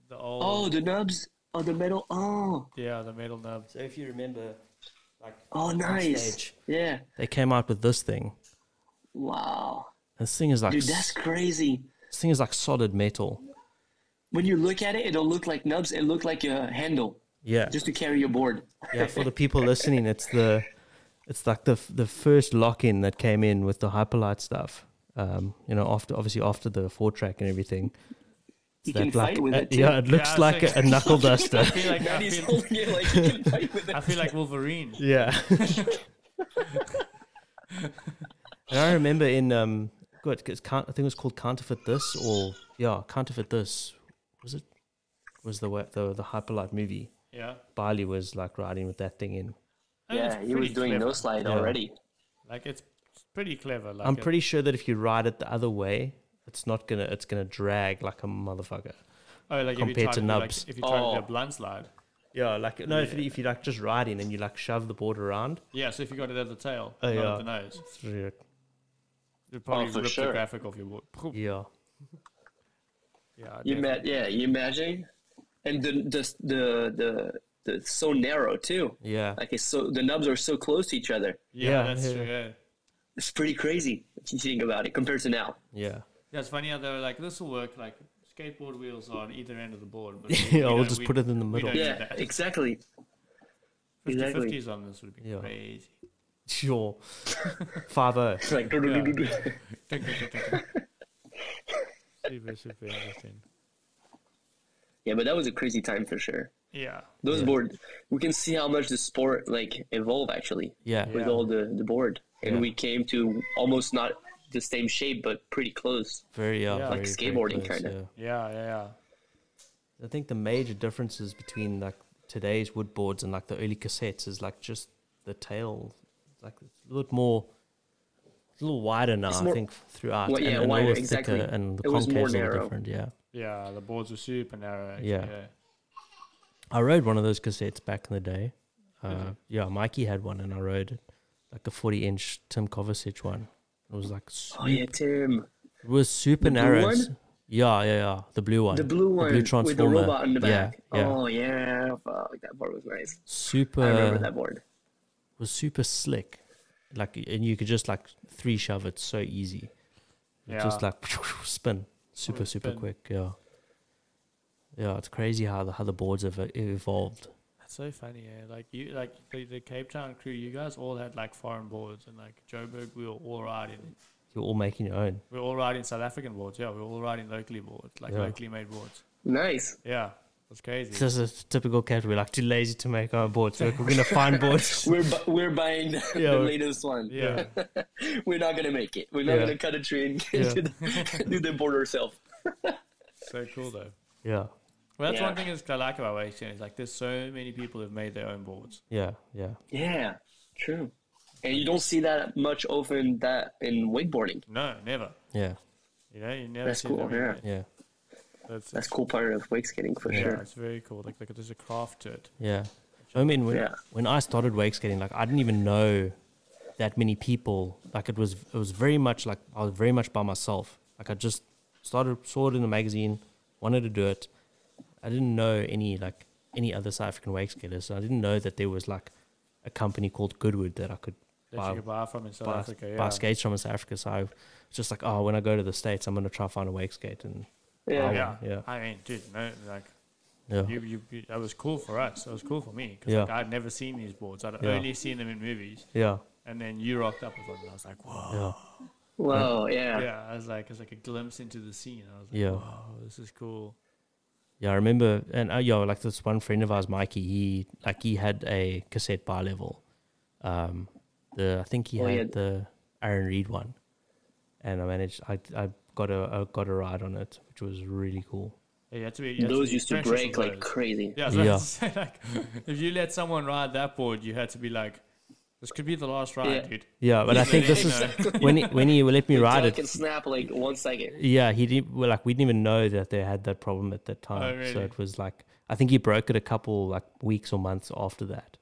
Speaker 5: The old,
Speaker 4: Oh, the nubs. Oh, the metal. Oh,
Speaker 5: yeah, the metal nub.
Speaker 3: So if you remember, like.
Speaker 4: oh, nice.
Speaker 3: stage.
Speaker 4: Yeah.
Speaker 3: They came out with this thing.
Speaker 4: Wow.
Speaker 3: This thing is like.
Speaker 4: Dude,
Speaker 3: s-
Speaker 4: that's crazy.
Speaker 3: This thing is like solid metal.
Speaker 4: When you look at it, it don't look like nubs. It look like a handle
Speaker 3: Yeah.
Speaker 4: just to carry your board.
Speaker 3: yeah. For the people listening, it's the. it's like the f- the first lock in that came in with the hyperlight stuff. Um, you know, after obviously after the four track and everything.
Speaker 4: You
Speaker 3: That
Speaker 4: can
Speaker 3: like-
Speaker 4: fight with
Speaker 3: uh,
Speaker 4: it. Too.
Speaker 3: yeah, it looks
Speaker 5: Yeah,
Speaker 3: like
Speaker 5: it's
Speaker 3: a, a knuckle duster.
Speaker 5: I feel like
Speaker 4: And
Speaker 5: I
Speaker 4: he's
Speaker 5: feel,
Speaker 4: holding it like you can fight with it.
Speaker 5: I feel like Wolverine.
Speaker 3: Yeah. and I remember in um, good, cause can I think it was called counterfeit this or yeah, counterfeit this was it? Was the wa- the the hyperlight movie?
Speaker 5: Yeah.
Speaker 3: Barley was like riding with that thing in.
Speaker 5: And it's
Speaker 4: Yeah, he was
Speaker 5: pretty
Speaker 4: doing
Speaker 5: clever.
Speaker 4: no slide
Speaker 3: Yeah.
Speaker 4: already.
Speaker 5: Like it's pretty clever. Like
Speaker 3: I'm
Speaker 5: it-
Speaker 3: pretty sure that if you ride it the other way, it's not gonna it's gonna drag like a motherfucker.
Speaker 5: oh, like if you
Speaker 3: compared
Speaker 5: try
Speaker 3: to
Speaker 5: to do, like,
Speaker 3: nubs.
Speaker 5: if you try to
Speaker 4: Oh.
Speaker 5: do a blind slide.
Speaker 3: Yeah, like no, if you, if you like just riding and you like shove the board around,
Speaker 5: Yeah, so if you got it at the tail,
Speaker 3: Oh,
Speaker 5: not
Speaker 3: yeah.
Speaker 5: at the nose,
Speaker 3: it's really-
Speaker 5: you'd probably
Speaker 4: Oh, for
Speaker 5: rip
Speaker 4: sure.
Speaker 5: the graphic off your wall.
Speaker 3: yeah,
Speaker 5: Yeah,
Speaker 4: You
Speaker 5: definitely.
Speaker 4: met, yeah, you imagine, and the the the the, the so narrow too.
Speaker 3: yeah,
Speaker 4: Like it's so the nubs are so close to each other.
Speaker 5: Yeah,
Speaker 3: Yeah,
Speaker 5: that's
Speaker 3: yeah.
Speaker 5: true. Yeah.
Speaker 4: It's pretty crazy if you think about it compared to now.
Speaker 3: yeah.
Speaker 5: yeah, it's funny how they were like, this will work. Like skateboard wheels are on either end of the board. But
Speaker 3: Yeah, we'll
Speaker 5: don't-
Speaker 3: just put it in the
Speaker 5: we
Speaker 3: middle.
Speaker 5: don't need
Speaker 4: Yeah,
Speaker 5: that.
Speaker 4: exactly.
Speaker 5: 50
Speaker 4: exactly.
Speaker 5: 50s on this would be
Speaker 3: Yeah.
Speaker 5: crazy.
Speaker 3: Sure, five oh. zero.
Speaker 4: It's like do-do-do-do-do.
Speaker 5: super, super interesting.
Speaker 4: yeah, but that was a crazy time for sure.
Speaker 5: Yeah.
Speaker 4: Those board, we can see how much the sport like evolved actually
Speaker 3: Yeah,
Speaker 4: with all the the board, and we came to almost not the same shape but pretty close.
Speaker 3: very yeah, very,
Speaker 5: Yeah. Like
Speaker 3: very
Speaker 4: skateboarding
Speaker 3: close,
Speaker 4: kinda.
Speaker 5: Yeah, yeah, yeah.
Speaker 3: I think the major differences between like today's wood boards and like the early cassettes is like just the tail, It's, like it's a little more, it's a little wider now. I
Speaker 4: more-
Speaker 3: think throughout,
Speaker 4: Well, yeah,
Speaker 3: and, and
Speaker 4: wider,
Speaker 3: always
Speaker 4: exactly.
Speaker 3: thicker, and the
Speaker 4: It was more
Speaker 3: concaves are
Speaker 4: narrow.
Speaker 3: different. Yeah,
Speaker 5: Yeah, the boards were super narrow. Actually,
Speaker 3: Yeah.
Speaker 5: yeah. yeah.
Speaker 3: I rode one of those cassettes back in the day.
Speaker 4: Mm-hmm.
Speaker 3: Uh, yeah, Mikey had one, and I rode like a forty-inch Tim Kovacic one. It was like super,
Speaker 4: Oh yeah, Tim,
Speaker 3: it was super
Speaker 4: blue
Speaker 3: narrow.
Speaker 4: one?
Speaker 3: It's- Yeah, yeah, yeah. The blue one.
Speaker 4: the blue one with the
Speaker 3: transformer.
Speaker 4: robot on the back.
Speaker 3: Yeah, yeah.
Speaker 4: Oh yeah, fuck, that board was nice.
Speaker 3: super.
Speaker 4: I remember that board.
Speaker 3: was super slick. Like, and you could just like three shove it so easy. Just like spin, super, super
Speaker 5: spin.
Speaker 3: quick. Yeah. Yeah, it's crazy how the, how the boards have uh, evolved.
Speaker 5: That's so funny, yeah. Like you, like the, the Cape Town crew, you guys all had like foreign boards, and like Joburg, we were all riding.
Speaker 3: You're all making your own.
Speaker 5: We were all riding South African boards. Yeah, we were all riding locally boards, like
Speaker 3: Yeah.
Speaker 5: locally made boards.
Speaker 4: Nice.
Speaker 5: Yeah, that's crazy.
Speaker 3: This is a typical cat. We're like too lazy to make our own boards. We're going to find boards.
Speaker 4: We're bu- we're buying the,
Speaker 3: Yeah.
Speaker 4: the latest one.
Speaker 5: yeah,
Speaker 4: We're not gonna make it. We're not
Speaker 3: Yeah.
Speaker 4: gonna cut a tree and
Speaker 3: Yeah.
Speaker 4: do, the, do the board ourselves.
Speaker 5: so cool though.
Speaker 3: Yeah,
Speaker 5: Well, that's one
Speaker 4: Yeah.
Speaker 5: thing is I like about Wakefield is like there's so many people who've made their own boards.
Speaker 3: yeah, yeah.
Speaker 4: Yeah, true. And you don't see that much often that in wakeboarding.
Speaker 5: No, never.
Speaker 3: Yeah,
Speaker 5: You know, you never
Speaker 4: That's
Speaker 5: see
Speaker 4: cool,
Speaker 5: them.
Speaker 4: yeah.
Speaker 3: yeah,
Speaker 5: That's,
Speaker 4: That's cool part of wake skating for
Speaker 5: yeah,
Speaker 4: sure.
Speaker 5: it's very cool. Like, like there's a craft to it.
Speaker 3: yeah. I mean, when,
Speaker 4: Yeah.
Speaker 3: when I started wake skating, like I didn't even know that many people. Like it was, it was very much like I was very much by myself. Like I just started, saw it in a magazine, wanted to do it. I didn't know any like any other South African wake skaters. I didn't know that there was like a company called Goodwood that I could
Speaker 5: That
Speaker 3: buy,
Speaker 5: you can buy from in South
Speaker 3: buy,
Speaker 5: Africa. Yeah.
Speaker 3: buy skates from in South Africa. So I was just like, oh, when I go to the states, I'm gonna try find a wake skate and
Speaker 4: Yeah.
Speaker 5: Oh, yeah,
Speaker 3: yeah.
Speaker 5: I mean, dude, no, like
Speaker 3: yeah,
Speaker 5: you, you, you, that was cool for us. That was cool for me because
Speaker 3: Yeah.
Speaker 5: like, I'd never seen these boards. I'd
Speaker 3: Yeah.
Speaker 5: only seen them in movies,
Speaker 3: yeah,
Speaker 5: and then you rocked up with one, and I was like, whoa.
Speaker 3: yeah,
Speaker 4: Wow. Yeah.
Speaker 5: Yeah, I was like, it's like a glimpse into the scene. I was like,
Speaker 3: yeah.
Speaker 5: oh, this is cool.
Speaker 3: Yeah, I remember, and uh, yo, like this one friend of ours, Mikey, he like he had a cassette bi level. Um, the I think he
Speaker 4: Oh,
Speaker 3: had
Speaker 4: yeah.
Speaker 3: the Aaron Reed one, and I managed. I I got a I got a ride on it, which was really cool.
Speaker 5: Yeah, you had to be, you had
Speaker 4: Those
Speaker 5: be
Speaker 4: used to
Speaker 5: conscious of
Speaker 4: break like
Speaker 5: those.
Speaker 4: crazy.
Speaker 5: Yeah, I was about
Speaker 3: Yeah.
Speaker 5: to say, like, if you let someone ride that board, you had to be like, this could be the last ride,
Speaker 4: Yeah.
Speaker 5: dude.
Speaker 3: Yeah, but I think this is when he, when he let me ride
Speaker 4: Until it
Speaker 3: it.
Speaker 4: can snap like one second.
Speaker 3: Yeah, he didn't. Well, like we didn't even know that they had that problem at that time. So
Speaker 5: really?
Speaker 3: it was like I think he broke it a couple like weeks or months after that,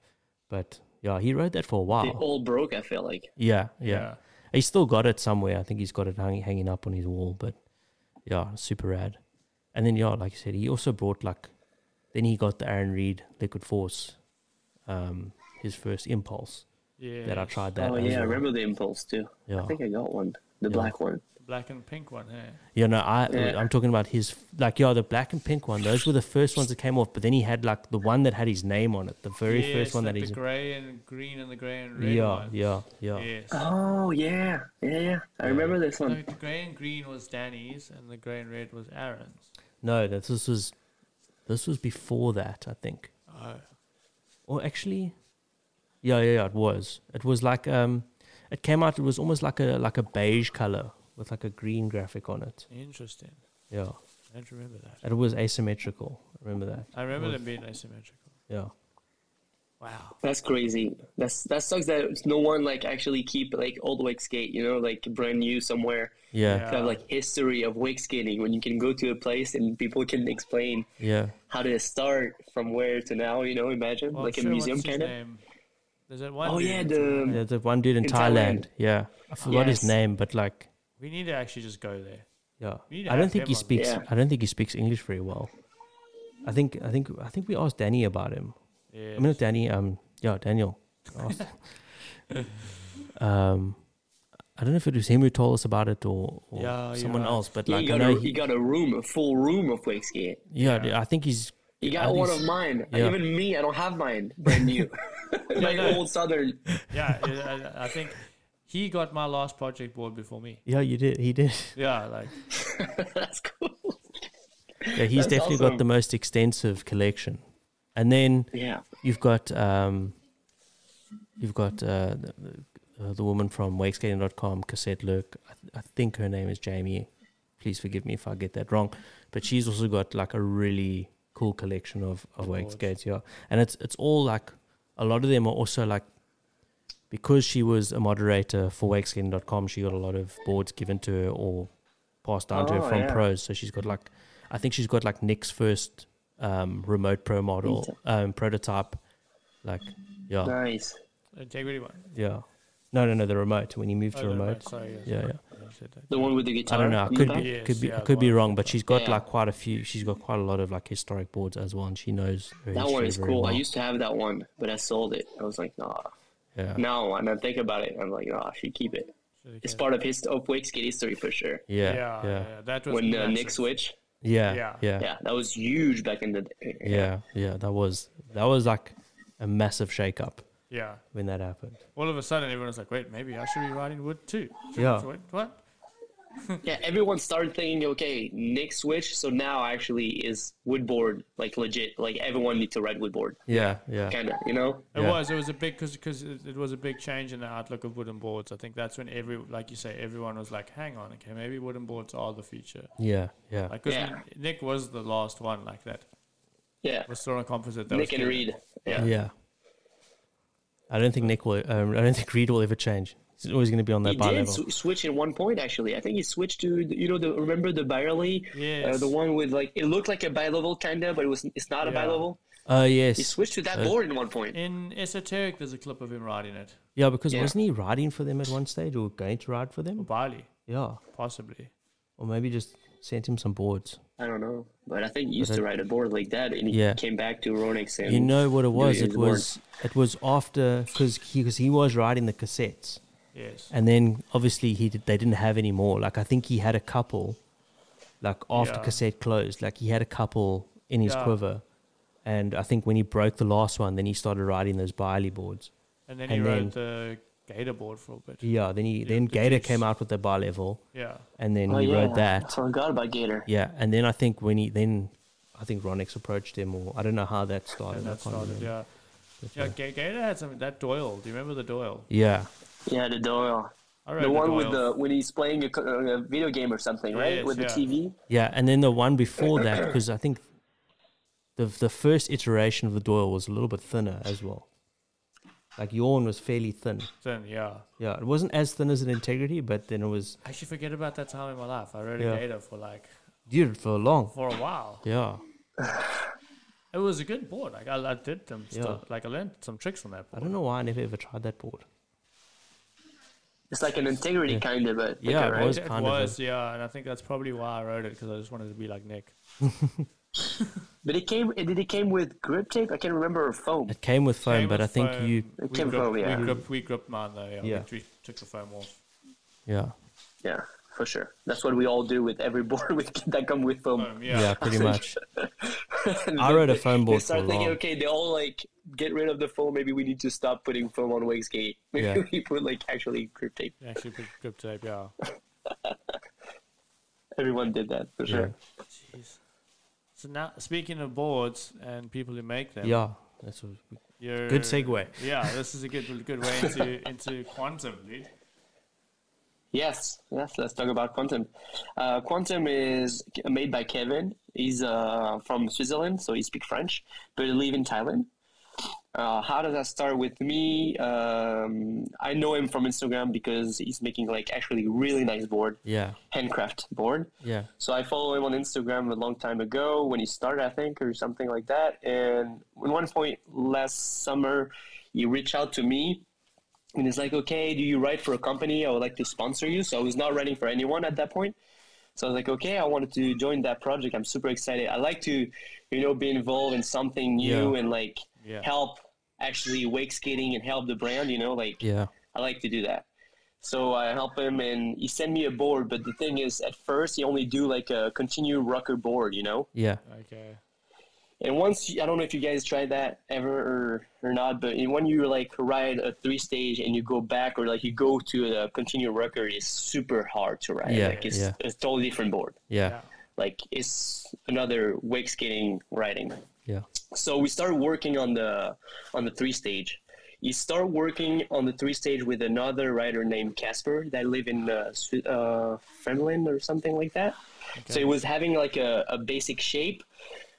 Speaker 3: but yeah, he rode that for a while.
Speaker 4: It all broke. I feel like.
Speaker 3: Yeah, yeah.
Speaker 5: Yeah.
Speaker 3: He's still got it somewhere. I think he's got it hang, hanging up on his wall, but yeah, super rad. And then, yeah, like I said, he also brought like, then he got the Aaron Reed Liquid Force, um, his first impulse.
Speaker 5: Yeah.
Speaker 3: that I tried that.
Speaker 4: oh
Speaker 3: as
Speaker 4: yeah, I
Speaker 3: well.
Speaker 4: remember the impulse too.
Speaker 3: Yeah.
Speaker 4: I think I got one, the
Speaker 3: Yeah.
Speaker 4: black one.
Speaker 5: Black and pink one, hey.
Speaker 3: You know, I
Speaker 4: Yeah.
Speaker 3: I'm talking about his like yeah, the black and pink one. Those were the first ones that came off. But then he had like the one that had his name on it, the very
Speaker 5: yeah,
Speaker 3: first
Speaker 5: it's
Speaker 3: one
Speaker 5: like
Speaker 3: that he's
Speaker 5: the grey and green and the grey and red
Speaker 3: yeah,
Speaker 5: one.
Speaker 3: yeah, yeah,
Speaker 5: Yes.
Speaker 4: Oh yeah, yeah, yeah. I remember this
Speaker 5: No,
Speaker 4: one.
Speaker 5: the grey and green was Danny's, and the grey and red was Aaron's.
Speaker 3: No, that this was this was before that, I think.
Speaker 5: Oh,
Speaker 3: Or actually, yeah, yeah, yeah. It was. It was like um, it came out. It was almost like a like a beige color with like a green graphic on it.
Speaker 5: interesting.
Speaker 3: Yeah,
Speaker 5: I don't remember that.
Speaker 3: it was asymmetrical. I remember that.
Speaker 5: I remember them being asymmetrical.
Speaker 3: Yeah.
Speaker 5: Wow.
Speaker 4: That's crazy. That's that sucks that no one like actually keep like old wake skate. You know, like brand new somewhere.
Speaker 3: Yeah,
Speaker 5: Yeah.
Speaker 4: to have like history of wake skating when you can go to a place and people can explain
Speaker 3: yeah,
Speaker 4: how did it start from where to now you know imagine
Speaker 5: Well, I'm
Speaker 4: like a
Speaker 5: sure
Speaker 4: museum
Speaker 5: what's his
Speaker 4: kind of
Speaker 5: name? There's that one.
Speaker 4: oh
Speaker 5: dude
Speaker 4: yeah
Speaker 5: that's in-
Speaker 3: yeah.
Speaker 4: the
Speaker 3: The one dude in,
Speaker 4: In
Speaker 3: Thailand.
Speaker 4: Thailand.
Speaker 3: Yeah, I forgot his
Speaker 4: Yes.
Speaker 3: name, but like,
Speaker 5: We need to actually just go there.
Speaker 3: yeah,
Speaker 5: We need to
Speaker 3: I don't
Speaker 5: have
Speaker 3: think
Speaker 5: him
Speaker 3: he
Speaker 5: on.
Speaker 3: speaks.
Speaker 4: Yeah.
Speaker 3: I don't think he speaks English very well. I think, I think, I think we asked Danny about him.
Speaker 5: Yeah.
Speaker 3: I mean, not Danny. Um, yeah, Daniel. asked. um, I don't know if it was him who told us about it or, or
Speaker 5: Yeah, you're
Speaker 3: someone
Speaker 5: right.
Speaker 3: else, but
Speaker 4: yeah,
Speaker 3: like,
Speaker 4: you
Speaker 3: I
Speaker 4: got
Speaker 3: know
Speaker 4: a,
Speaker 3: he-
Speaker 4: you got a room a full room of wake skate
Speaker 3: yeah, dude, I think he's.
Speaker 4: you
Speaker 3: I
Speaker 4: got
Speaker 3: think
Speaker 4: one
Speaker 3: he's-
Speaker 4: of mine
Speaker 3: yeah.
Speaker 4: even me i don't have mine brand new like
Speaker 5: no.
Speaker 4: old southern
Speaker 5: yeah, I- I, I think he got my last project board before me.
Speaker 3: Yeah, you did. He did.
Speaker 5: Yeah, like
Speaker 4: that's cool
Speaker 3: Yeah, he's
Speaker 4: That's
Speaker 3: definitely got
Speaker 4: awesome.
Speaker 3: the most extensive collection. And then
Speaker 4: yeah
Speaker 3: you've got um, you've got uh, the, uh, the woman from wakeskating.com, Cassette Lurk. I, th- I think her name is Jamie. Please forgive me if I get that wrong. But she's also got like a really cool collection of, of wake skates, yeah. And it's it's all like a lot of them are also like because she was a moderator for wakeskating.com, she got a lot of boards given to her or passed down to her
Speaker 4: Oh,
Speaker 3: from
Speaker 4: yeah.
Speaker 3: pros. So she's got like I think she's got like Nick's first um, remote pro model um, prototype. Like yeah.
Speaker 4: Oh. nice
Speaker 5: integrity one.
Speaker 3: Yeah. No, no, no. The remote. When you move
Speaker 5: Oh,
Speaker 3: to
Speaker 5: the
Speaker 3: remote.
Speaker 5: remote, sorry, yes.
Speaker 3: Yeah, yeah.
Speaker 5: You said that.
Speaker 4: the one with the
Speaker 3: I
Speaker 4: guitar
Speaker 3: don't know. I
Speaker 4: on the
Speaker 3: could
Speaker 4: back?
Speaker 3: be,
Speaker 5: Yes,
Speaker 3: could be,
Speaker 5: yeah,
Speaker 3: could be
Speaker 5: one.
Speaker 3: wrong, but she's got
Speaker 4: Yeah.
Speaker 3: like quite a few. She's got quite a lot of like historic boards as well, and she knows. Her
Speaker 4: that one
Speaker 3: history
Speaker 4: is
Speaker 3: very
Speaker 4: cool i
Speaker 3: well.
Speaker 4: used to have that one but i sold it i was like nah
Speaker 3: Yeah.
Speaker 4: no and i think about it i'm like nah i should keep it
Speaker 5: Should we
Speaker 4: it's
Speaker 5: get-
Speaker 4: part of his of wake skate history for sure
Speaker 3: Yeah.
Speaker 5: yeah,
Speaker 3: Yeah.
Speaker 5: yeah, that was
Speaker 4: when uh,
Speaker 5: massive.
Speaker 4: Nick switch.
Speaker 3: Yeah. Yeah.
Speaker 5: Yeah.
Speaker 3: Yeah.
Speaker 4: Yeah, that was huge back in the day.
Speaker 3: That was that was like a massive shakeup
Speaker 5: Yeah,
Speaker 3: when that happened.
Speaker 5: all of a sudden everyone was like, "Wait, maybe I should be riding wood too."
Speaker 3: Yeah.
Speaker 5: Wait, what?
Speaker 4: Yeah, everyone started thinking, okay, Nick switch, so now actually is woodboard like legit. Like everyone needs to ride woodboard,
Speaker 3: Yeah. Yeah.
Speaker 4: kind of, you know?
Speaker 5: It
Speaker 3: Yeah.
Speaker 5: was. It was a big because because it, it was a big change in the outlook of wooden boards. I think that's when every like you say everyone was like, "Hang on, okay, maybe wooden boards are the future."
Speaker 3: Yeah. Yeah.
Speaker 5: Like because
Speaker 4: Yeah.
Speaker 5: Nick was the last one like that.
Speaker 4: Yeah,
Speaker 5: Was still on composite. That
Speaker 4: Nick
Speaker 5: was
Speaker 4: and
Speaker 5: good.
Speaker 4: Reed. Yeah,
Speaker 3: yeah. I don't think Nick will. Um, I don't think Reed will ever change. He's always going to be on that
Speaker 4: he
Speaker 3: bi
Speaker 4: did
Speaker 3: level.
Speaker 4: sw- switch at one point. Actually, I think he switched to the- you know the remember the Barley, uh,
Speaker 5: Yes.
Speaker 4: the one with like it looked like a bi-level kind of, but it was it's not a
Speaker 5: Yeah.
Speaker 4: bi-level.
Speaker 3: Oh
Speaker 4: He
Speaker 3: yes.
Speaker 4: switched to that board at one point.
Speaker 5: In Esoteric, there's a clip of him riding it.
Speaker 3: Yeah, because
Speaker 4: Yeah.
Speaker 3: wasn't he riding for them at one stage or going to ride for them?
Speaker 5: Bali,
Speaker 3: Yeah.
Speaker 5: possibly.
Speaker 3: Or maybe just sent him some boards.
Speaker 4: I don't know, but I think he used to ride a board like that, and he
Speaker 3: Yeah.
Speaker 4: came back to Ronix. And
Speaker 3: You know what it was?
Speaker 4: his
Speaker 3: It was it was after because he because he was riding the cassettes,
Speaker 5: Yes.
Speaker 3: and then obviously he did, they didn't have any more. Like I think he had a couple, like after
Speaker 5: Yeah.
Speaker 3: cassette closed, like he had a couple in his
Speaker 5: Yeah.
Speaker 3: quiver, and I think when he broke the last one, then he started riding those Biley boards.
Speaker 5: And then he
Speaker 3: and
Speaker 5: rode the Gator board for a bit.
Speaker 3: Yeah, then he then
Speaker 5: the
Speaker 3: Gator
Speaker 5: juice.
Speaker 3: came out with the bi level,
Speaker 5: Yeah.
Speaker 3: and then
Speaker 4: Oh,
Speaker 3: he
Speaker 4: yeah.
Speaker 3: rode that.
Speaker 4: I forgot about Gator.
Speaker 3: Yeah, and then I think when he then I think Ronix approached him, or I don't know how that started.
Speaker 5: And
Speaker 3: I
Speaker 5: that
Speaker 3: can't
Speaker 5: started.
Speaker 3: remember.
Speaker 5: Yeah. Yeah. Ga- Gator had something. That Doyle. Do you remember the Doyle?
Speaker 3: Yeah,
Speaker 4: Yeah, the Doyle.
Speaker 5: I rode
Speaker 4: The one with
Speaker 5: Doyle.
Speaker 4: the when he's playing a, co- uh, a video game or something, right?
Speaker 5: Yes,
Speaker 4: with the
Speaker 5: yeah.
Speaker 4: TV.
Speaker 3: yeah, and then the one before that because I think the the first iteration of the Doyle was a little bit thinner as well. Like Yawn was fairly thin.
Speaker 5: Then, yeah.
Speaker 3: Yeah, it wasn't as thin as an Integrity, but then it was
Speaker 5: I actually forget about that time in my life. I rode
Speaker 3: Yeah.
Speaker 5: a Gator for like
Speaker 3: dude for long.
Speaker 5: for a while.
Speaker 3: Yeah,
Speaker 5: It was a good board. Like I, I did them. Still,
Speaker 3: Yeah.
Speaker 5: like I learned some tricks on that
Speaker 3: I
Speaker 5: board.
Speaker 3: don't know why I never ever tried that board.
Speaker 4: It's like an integrity kind of, but
Speaker 3: Yeah, it
Speaker 4: right?
Speaker 3: was
Speaker 5: It
Speaker 3: kind of a-
Speaker 5: was, yeah, and I think that's probably why I wrote it because I just wanted to be like Nick.
Speaker 4: But it came. Did it came with grip tape? I can't remember or foam.
Speaker 5: It came with foam,
Speaker 2: Came
Speaker 5: but
Speaker 2: with
Speaker 5: I think
Speaker 2: foam.
Speaker 5: you,
Speaker 2: we
Speaker 4: It came
Speaker 2: gripped,
Speaker 4: foam, yeah.
Speaker 2: we gripped, we gripped mine though. Yeah,
Speaker 5: Yeah.
Speaker 2: we t- took the foam off.
Speaker 5: yeah,
Speaker 4: Yeah, for sure. That's what we all do with every board we, that come with foam.
Speaker 2: Foam,
Speaker 5: yeah,
Speaker 2: Um, yeah.
Speaker 5: pretty much.
Speaker 4: And
Speaker 5: I
Speaker 4: then
Speaker 5: rode a
Speaker 4: they-
Speaker 5: foam
Speaker 4: They
Speaker 5: board for
Speaker 4: start thinking,
Speaker 5: long.
Speaker 4: okay, they all like get rid of the foam. Maybe we need to stop putting foam on wake skate. Maybe
Speaker 5: Yeah.
Speaker 4: we put like actually grip tape.
Speaker 2: We Actually, put grip tape. Yeah.
Speaker 4: Everyone did that for sure.
Speaker 2: Jeez. So now, speaking of boards and people who make them,
Speaker 5: Yeah, that's a
Speaker 2: you're,
Speaker 5: good segue.
Speaker 2: Yeah, this is a good good way into into quantum, dude.
Speaker 4: Yes, yes. Let's talk about Quantum. Uh, Quantum is made by Kevin. He's uh, from Switzerland, so he speaks French, but he lives in Thailand. Uh, how does that start with me? Um, I know him from Instagram because he's making like actually really nice board,
Speaker 5: Yeah,
Speaker 4: handcraft board.
Speaker 5: yeah,
Speaker 4: So I follow him on Instagram a long time ago when he started, I think, or something like that. And at one point last summer, he reached out to me and he's like, okay, do you write for a company? I would like to sponsor you. So I was not writing for anyone at that point. So I was like, okay, I wanted to join that project. I'm super excited. I like to, you know, be involved in something new
Speaker 5: Yeah.
Speaker 4: and like
Speaker 2: Yeah.
Speaker 4: help actually wake skating and help the brand, you know, like
Speaker 5: yeah,
Speaker 4: I like to do that. So I help him, and he sent me a board. But the thing is, at first he only do like a continue rocker board, you know.
Speaker 5: yeah,
Speaker 2: Okay.
Speaker 4: And once you, I don't know if you guys tried that ever or, or not, but when you like ride a three stage and you go back or like you go to the continue rocker, it's super hard to ride.
Speaker 5: Yeah,
Speaker 4: like it's
Speaker 5: yeah.
Speaker 4: it's totally different board.
Speaker 5: yeah,
Speaker 4: Like it's another wake skating riding
Speaker 5: yeah,
Speaker 4: so we started working on the on the three stage you start working on the three stage with another writer named casper that live in uh, Swi- uh, finland or something like that so it was having like a, a basic shape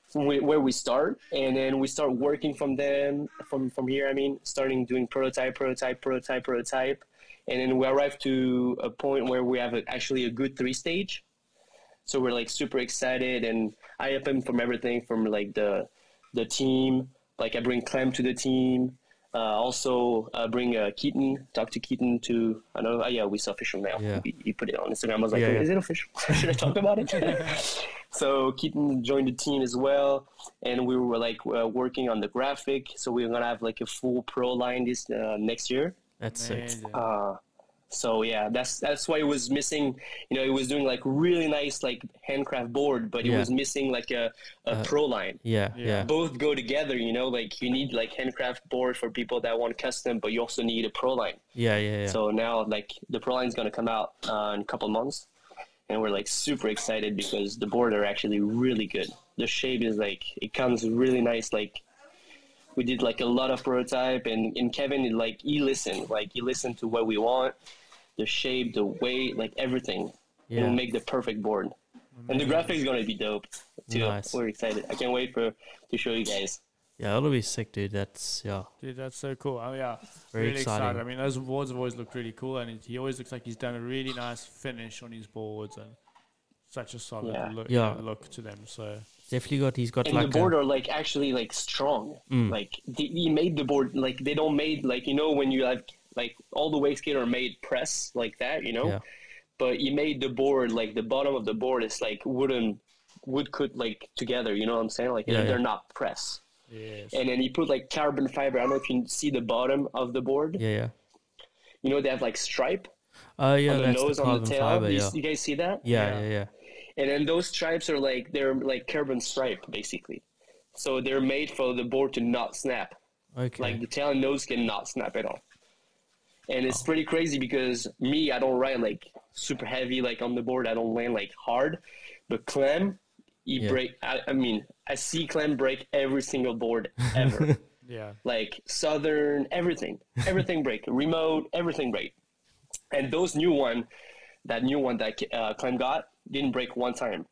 Speaker 4: from whe- where we start and then we start working from then from from here i mean starting doing prototype prototype prototype prototype and then we arrive to a point where we have a, actually a good three stage so we're like super excited and i help him from everything from like the the team like i bring clem to the team uh, also uh, bring uh, keaton talk to keaton to i know oh, yeah we saw official now
Speaker 5: Yeah.
Speaker 4: he, he put it on instagram i was like
Speaker 5: Yeah, yeah.
Speaker 4: is it official should i talk about it so keaton joined the team as well and we were like uh, working on the graphic so we are gonna have like a full pro line this uh, next year
Speaker 5: that's sick.
Speaker 2: Amazing.
Speaker 4: so yeah, that's that's why it was missing. You know, it was doing like really nice like handcraft board, but it
Speaker 5: Yeah.
Speaker 4: was missing like a, a pro line.
Speaker 5: Yeah,
Speaker 2: Yeah.
Speaker 5: yeah,
Speaker 4: Both go together, you know. Like you need like handcraft board for people that want custom, but you also need a pro line.
Speaker 5: yeah, yeah, yeah.
Speaker 4: So now like the pro line is gonna come out uh, in a couple months, and we're like super excited because the board are actually really good. The shape is like it comes really nice. Like we did like a lot of prototype, and and Kevin is like he listened, like he listened to what we want, the shape, the weight, like everything.
Speaker 5: Yeah.
Speaker 4: It'll make the perfect board, and the graphic is gonna be dope. Too.
Speaker 5: Nice.
Speaker 4: We're excited. I can't wait for to show you guys.
Speaker 5: Yeah, that'll be sick, dude. That's yeah,
Speaker 2: Dude, that's so cool. Oh yeah,
Speaker 5: Very
Speaker 2: really excited.
Speaker 5: exciting.
Speaker 2: I mean, those awards have always looked really cool, and it, he always looks like he's done a really nice finish on his boards and such a solid
Speaker 4: Yeah.
Speaker 2: look,
Speaker 5: Yeah.
Speaker 2: look to them. So
Speaker 5: definitely got. He's got
Speaker 4: and
Speaker 5: like
Speaker 4: the board
Speaker 5: a, Mm.
Speaker 4: are like actually like strong. Like the, he made the board like they don't made like you know when you have like all the wake skater are made press like that you know,
Speaker 5: Yeah.
Speaker 4: but he made the board like the bottom of the board is like wooden wood cut like together. You know what I'm saying? Like
Speaker 5: Yeah,
Speaker 4: they're
Speaker 5: yeah.
Speaker 4: not press.
Speaker 2: yes,
Speaker 4: And then he put like carbon fiber. I don't know if you can see the bottom of the board.
Speaker 5: yeah, yeah.
Speaker 4: You know they have like stripe
Speaker 5: Oh yeah,
Speaker 4: on the
Speaker 5: that's the
Speaker 4: nose, on
Speaker 5: carbon
Speaker 4: the tail.
Speaker 5: fiber.
Speaker 4: you,
Speaker 5: Yeah.
Speaker 4: you guys see that?
Speaker 5: yeah, yeah, yeah,
Speaker 4: And then those stripes are like they're like carbon stripe basically. So they're made for the board to not snap.
Speaker 5: Okay.
Speaker 4: Like the tail and nose cannot snap at all. And
Speaker 5: Oh.
Speaker 4: it's pretty crazy because me, I don't ride like super heavy like on the board. I don't land like hard. But Clem, he
Speaker 5: Yeah.
Speaker 4: break. I, I mean, I see Clem break every single board ever.
Speaker 2: yeah,
Speaker 4: like Southern, everything, everything break, remote, everything break. And those new one, that new one that uh, Clem got didn't break one time.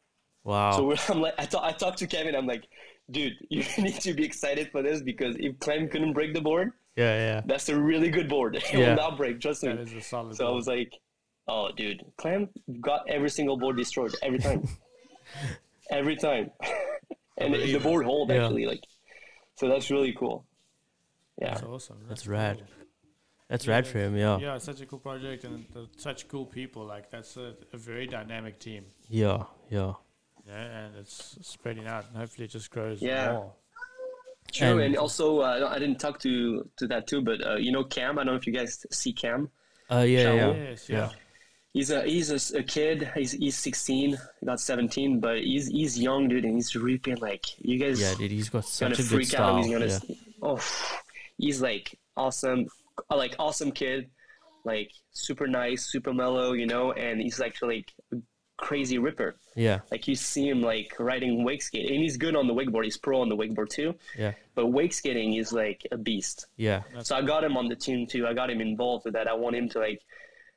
Speaker 5: wow.
Speaker 4: So we're, I'm like, I, talk, I talked to Kevin. I'm like, dude, you need to be excited for this because if Clem couldn't break the board,
Speaker 5: yeah, yeah,
Speaker 4: that's a really good board. It
Speaker 5: Yeah.
Speaker 4: will not break, trust
Speaker 2: that
Speaker 4: me.
Speaker 2: is a solid.
Speaker 4: So I
Speaker 2: board.
Speaker 4: was like, oh, dude, Clem got every single board destroyed every time. every time. and it- the board hold,
Speaker 5: Yeah.
Speaker 4: actually. Like, So that's really cool. Yeah.
Speaker 2: that's awesome. That's,
Speaker 5: that's rad.
Speaker 2: cool.
Speaker 5: That's rad for him. Yeah, yeah,
Speaker 2: Yeah, it's such a cool project and the, such cool people. Like that's a, a very dynamic team.
Speaker 5: yeah, yeah. you know, and it's spreading out, and hopefully it just grows
Speaker 4: Yeah.
Speaker 5: more.
Speaker 4: True, and,
Speaker 3: And-
Speaker 4: also uh, I didn't talk to to that too, but uh, you know Cam. I don't know if you guys see Cam.
Speaker 3: Uh, yeah, yeah.
Speaker 5: Yes, yeah.
Speaker 4: He's a he's a, s- a kid. He's he's 16, not 17, but he's he's young, dude, and he's ripping like you guys.
Speaker 3: Yeah, dude, he's got
Speaker 4: gonna
Speaker 3: such a good
Speaker 4: freak out.
Speaker 3: style.
Speaker 4: He's gonna,
Speaker 3: yeah.
Speaker 4: oh, he's like awesome, uh, like awesome kid, like super nice, super mellow, you know. And he's actually like a crazy ripper.
Speaker 3: yeah,
Speaker 4: Like you see him like riding wake skate, and he's good on the wakeboard. He's pro on the wakeboard too.
Speaker 3: yeah,
Speaker 4: But wake skating is like a beast.
Speaker 3: yeah,
Speaker 4: So I got him on the team too. I got him involved with that. I want him to like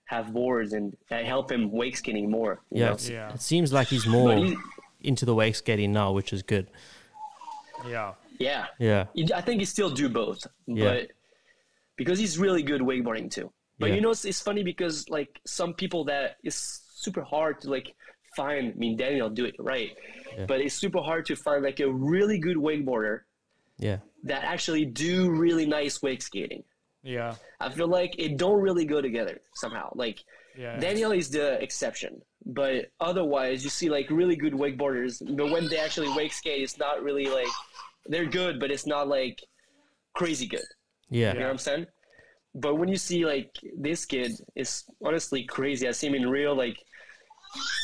Speaker 4: have boards and uh, help him wake skating more. you
Speaker 3: yeah.
Speaker 4: know?
Speaker 3: it's-
Speaker 5: Yeah.
Speaker 3: It seems like he's more
Speaker 4: he-
Speaker 3: into the wake skating now, which is good.
Speaker 5: Yeah.
Speaker 4: yeah.
Speaker 3: Yeah,
Speaker 4: I think he still do both,
Speaker 3: Yeah.
Speaker 4: but because he's really good wakeboarding too. But
Speaker 3: Yeah.
Speaker 4: you know, it's, it's funny because like some people that it's super hard to like find. I mean, Daniel do it right, but it's super hard to find like a really good wakeboarder
Speaker 3: yeah,
Speaker 4: that actually do really nice wake skating.
Speaker 5: Yeah.
Speaker 4: I feel like it don't really go together somehow. Like
Speaker 5: Yeah.
Speaker 4: Daniel is the exception, but otherwise you see like really good wakeboarders, but when they actually wake skate, it's not really like they're good, but it's not like crazy good.
Speaker 3: yeah,
Speaker 4: You know what I'm saying? But when you see like this kid is honestly crazy. I see him in real like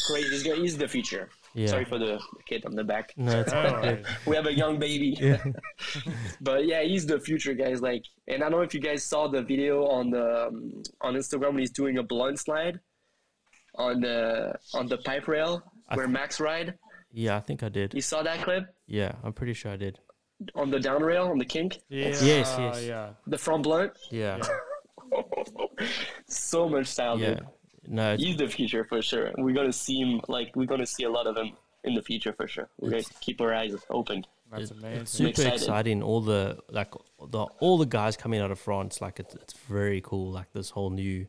Speaker 4: crazy. He's, gonna, he's the future.
Speaker 3: Yeah.
Speaker 4: Sorry for the kid on the back.
Speaker 3: No, it's,
Speaker 5: All right.
Speaker 4: We have a young baby. but yeah, he's the future, guys. Like, and I don't know if you guys saw the video on the um, on Instagram when he's doing a blunt slide on the on the pipe rail where Max ride.
Speaker 3: yeah, I think I did.
Speaker 4: You saw that clip
Speaker 3: Yeah, I'm pretty sure I did.
Speaker 4: on the down rail on the kink,
Speaker 5: Yeah.
Speaker 3: Yes, yes.
Speaker 5: Yeah.
Speaker 4: the front blunt.
Speaker 3: Yeah,
Speaker 4: so much style,
Speaker 3: yeah.
Speaker 4: dude.
Speaker 3: No, it's,
Speaker 4: He's the future for sure. We're gonna see him. Like, we're gonna see a lot of him in the future for sure. We're gonna keep our eyes open.
Speaker 5: That's amazing.
Speaker 3: it's super
Speaker 4: excited.
Speaker 3: exciting. All the like the all the guys coming out of France, like it's it's very cool. Like this whole new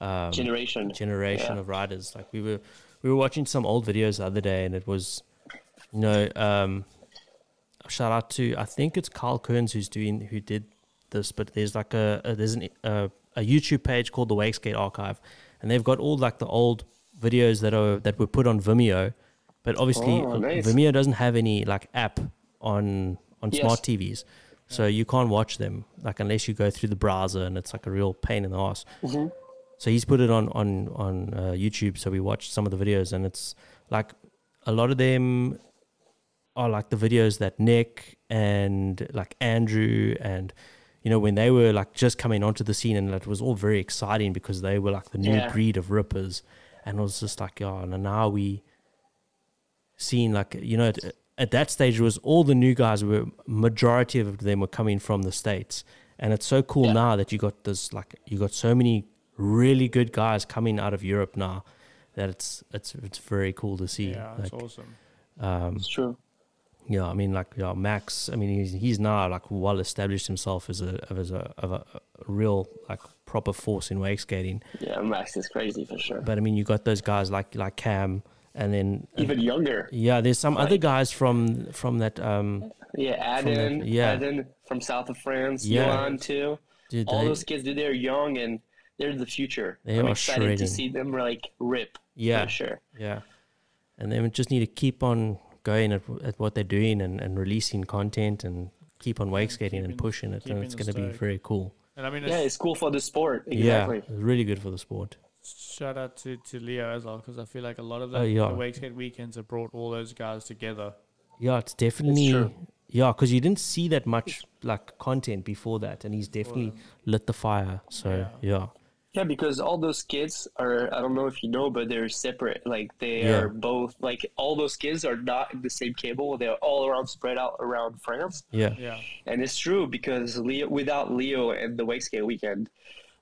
Speaker 3: Um,
Speaker 4: Generation.
Speaker 3: generation of riders. Like we were we were watching some old videos the other day, and it was, you know, um, shout out to I think it's Carl Kearns who's doing who did this, but there's like a, a there's an, a, a YouTube page called the Wakeskate Archive, and they've got all like the old videos that are that were put on Vimeo, but obviously
Speaker 4: Oh, nice.
Speaker 3: Vimeo doesn't have any like app on on
Speaker 4: Yes.
Speaker 3: smart TVs. So you can't watch them like unless you go through the browser and it's like a real pain in the ass. So he's put it on on on uh, YouTube. So we watched some of the videos, and it's like a lot of them are like the videos that Nick and like Andrew and you know when they were like just coming onto the scene, and it was all very exciting because they were like the new
Speaker 4: Yeah.
Speaker 3: breed of rippers, and it was just like yeah, and now we seeing like you know at, at that stage it was all the new guys were majority of them were coming from the states and it's so cool now that you got this like you got so many really good guys coming out of europe now that it's it's it's very cool to see
Speaker 5: yeah. It's
Speaker 3: like,
Speaker 5: awesome.
Speaker 4: It's true.
Speaker 3: yeah i mean like yeah max i mean he's, he's now like well established himself as a as a, of a, a real like proper force in wake skating
Speaker 4: Yeah, Max is crazy for sure.
Speaker 3: but i mean you got those guys like like cam and then
Speaker 4: Even younger.
Speaker 3: yeah there's some other guys from from that um
Speaker 4: Yeah,
Speaker 3: the-
Speaker 4: Aden,
Speaker 3: yeah.
Speaker 4: Aden from south of France,
Speaker 3: Yeah.
Speaker 4: Milan too.
Speaker 3: dude,
Speaker 4: All
Speaker 3: they-
Speaker 4: those kids, dude, they're young and they're the future.
Speaker 3: They
Speaker 4: I'm
Speaker 3: are
Speaker 4: excited
Speaker 3: shredding.
Speaker 4: to see them like rip.
Speaker 3: Yeah.
Speaker 4: for sure.
Speaker 3: Yeah. And then we just need to keep on going at, at what they're doing and, and releasing content and keep on wake skating and
Speaker 5: keeping-
Speaker 3: pushing it. And
Speaker 5: keeping
Speaker 3: it's
Speaker 5: the
Speaker 3: going to be
Speaker 5: stoke.
Speaker 3: very cool.
Speaker 5: And I mean,
Speaker 4: Yeah,
Speaker 5: it's,
Speaker 4: it's cool for the sport. Exactly.
Speaker 3: Yeah. Really good for the sport.
Speaker 5: shout out to, to Leo as well because I feel like a lot of the,
Speaker 3: Oh, yeah.
Speaker 5: the Wakeskate weekends have brought all those guys together.
Speaker 3: Yeah, it's definitely. Yeah, 'cause
Speaker 4: true.
Speaker 3: yeah, because you didn't see that much like content before that, and he's definitely lit the fire. So yeah,
Speaker 4: Yeah, because all those kids are, I don't know if you know, but they're separate. Like, they
Speaker 3: Yeah.
Speaker 4: are both, like, all those kids are not in the same cable. They're all around, spread out around France.
Speaker 3: yeah, yeah,
Speaker 5: Yeah.
Speaker 4: And it's true because Leo, without Leo and the Wake Skate Weekend,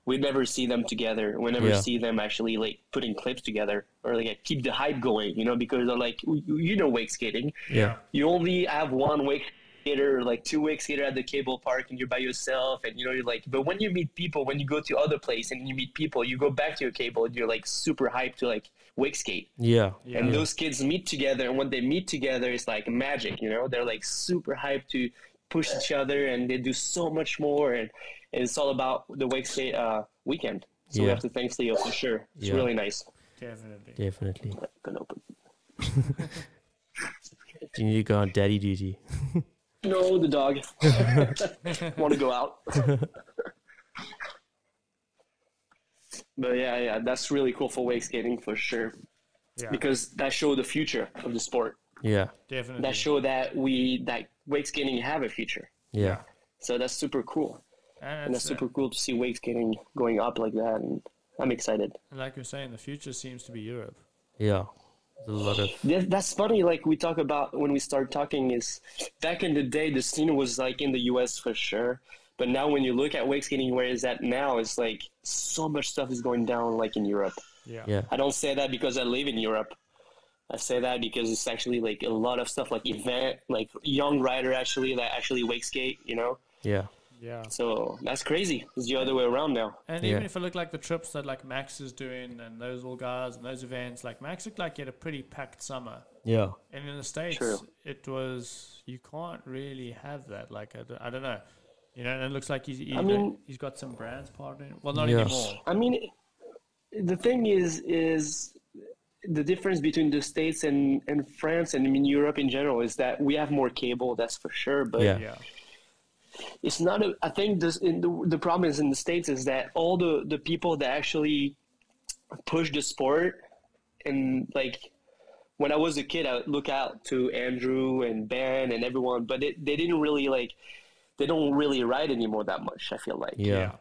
Speaker 4: we never see them together. We never
Speaker 3: Yeah.
Speaker 4: see them actually like putting clips together or like keep the hype going, you know, because they're like, you you know, wake skating.
Speaker 3: yeah,
Speaker 4: You only have one wake skater, like two wake skater at the cable park and you're by yourself. And, you know, you're like, but when you meet people, when you go to other place and you meet people, you go back to your cable and you're like super hyped to like wake skate.
Speaker 3: yeah,
Speaker 5: Yeah.
Speaker 4: And those kids meet together, and when they meet together, it's like magic, you know? They're like super hyped to push each other, and they do so much more. And, and it's all about the Wake State uh, weekend. So we
Speaker 3: Yeah.
Speaker 4: have to thank Leo for sure. It's
Speaker 3: Yeah.
Speaker 4: really nice.
Speaker 5: Definitely.
Speaker 3: definitely.
Speaker 4: Gonna open.
Speaker 3: You need to go on daddy duty.
Speaker 4: No, the dog. Want to go out. but yeah, yeah, that's really cool for wake skating for sure.
Speaker 5: Yeah.
Speaker 4: Because that showed the future of the sport.
Speaker 3: Yeah.
Speaker 5: Definitely.
Speaker 4: That showed that we that wake skating have a future.
Speaker 3: Yeah.
Speaker 4: So that's super cool.
Speaker 5: and
Speaker 4: And
Speaker 5: it's,
Speaker 4: that's
Speaker 5: uh,
Speaker 4: super cool to see wake skating going up like that and I'm excited.
Speaker 5: like you're saying, the future seems to be Europe.
Speaker 3: Yeah. There's a lot of
Speaker 4: Yeah, that's funny. Like we talk about when we start talking is back in the day, the scene was like in the U.S. for sure. But now, when you look at wake skating, where is that now? It's like so much stuff is going down, like in Europe.
Speaker 5: Yeah.
Speaker 3: yeah.
Speaker 4: I don't say that because I live in Europe. I say that because it's actually like a lot of stuff, like event, like young rider actually that actually wake skate. You know,
Speaker 3: Yeah.
Speaker 5: Yeah.
Speaker 4: so that's crazy. It's the other way around now.
Speaker 5: And
Speaker 3: Yeah.
Speaker 5: even if I look like the trips that like Max is doing and those all guys and those events, like Max looked like he had a pretty packed summer.
Speaker 3: Yeah.
Speaker 5: And in the States,
Speaker 4: True.
Speaker 5: it was, you can't really have that. Like, I don't, I don't know. You know, and it looks like he's, he's,
Speaker 4: mean-
Speaker 5: he's got some brands partnering. Well, not
Speaker 3: Yeah.
Speaker 5: anymore.
Speaker 4: I mean, the thing is, is the difference between the states and, and France and I mean Europe in general is that we have more cable, that's for sure. But
Speaker 3: Yeah.
Speaker 5: Yeah.
Speaker 4: it's not. A, I think this in the the problem is in the states is that all the the people that actually push the sport and like. When I was a kid, I would look out to Andrew and Ben and everyone, but it, they didn't really like, they don't really ride anymore that much. I feel like,
Speaker 3: Yeah.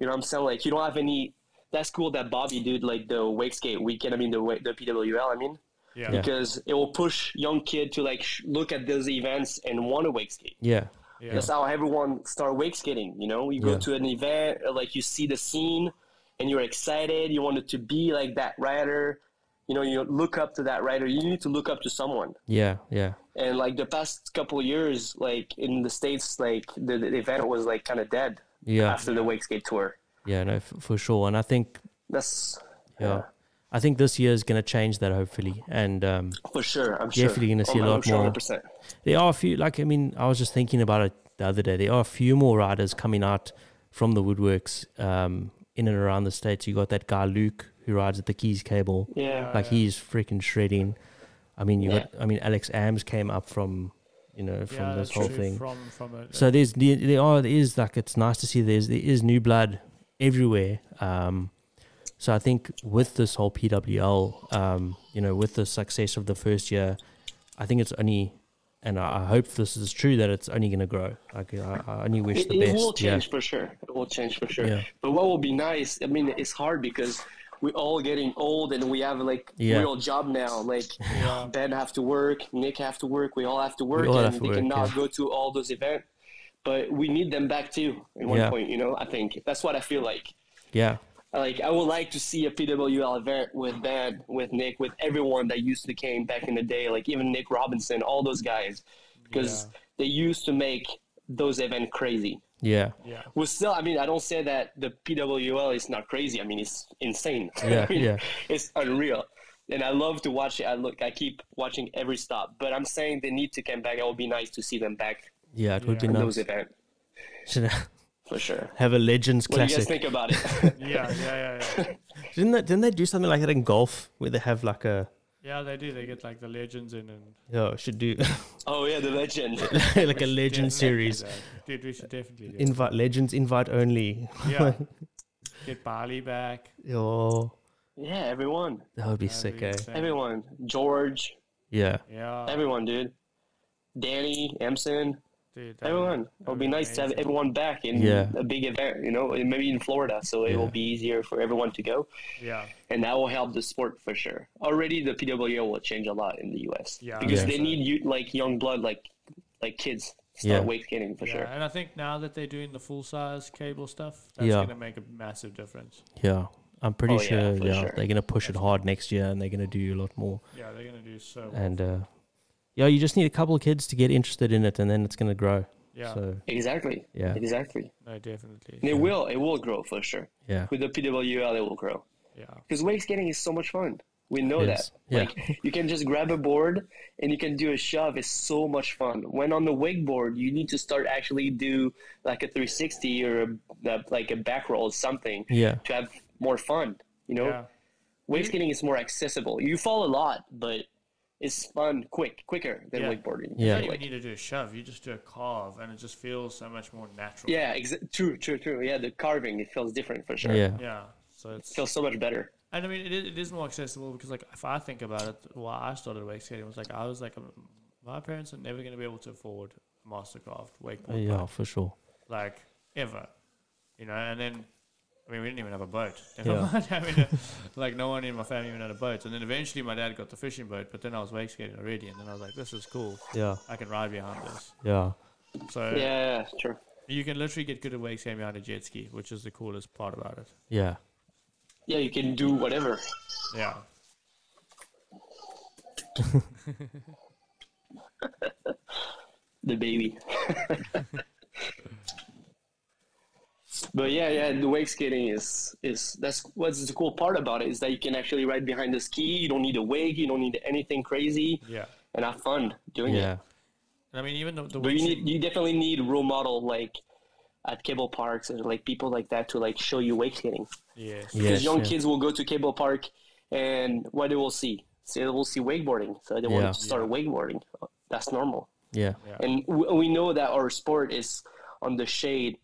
Speaker 4: you know what I'm saying? Like you don't have any. That's cool that Bobby did like the wake skate weekend. I mean the wa- the PWL. I mean
Speaker 5: Yeah.
Speaker 3: Yeah.
Speaker 4: because it will push young kid to like sh- look at those events and want to wake skate.
Speaker 3: Yeah.
Speaker 5: Yeah.
Speaker 4: That's how everyone start wake skating. You know, you go
Speaker 3: Yeah.
Speaker 4: to an event or, like you see the scene and you're excited. You wanted to be like that rider. You know, you look up to that rider. You need to look up to someone
Speaker 3: Yeah. Yeah.
Speaker 4: and like the past couple years like in the states like the, the event was like kind of dead
Speaker 3: Yeah.
Speaker 4: after the wake skate tour
Speaker 3: Yeah. No, f- for sure. And I think
Speaker 4: that's
Speaker 3: yeah. I think this year is going to change that hopefully. And um,
Speaker 4: for sure i'm
Speaker 3: Definitely
Speaker 4: sure
Speaker 3: gonna see a
Speaker 4: I'm-
Speaker 3: lot
Speaker 4: I'm sure
Speaker 3: more.
Speaker 4: 100%.
Speaker 3: there are a few, like, I mean, I was just thinking about it the other day. There are a few more riders coming out from the woodworks um, in and around the States. You got that guy, Luke, who rides at the Keys Cable.
Speaker 4: yeah
Speaker 3: Like, he's freaking shredding. I mean, you
Speaker 4: Yeah.
Speaker 3: got, I mean, Alex Ams came up from, you know, from
Speaker 5: yeah,
Speaker 3: this
Speaker 5: that's
Speaker 3: whole
Speaker 5: true.
Speaker 3: thing.
Speaker 5: From, from a,
Speaker 3: So there's there there are there is like it's nice to see there's there is new blood everywhere. Um, so I think with this whole PWL, um, you know, with the success of the first year, I think it's only, and I, I hope this is true that it's only going to grow. Like I, I only wish
Speaker 4: it,
Speaker 3: the
Speaker 4: it
Speaker 3: best.
Speaker 4: will
Speaker 3: yeah,
Speaker 4: change for sure it will change for sure
Speaker 3: Yeah.
Speaker 4: but what will be nice i mean it's hard because we're all getting old and we have like
Speaker 3: Yeah.
Speaker 4: real job now like ben have to work nick have to work we all have to work
Speaker 3: all
Speaker 4: and
Speaker 3: have to
Speaker 4: they
Speaker 3: work,
Speaker 4: cannot
Speaker 3: yeah.
Speaker 4: go to all those events but we need them back too at one
Speaker 3: Yeah.
Speaker 4: point you know i think that's what i feel like
Speaker 3: yeah,
Speaker 4: like I would like to see a PWL event with Ben, with Nick, with everyone that used to came back in the day, like even Nick Robinson, all those guys, because they used to make those events crazy.
Speaker 3: yeah,
Speaker 5: yeah.
Speaker 4: Well, still, I mean, I don't say that the PWL is not crazy. I mean, it's insane.
Speaker 3: Yeah,
Speaker 4: I mean,
Speaker 3: yeah.
Speaker 4: It's unreal, and I love to watch it. I look, I keep watching every stop. But I'm saying they need to come back. It would be nice to see them back
Speaker 3: yeah. It would be
Speaker 5: Yeah.
Speaker 4: in
Speaker 3: nice.
Speaker 4: those events
Speaker 3: Should
Speaker 4: for sure.
Speaker 3: have a Legends
Speaker 4: What do you guys
Speaker 3: Classic.
Speaker 4: think about it?
Speaker 5: Yeah. Yeah. Yeah. Yeah.
Speaker 3: Didn't they, didn't they do something like that in golf where they have like a
Speaker 5: Yeah, they do. They get like the legends in and
Speaker 3: oh should do
Speaker 4: oh yeah, the legend.
Speaker 3: like a
Speaker 5: definitely
Speaker 3: Legends series.
Speaker 5: do that. Dude, we should definitely do.
Speaker 3: Invite Legends, invite only.
Speaker 5: that. Yeah. Get Bali back.
Speaker 3: Oh,
Speaker 4: yeah, everyone.
Speaker 3: that would be
Speaker 5: That'd
Speaker 3: sick,
Speaker 5: be
Speaker 3: eh?
Speaker 5: insane.
Speaker 4: Everyone, George,
Speaker 3: Yeah,
Speaker 5: Yeah.
Speaker 4: everyone, dude. Danny, Emson,
Speaker 5: Dude, that-
Speaker 4: everyone. It'll be nice to have
Speaker 5: amazing.
Speaker 4: everyone back in
Speaker 3: Yeah.
Speaker 4: a big event, you know, and maybe in Florida, so it will
Speaker 3: Yeah.
Speaker 4: be easier for everyone to go,
Speaker 5: Yeah.
Speaker 4: and that will help the sport for sure. Already, the PWO will change a lot in the U.S.
Speaker 5: Yeah,
Speaker 4: because
Speaker 3: Yeah.
Speaker 4: they need you like young blood, like like kids
Speaker 3: Yeah.
Speaker 4: start wake skating for
Speaker 5: Yeah,
Speaker 4: sure.
Speaker 5: and I think now that they're doing the full size cable stuff, that's
Speaker 3: Yeah.
Speaker 5: going to make a massive difference.
Speaker 3: yeah. I'm pretty
Speaker 4: Oh, yeah,
Speaker 3: sure.
Speaker 4: for
Speaker 3: Yeah,
Speaker 4: sure.
Speaker 3: they're gonna push it hard next year, and they're gonna do a lot more.
Speaker 5: Yeah, they're going to do so. well.
Speaker 3: And uh, yeah, you just need a couple of kids to get interested in it, and then it's gonna grow.
Speaker 5: Yeah,
Speaker 3: So
Speaker 4: Exactly.
Speaker 3: Yeah.
Speaker 4: Exactly.
Speaker 5: no, definitely.
Speaker 4: And it will. It will grow for sure.
Speaker 3: yeah,
Speaker 4: With the PWL, it will grow.
Speaker 5: Yeah,
Speaker 4: because wake skating is so much fun. We know
Speaker 3: It
Speaker 4: that.
Speaker 3: is. Yeah.
Speaker 4: Like you can just grab a board and you can do a shove. It's so much fun. When on the wakeboard, you need to start actually do like a 360 or a, a- like a back roll or something
Speaker 3: yeah,
Speaker 4: to have more fun. You know,
Speaker 5: yeah,
Speaker 4: wake skating is more accessible. You fall a lot, but is fun, quick, quicker than
Speaker 5: Yeah.
Speaker 4: wakeboarding. I
Speaker 3: Yeah.
Speaker 5: You
Speaker 4: feel
Speaker 5: don't
Speaker 4: like.
Speaker 5: even need to do a shove. You just do a carve, and it just feels so much more natural.
Speaker 4: Yeah, exa- true, true, true. Yeah, the carving it feels different for sure.
Speaker 3: Yeah.
Speaker 5: Yeah. So it's
Speaker 4: feels so much better.
Speaker 5: And I mean, it is, it is more accessible because, like, if I think about it, why I started wake skating was like I was like, um, my parents are never going to be able to afford a Mastercraft wakeboard,
Speaker 3: Yeah,
Speaker 5: bike,
Speaker 3: for sure.
Speaker 5: like ever, you know. And then, I mean, we didn't even have a boat. Never
Speaker 3: Yeah.
Speaker 5: mind having a, like no one in my family even had a boat. And then eventually, my dad got the fishing boat, but then I was wake skating already, and then I was like, this is cool.
Speaker 3: Yeah.
Speaker 5: I can ride behind this.
Speaker 3: Yeah.
Speaker 5: So
Speaker 4: Yeah, true.
Speaker 5: you can literally get good at wake skating behind a jet ski, which is the coolest part about it.
Speaker 3: Yeah.
Speaker 4: Yeah, you can do whatever.
Speaker 5: Yeah.
Speaker 4: the baby. but yeah, yeah, the wake skating is is that's what's the cool part about it is that you can actually ride behind the ski. You don't need a wig. You don't need anything crazy,
Speaker 5: Yeah.
Speaker 4: and have fun doing it.
Speaker 3: Yeah.
Speaker 5: And I mean, even the, the
Speaker 4: But
Speaker 5: wake
Speaker 4: you
Speaker 5: sk-
Speaker 4: need you definitely need role model like at cable parks and like people like that to like show you wake skating
Speaker 5: Yes.
Speaker 3: Yes,
Speaker 4: because young
Speaker 3: yeah.
Speaker 4: kids will go to cable park and what they will see. So they will see wakeboarding, so they
Speaker 3: Yeah.
Speaker 4: want to start wakeboarding. That's normal.
Speaker 3: Yeah.
Speaker 4: And w- we know that our sport is on the shade.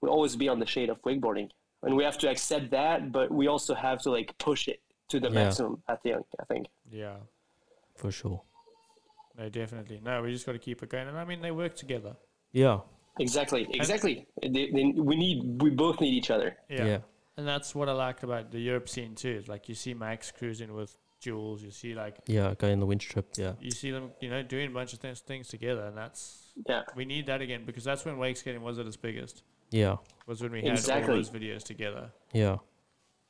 Speaker 4: We always be on the shade of wakeboarding, and we have to accept that. But we also have to like push it to the
Speaker 3: Yeah.
Speaker 4: maximum. I think. I think.
Speaker 5: Yeah.
Speaker 3: For sure.
Speaker 5: No, definitely. No, we just got to keep it going. And I mean, they work together.
Speaker 3: Yeah.
Speaker 4: Exactly. Exactly. They- they- we need. We both need each other.
Speaker 5: Yeah.
Speaker 3: Yeah.
Speaker 5: And that's what I like about the Europe scene too. It's Like you see Max cruising with Jules. You see like
Speaker 3: Yeah. Going the winch trip. Yeah.
Speaker 5: you see them, you know, doing a bunch of things things together. And that's
Speaker 4: Yeah.
Speaker 5: we need that again because that's when wake skating was at its biggest.
Speaker 3: Yeah.
Speaker 5: Was when we had all
Speaker 4: Exactly.
Speaker 5: those videos together.
Speaker 3: Yeah.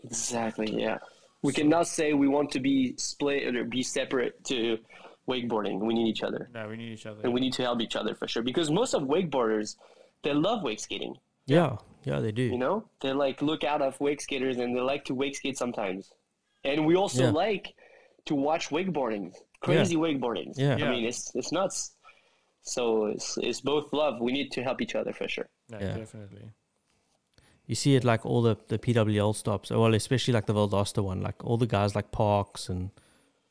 Speaker 4: Exactly. Yeah. We cannot say we want to be split or be separate to wakeboarding. We need each other,
Speaker 5: No, we need each other.
Speaker 4: and we need to help each other for sure. Because most of wakeboarders, they love wake skating.
Speaker 3: Yeah. Yeah. They do.
Speaker 4: You know, they like look out of wake skaters and they like to wake skate sometimes. And we also
Speaker 3: Yeah.
Speaker 4: like to watch wakeboarding, crazy wakeboarding.
Speaker 3: Yeah.
Speaker 4: I
Speaker 5: Yeah.
Speaker 4: mean, it's it's nuts. So it's it's both love. We need to help each other for sure.
Speaker 5: no,
Speaker 3: Yeah.
Speaker 5: definitely.
Speaker 3: You see it like all the, the PWL stops, or well, especially like the Valdosta one, like all the guys like Parks and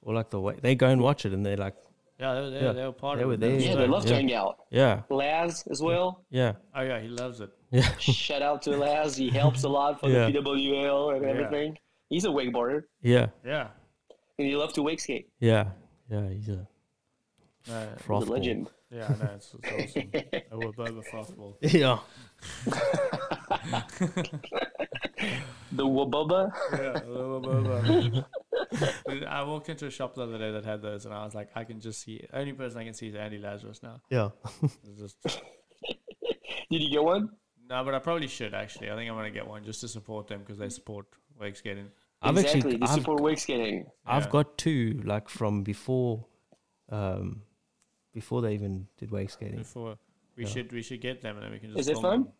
Speaker 3: or like the way they go and watch it and they're like,
Speaker 5: Yeah, they were, they were,
Speaker 3: Yeah.
Speaker 5: they were part
Speaker 3: They
Speaker 5: of
Speaker 3: were
Speaker 5: it.
Speaker 3: there.
Speaker 5: was
Speaker 4: Yeah,
Speaker 3: Yeah,
Speaker 4: they
Speaker 5: dope.
Speaker 4: love to
Speaker 3: yeah.
Speaker 4: hang out.
Speaker 3: yeah,
Speaker 4: Laz as well.
Speaker 3: yeah,
Speaker 5: Oh yeah, he loves it.
Speaker 3: yeah,
Speaker 4: Shout out to Laz. He helps a lot for
Speaker 3: Yeah.
Speaker 4: the PWL and
Speaker 5: Yeah.
Speaker 4: everything. He's a wakeboarder
Speaker 3: yeah,
Speaker 5: Yeah.
Speaker 4: and he loves to wake skate.
Speaker 3: yeah, yeah. He's a
Speaker 5: No,
Speaker 4: Uh, He's
Speaker 3: frothball.
Speaker 4: a legend.
Speaker 5: yeah, I know it's, it's awesome. I will Boba Frothball.
Speaker 3: Yeah,
Speaker 4: The Waboba.
Speaker 5: Yeah, blah, blah, blah, blah. I walked into a shop the other day that had those, and I was like, I can just see. Only person I can see is Andy Lazarus now.
Speaker 3: yeah,
Speaker 5: It's just-
Speaker 4: Did you get one?
Speaker 5: no, but I probably should actually. I think I'm gonna get one just to support them because they support wake skating.
Speaker 3: I've
Speaker 4: exactly.
Speaker 3: actually,
Speaker 4: they
Speaker 3: I've,
Speaker 4: support wake skating.
Speaker 3: I've
Speaker 5: Yeah.
Speaker 3: got two like from before, um, before they even did wake skating.
Speaker 5: Before we should we should get them, and then we can just.
Speaker 4: Is it
Speaker 5: film
Speaker 4: fun?
Speaker 5: them.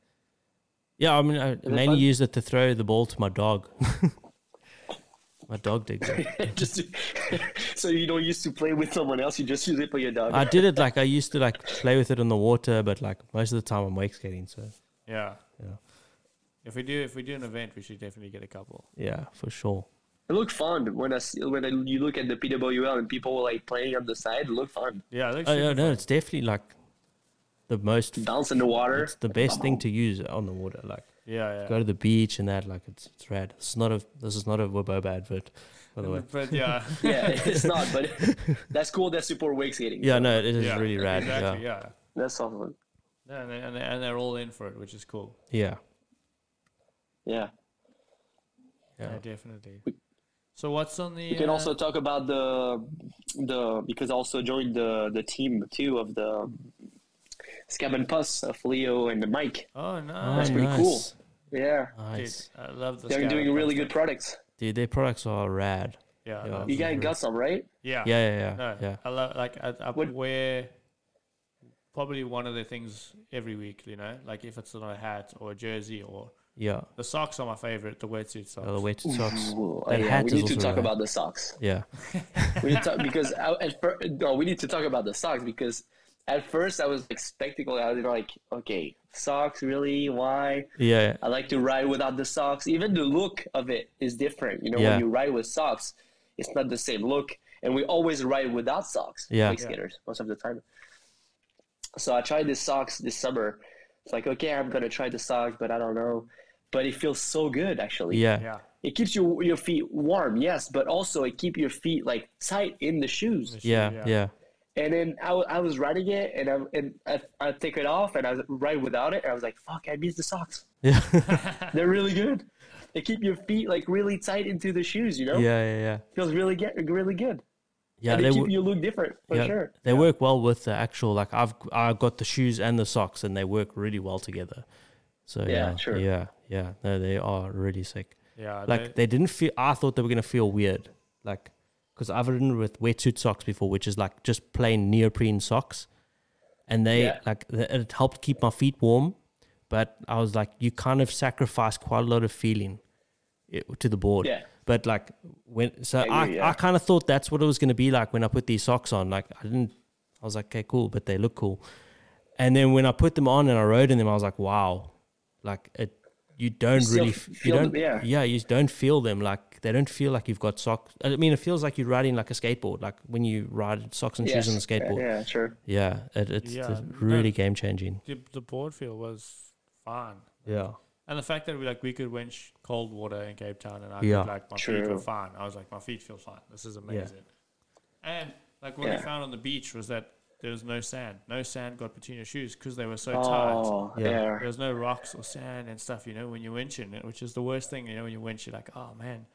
Speaker 3: Yeah, I mean, I mainly
Speaker 4: fun?
Speaker 3: used it to throw the ball to my dog. my dog did. it.
Speaker 4: just so you don't used to play with someone else, you just use it for your dog.
Speaker 3: I did it like I used to like play with it in the water, but like most of the time I'm wake skating. So
Speaker 5: Yeah.
Speaker 3: Yeah.
Speaker 5: If we do if we do an event, we should definitely get a couple.
Speaker 3: yeah, for sure.
Speaker 4: it looked fun when I s- when I, you look at the PWL and people were like playing on the side. It looked fun.
Speaker 5: Yeah. it looks
Speaker 3: Oh yeah,
Speaker 5: super
Speaker 3: no, it's definitely like the most,
Speaker 4: Bounce in the water.
Speaker 3: it's the best thing to use on the water. Like
Speaker 5: fun. yeah.
Speaker 3: go
Speaker 5: Yeah.
Speaker 3: to the beach and that, like it's, it's rad. It's not a, this is not a Waboba advert, by the way.
Speaker 5: But yeah.
Speaker 4: yeah, it's not, but that's cool. That's super wake skating.
Speaker 3: Yeah, no, it is
Speaker 5: yeah,
Speaker 3: really rad.
Speaker 5: Exactly.
Speaker 3: yeah.
Speaker 5: Yeah.
Speaker 4: that's awesome.
Speaker 5: yeah. And, they, and, they, and they're all in for it, which is cool.
Speaker 3: yeah,
Speaker 4: Yeah,
Speaker 3: yeah,
Speaker 5: Yeah, definitely. So what's on the?
Speaker 4: you can
Speaker 5: uh,
Speaker 4: also talk about the the because I also joined the the team too of the Scab and Puss of Leo and the Mike.
Speaker 5: Oh
Speaker 3: Oh,
Speaker 5: no,
Speaker 4: That's pretty cool.
Speaker 3: nice,
Speaker 4: Yeah,
Speaker 3: Uh,
Speaker 5: dude,
Speaker 3: Nice,
Speaker 5: I love the.
Speaker 4: they're
Speaker 5: Scarab
Speaker 4: doing really good
Speaker 5: concept.
Speaker 4: products.
Speaker 3: dude. Their products are rad.
Speaker 5: Yeah, I
Speaker 3: Yeah.
Speaker 5: love-
Speaker 4: You guys got some, right?
Speaker 5: yeah,
Speaker 3: Yeah, yeah, yeah,
Speaker 5: No,
Speaker 3: yeah.
Speaker 5: I love like I, I
Speaker 4: What-
Speaker 5: wear probably one of the things every week. You know, like if it's not a hat or a jersey or
Speaker 3: yeah.
Speaker 5: the socks are my favorite. The wetsuit socks.
Speaker 3: Oh, the wet socks.
Speaker 4: Ooh,
Speaker 3: That
Speaker 4: yeah,
Speaker 3: hat
Speaker 4: we
Speaker 3: is
Speaker 4: need to
Speaker 3: also
Speaker 4: talk
Speaker 3: rad.
Speaker 4: about the socks.
Speaker 3: Yeah,
Speaker 4: we need to talk, because I, at fir- no, we need to talk about the socks because at first I was like spectacle. I was like, okay, socks really? Why?
Speaker 3: yeah,
Speaker 4: I like to ride without the socks. Even the look of it is different. You know,
Speaker 3: Yeah.
Speaker 4: when you ride with socks, it's not the same look. and we always ride without socks.
Speaker 3: Yeah.
Speaker 4: like
Speaker 5: Yeah.
Speaker 4: skaters most of the time. So I tried the socks this summer. It's like okay, I'm gonna try the socks, but I don't know. But it feels so good actually.
Speaker 3: Yeah.
Speaker 5: Yeah.
Speaker 4: It keeps your your feet warm, yes, but also it keep your feet like tight in the shoes.
Speaker 5: the shoe,
Speaker 3: Yeah. Yeah.
Speaker 4: And then I, wa- I was riding it, and I and I, I take it off, and I was ride without it, and I was like, "Fuck, I miss the socks.
Speaker 3: Yeah. Yeah.
Speaker 4: They're really good. They keep your feet like really tight into the shoes. You know,
Speaker 3: Yeah. Yeah.
Speaker 4: feels really get really good.
Speaker 3: Yeah.
Speaker 4: Oh. they,
Speaker 3: They,
Speaker 4: keep
Speaker 3: wo-
Speaker 4: you look different for
Speaker 3: yeah,
Speaker 4: sure.
Speaker 3: they work well with the actual like I've I got the shoes and the socks and they work really well together. So yeah,
Speaker 4: Yeah, sure.
Speaker 3: yeah, yeah. No, they are really sick.
Speaker 5: Yeah.
Speaker 3: like
Speaker 5: they-
Speaker 3: they didn't feel i thought they were going to feel weird like because i've ridden with wetsuit socks before which is like just plain neoprene socks and they
Speaker 4: Yeah.
Speaker 3: like th- it helped keep my feet warm but i was like you kind of sacrifice quite a lot of feeling it- to the board
Speaker 4: Yeah.
Speaker 3: but like when so i,
Speaker 4: I agree,
Speaker 3: I,
Speaker 4: yeah.
Speaker 3: kind of thought that's what it was going to be like when i put these socks on like i didn't i was like okay cool but they look cool and then when i put them on and i rode in them i was like wow like it you don't
Speaker 4: still
Speaker 3: really
Speaker 4: f-
Speaker 3: f- you
Speaker 4: feel
Speaker 3: don't
Speaker 4: them, yeah.
Speaker 3: yeah, you just don't feel them. Like they don't feel like you've got socks. I mean, it feels like you're riding like a skateboard, like when you ride socks and shoes on the
Speaker 4: Yes.
Speaker 3: skateboard. Yeah,
Speaker 4: Yeah, yeah, sure.
Speaker 3: it, it's
Speaker 5: Yeah,
Speaker 3: it's really
Speaker 5: no.
Speaker 3: game changing.
Speaker 5: the, the board feel was fine.
Speaker 3: Yeah,
Speaker 5: And the fact that we like we could winch cold water in Cape Town and I
Speaker 3: Yeah.
Speaker 5: could like my feet
Speaker 4: True.
Speaker 5: were fine. I was like, my feet feel fine. This is amazing. And like what we
Speaker 4: Yeah.
Speaker 5: found on the beach was that there was no sand. No sand got between your shoes because they were so tight.
Speaker 4: Oh,
Speaker 3: Yeah.
Speaker 4: yeah.
Speaker 5: There's no rocks or sand and stuff, you know, when you're winching, which is the worst thing, you know, when you winch, you're like, oh man,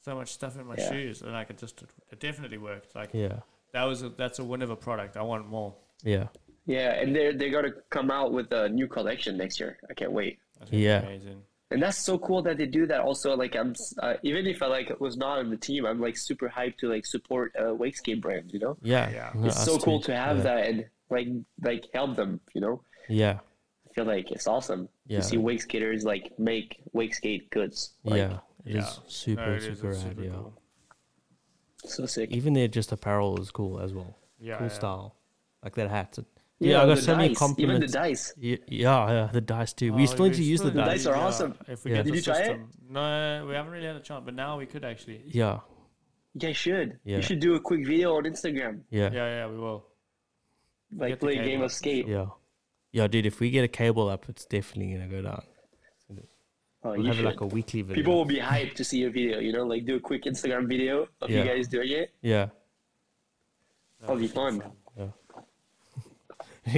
Speaker 5: so much stuff in my
Speaker 4: Yeah.
Speaker 5: shoes. And like, it just, it definitely worked. Like,
Speaker 3: yeah,
Speaker 5: that was, a, that's a win of a product. I want more.
Speaker 3: yeah,
Speaker 4: Yeah, and they're they're gonna come out with a new collection next year. I can't wait.
Speaker 5: That's gonna be
Speaker 3: Yeah.
Speaker 5: Amazing.
Speaker 4: And that's so cool that they do that. Also, like I'm s- uh, even if I like was not on the team, I'm like super hyped to like support uh, Wake Skate brand. You know,
Speaker 3: yeah.
Speaker 5: Yeah.
Speaker 3: No,
Speaker 4: it's so
Speaker 3: us
Speaker 4: cool
Speaker 3: too.
Speaker 4: to have
Speaker 3: yeah.
Speaker 4: that and like like help them. You know,
Speaker 3: Yeah,
Speaker 4: I feel like it's awesome
Speaker 3: Yeah.
Speaker 4: to see wake skaters like make wake skate goods. Like,
Speaker 3: yeah. It is
Speaker 5: Yeah.
Speaker 3: super
Speaker 5: No, it is,
Speaker 3: super
Speaker 5: it's
Speaker 3: rad.
Speaker 5: super
Speaker 3: yeah,
Speaker 5: cool.
Speaker 4: so sick.
Speaker 3: even their just apparel is cool as well.
Speaker 5: Yeah,
Speaker 3: cool
Speaker 5: yeah.
Speaker 3: style, like that hat. Yeah, I got
Speaker 4: the
Speaker 3: so many
Speaker 4: dice,
Speaker 3: compliments.
Speaker 4: Even the dice.
Speaker 3: Ye- Yeah, yeah, the dice too.
Speaker 5: Oh,
Speaker 3: we still need to
Speaker 5: we
Speaker 3: use the
Speaker 5: still-
Speaker 3: dice.
Speaker 4: dice are awesome.
Speaker 5: If we
Speaker 3: Yeah.
Speaker 5: get
Speaker 4: Did
Speaker 5: the
Speaker 4: you try it?
Speaker 5: system. No, we haven't really had a chance, but now we could actually.
Speaker 3: Yeah,
Speaker 4: You guys should.
Speaker 3: Yeah.
Speaker 4: You should do a quick video on Instagram,
Speaker 3: yeah,
Speaker 5: Yeah, yeah, we will.
Speaker 4: like
Speaker 5: Get the
Speaker 4: play a game
Speaker 5: cable.
Speaker 4: of skate.
Speaker 3: Yeah. Yeah, dude, if we get a cable up, it's definitely going to go down.
Speaker 4: Oh,
Speaker 3: We'll
Speaker 4: you
Speaker 3: have
Speaker 4: should.
Speaker 3: like a weekly video.
Speaker 4: People will be hyped to see your video. You know, like do a quick Instagram video of
Speaker 3: Yeah.
Speaker 4: you guys doing it.
Speaker 3: yeah.
Speaker 4: That'll be fun.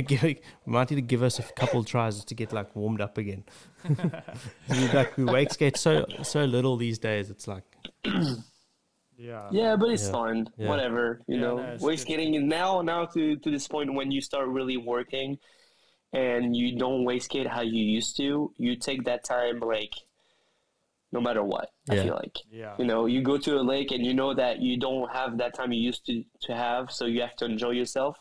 Speaker 3: Give- we might need to give us a couple tries just to get like warmed up again. We, like we wake skate so so little these days. It's like
Speaker 5: Yeah.
Speaker 4: Yeah, but it's
Speaker 3: Yeah.
Speaker 4: fun.
Speaker 3: Yeah.
Speaker 4: Whatever, you
Speaker 5: Yeah,
Speaker 4: know.
Speaker 5: no, it's
Speaker 4: Wake
Speaker 5: good.
Speaker 4: skating is now now to to this point when you start really working, and you don't waste skate how you used to. You take that time like, no matter what.
Speaker 3: Yeah.
Speaker 4: I feel like.
Speaker 5: Yeah.
Speaker 4: You know, you go to a lake and you know that you don't have that time you used to, to have, so you have to enjoy yourself.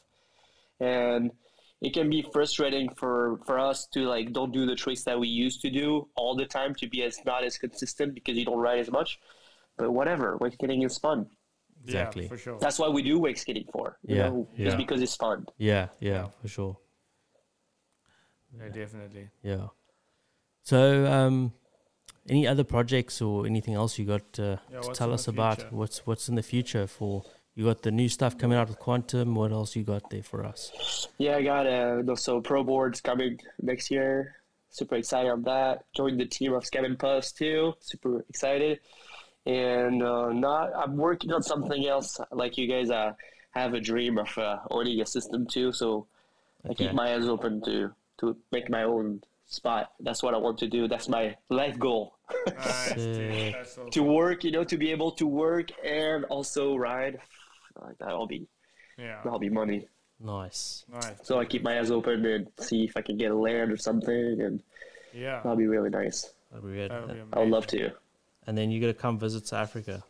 Speaker 4: And it can be frustrating for, for us to like don't do the tricks that we used to do all the time to be as not as consistent because you don't ride as much. But whatever, wake skating is fun.
Speaker 3: Exactly.
Speaker 5: Yeah, for sure.
Speaker 4: That's why we do wake skating for. You
Speaker 3: Yeah,
Speaker 4: know,
Speaker 3: yeah.
Speaker 4: just because it's fun.
Speaker 3: yeah, yeah, for sure.
Speaker 5: Yeah, definitely.
Speaker 3: Yeah. So um any other projects or anything else you got uh,
Speaker 5: Yeah,
Speaker 3: to
Speaker 5: what's
Speaker 3: tell
Speaker 5: in the
Speaker 3: us about
Speaker 5: future?
Speaker 3: what's what's in the future for you got the new stuff coming out with quantum what else you got there for us
Speaker 4: Yeah, I got uh, so pro boards coming next year. Super excited on that. Joined the team of Scam and Puffs too. Super excited. And uh, not, I'm working on something else. Like you guys, uh, have a dream of uh, owning a system too. So I
Speaker 3: Okay.
Speaker 4: keep my eyes open to to make my own spot. That's what I want to do. That's my life goal.
Speaker 3: Uh,
Speaker 5: Nice, dude.
Speaker 3: Sick.
Speaker 5: That's awesome.
Speaker 4: to work, you know, to be able to work and also ride. Like that'll be
Speaker 5: Yeah.
Speaker 4: that'll be money.
Speaker 3: nice
Speaker 5: Nice.
Speaker 4: So I keep my eyes open and see if I can get a land or something, and
Speaker 5: Yeah.
Speaker 4: that'll be really nice.
Speaker 3: That'd be good.
Speaker 5: That would be
Speaker 4: I would
Speaker 5: amazing.
Speaker 4: love to.
Speaker 3: and then you gotta come visit South Africa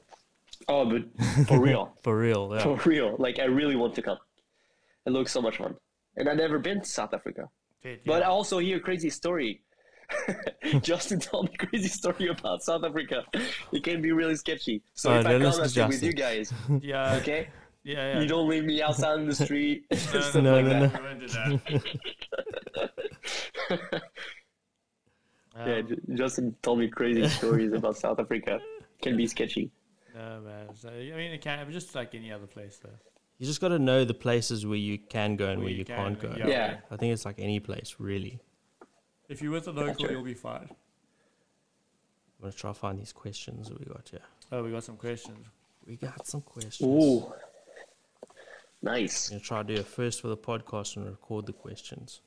Speaker 4: Oh, but for real,
Speaker 3: for real. Yeah.
Speaker 4: for real. Like I really want to come. It looks so much fun, and I've never been to South Africa.
Speaker 5: Dude,
Speaker 4: But I
Speaker 5: yeah.
Speaker 4: also hear crazy story. Justin told me crazy story about South Africa. It can be really sketchy. So
Speaker 3: Oh,
Speaker 4: if I
Speaker 3: don't
Speaker 4: come,
Speaker 3: listen
Speaker 4: I
Speaker 3: to
Speaker 4: stay with
Speaker 3: Justin.
Speaker 4: you guys.
Speaker 5: yeah.
Speaker 4: Okay,
Speaker 5: Yeah. Yeah.
Speaker 4: you don't leave me outside in the street. Stuff
Speaker 3: no,
Speaker 4: like
Speaker 3: no,
Speaker 4: that.
Speaker 3: no.
Speaker 5: We won't do that.
Speaker 4: Yeah,
Speaker 5: Um,
Speaker 4: Ju- Justin told me crazy stories about South Africa. Can be sketchy.
Speaker 5: no, No man. So I mean, it can. But just like any other place, though.
Speaker 3: You just got to know the places where you can go and
Speaker 5: Where
Speaker 3: where,
Speaker 5: you
Speaker 3: you,
Speaker 5: can,
Speaker 3: can't go.
Speaker 5: yeah.
Speaker 4: Yeah.
Speaker 3: I think it's like any place really.
Speaker 5: If you're with a local, you'll be fine.
Speaker 3: I'm gonna try to find these questions that we got here.
Speaker 5: Oh, we got some questions.
Speaker 3: We got some questions.
Speaker 4: Ooh. Nice.
Speaker 3: I'm gonna try to do it first for the podcast and record the questions.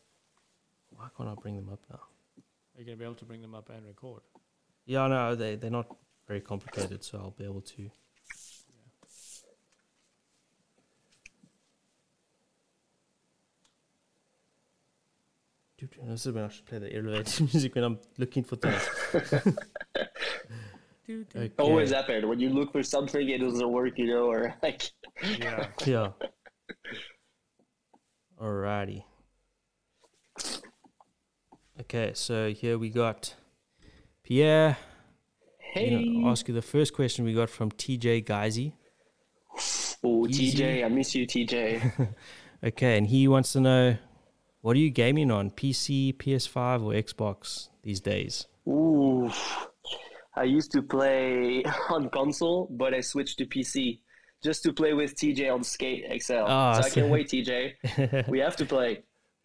Speaker 3: Why can't I bring them up now?
Speaker 5: Are you gonna be able to bring them up and record?
Speaker 3: Yeah, no, they they're not very complicated, so I'll be able to. Dude, this is when I should play the elevator music when I'm looking for things. Okay.
Speaker 4: Always happen when you look for something it doesn't work, you know, or like
Speaker 5: Yeah.
Speaker 3: Yeah. Alrighty. Okay, so here we got Pierre.
Speaker 4: hey,
Speaker 3: You know, ask you the first question we got from TJ Geisey.
Speaker 4: oh
Speaker 3: easy.
Speaker 4: TJ, I miss you, TJ.
Speaker 3: Okay, and he wants to know what are you gaming on? PC, PS5, or Xbox these days?
Speaker 4: Ooh, I used to play on console, but I switched to PC just to play with TJ on Skate XL.
Speaker 3: Ah,
Speaker 4: so I
Speaker 3: so-
Speaker 4: can't wait, TJ. we have to play.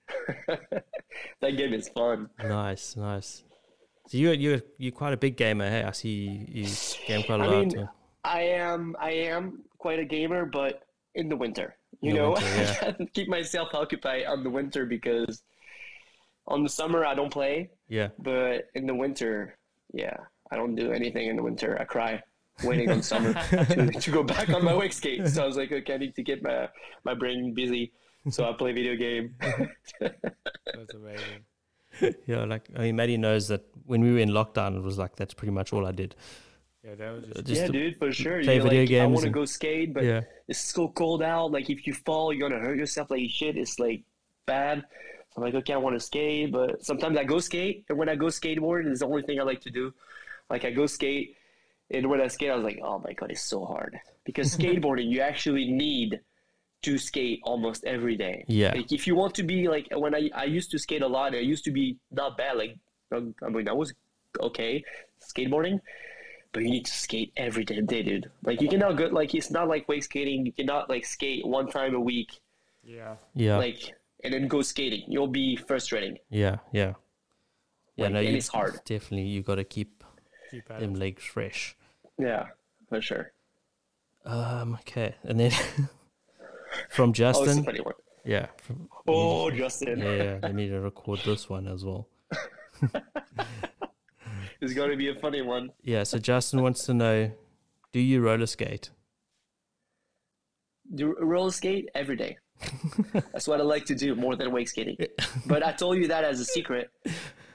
Speaker 4: that game is fun.
Speaker 3: Nice, nice. So you're you're you're quite a big gamer, hey? I see you, you game quite a
Speaker 4: I
Speaker 3: lot.
Speaker 4: mean,
Speaker 3: yeah.
Speaker 4: I am I am quite a gamer, but in the winter, you
Speaker 3: In the
Speaker 4: know,
Speaker 3: winter, yeah.
Speaker 4: I can't keep myself occupied on the winter because on the summer I don't play,
Speaker 3: yeah.
Speaker 4: but in the winter, yeah, I don't do anything in the winter. I cry waiting on summer to, to go back on my wake skate. So I was like, okay, I need to get my my brain busy. So I play video game.
Speaker 5: That's amazing.
Speaker 3: Yeah, like I mean, Maddie knows that when we were in lockdown, it was like that's pretty much all I did.
Speaker 5: Yeah, that was just.
Speaker 3: Just
Speaker 4: yeah,
Speaker 3: to-
Speaker 4: dude, for sure.
Speaker 3: play
Speaker 4: You're
Speaker 3: video
Speaker 4: like, I
Speaker 3: games
Speaker 4: want to
Speaker 3: and-
Speaker 4: go skate, but
Speaker 3: Yeah,
Speaker 4: it's so cold out. Like if you fall, you're gonna hurt yourself. Like shit, it's like bad. I'm like, okay, I want to skate, but sometimes I go skate, and when I go skateboard, it's the only thing I like to do. Like I go skate, and when I skate, I was like, oh my god, it's so hard because skateboarding, you actually need to skate almost every day.
Speaker 3: Yeah.
Speaker 4: Like if you want to be like when I I used to skate a lot, I used to be not bad. Like uh, I mean, I was okay skateboarding, but you need to skate every damn day, dude. Like you cannot go like it's not like wake skating. You cannot like skate one time a week,
Speaker 5: Yeah.
Speaker 3: yeah,
Speaker 4: like and then go skating. You'll be frustrating.
Speaker 3: yeah, yeah. Yeah,
Speaker 4: Like,
Speaker 3: no,
Speaker 4: and
Speaker 3: you-
Speaker 4: it's hard.
Speaker 3: Definitely, you got to keep
Speaker 5: Keep at
Speaker 3: them
Speaker 5: it.
Speaker 3: legs fresh.
Speaker 4: Yeah, for sure.
Speaker 3: Um, okay, and then from
Speaker 4: Oh, it's a
Speaker 3: Justin,
Speaker 4: funny one.
Speaker 3: yeah, from,
Speaker 4: Oh, Justin,
Speaker 3: yeah, yeah. They need to record this one as well.
Speaker 4: it's gonna be a funny one.
Speaker 3: Yeah, so Justin wants to know, do you roller skate?
Speaker 4: Do roller skate every day. That's what I like to do more than wake skating. But I told you that as a secret.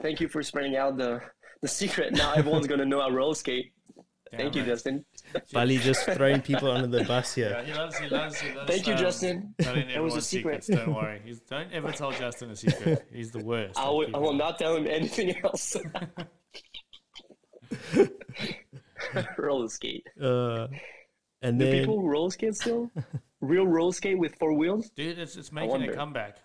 Speaker 4: Thank you for spreading out the the secret. Now everyone's gonna know I roller skate. Thank you,
Speaker 5: it.
Speaker 4: Justin.
Speaker 3: Bali just throwing people under the bus here.
Speaker 5: Yeah, he loves, he loves, he loves.
Speaker 4: Thank you,
Speaker 5: um,
Speaker 4: Justin.
Speaker 5: Telling
Speaker 4: That was a
Speaker 5: everyone secrets.
Speaker 4: secret.
Speaker 5: Don't worry. He's, don't ever tell Justin a secret. He's the worst.
Speaker 4: I
Speaker 5: at
Speaker 4: will, I
Speaker 5: keeping
Speaker 4: will
Speaker 5: it.
Speaker 4: not tell him anything else. roller skate.
Speaker 3: Uh, and
Speaker 4: Do
Speaker 3: then
Speaker 4: people roller skate still? Real roller skate with four wheels?
Speaker 5: Dude, it's, it's making a
Speaker 4: wonder.
Speaker 5: comeback.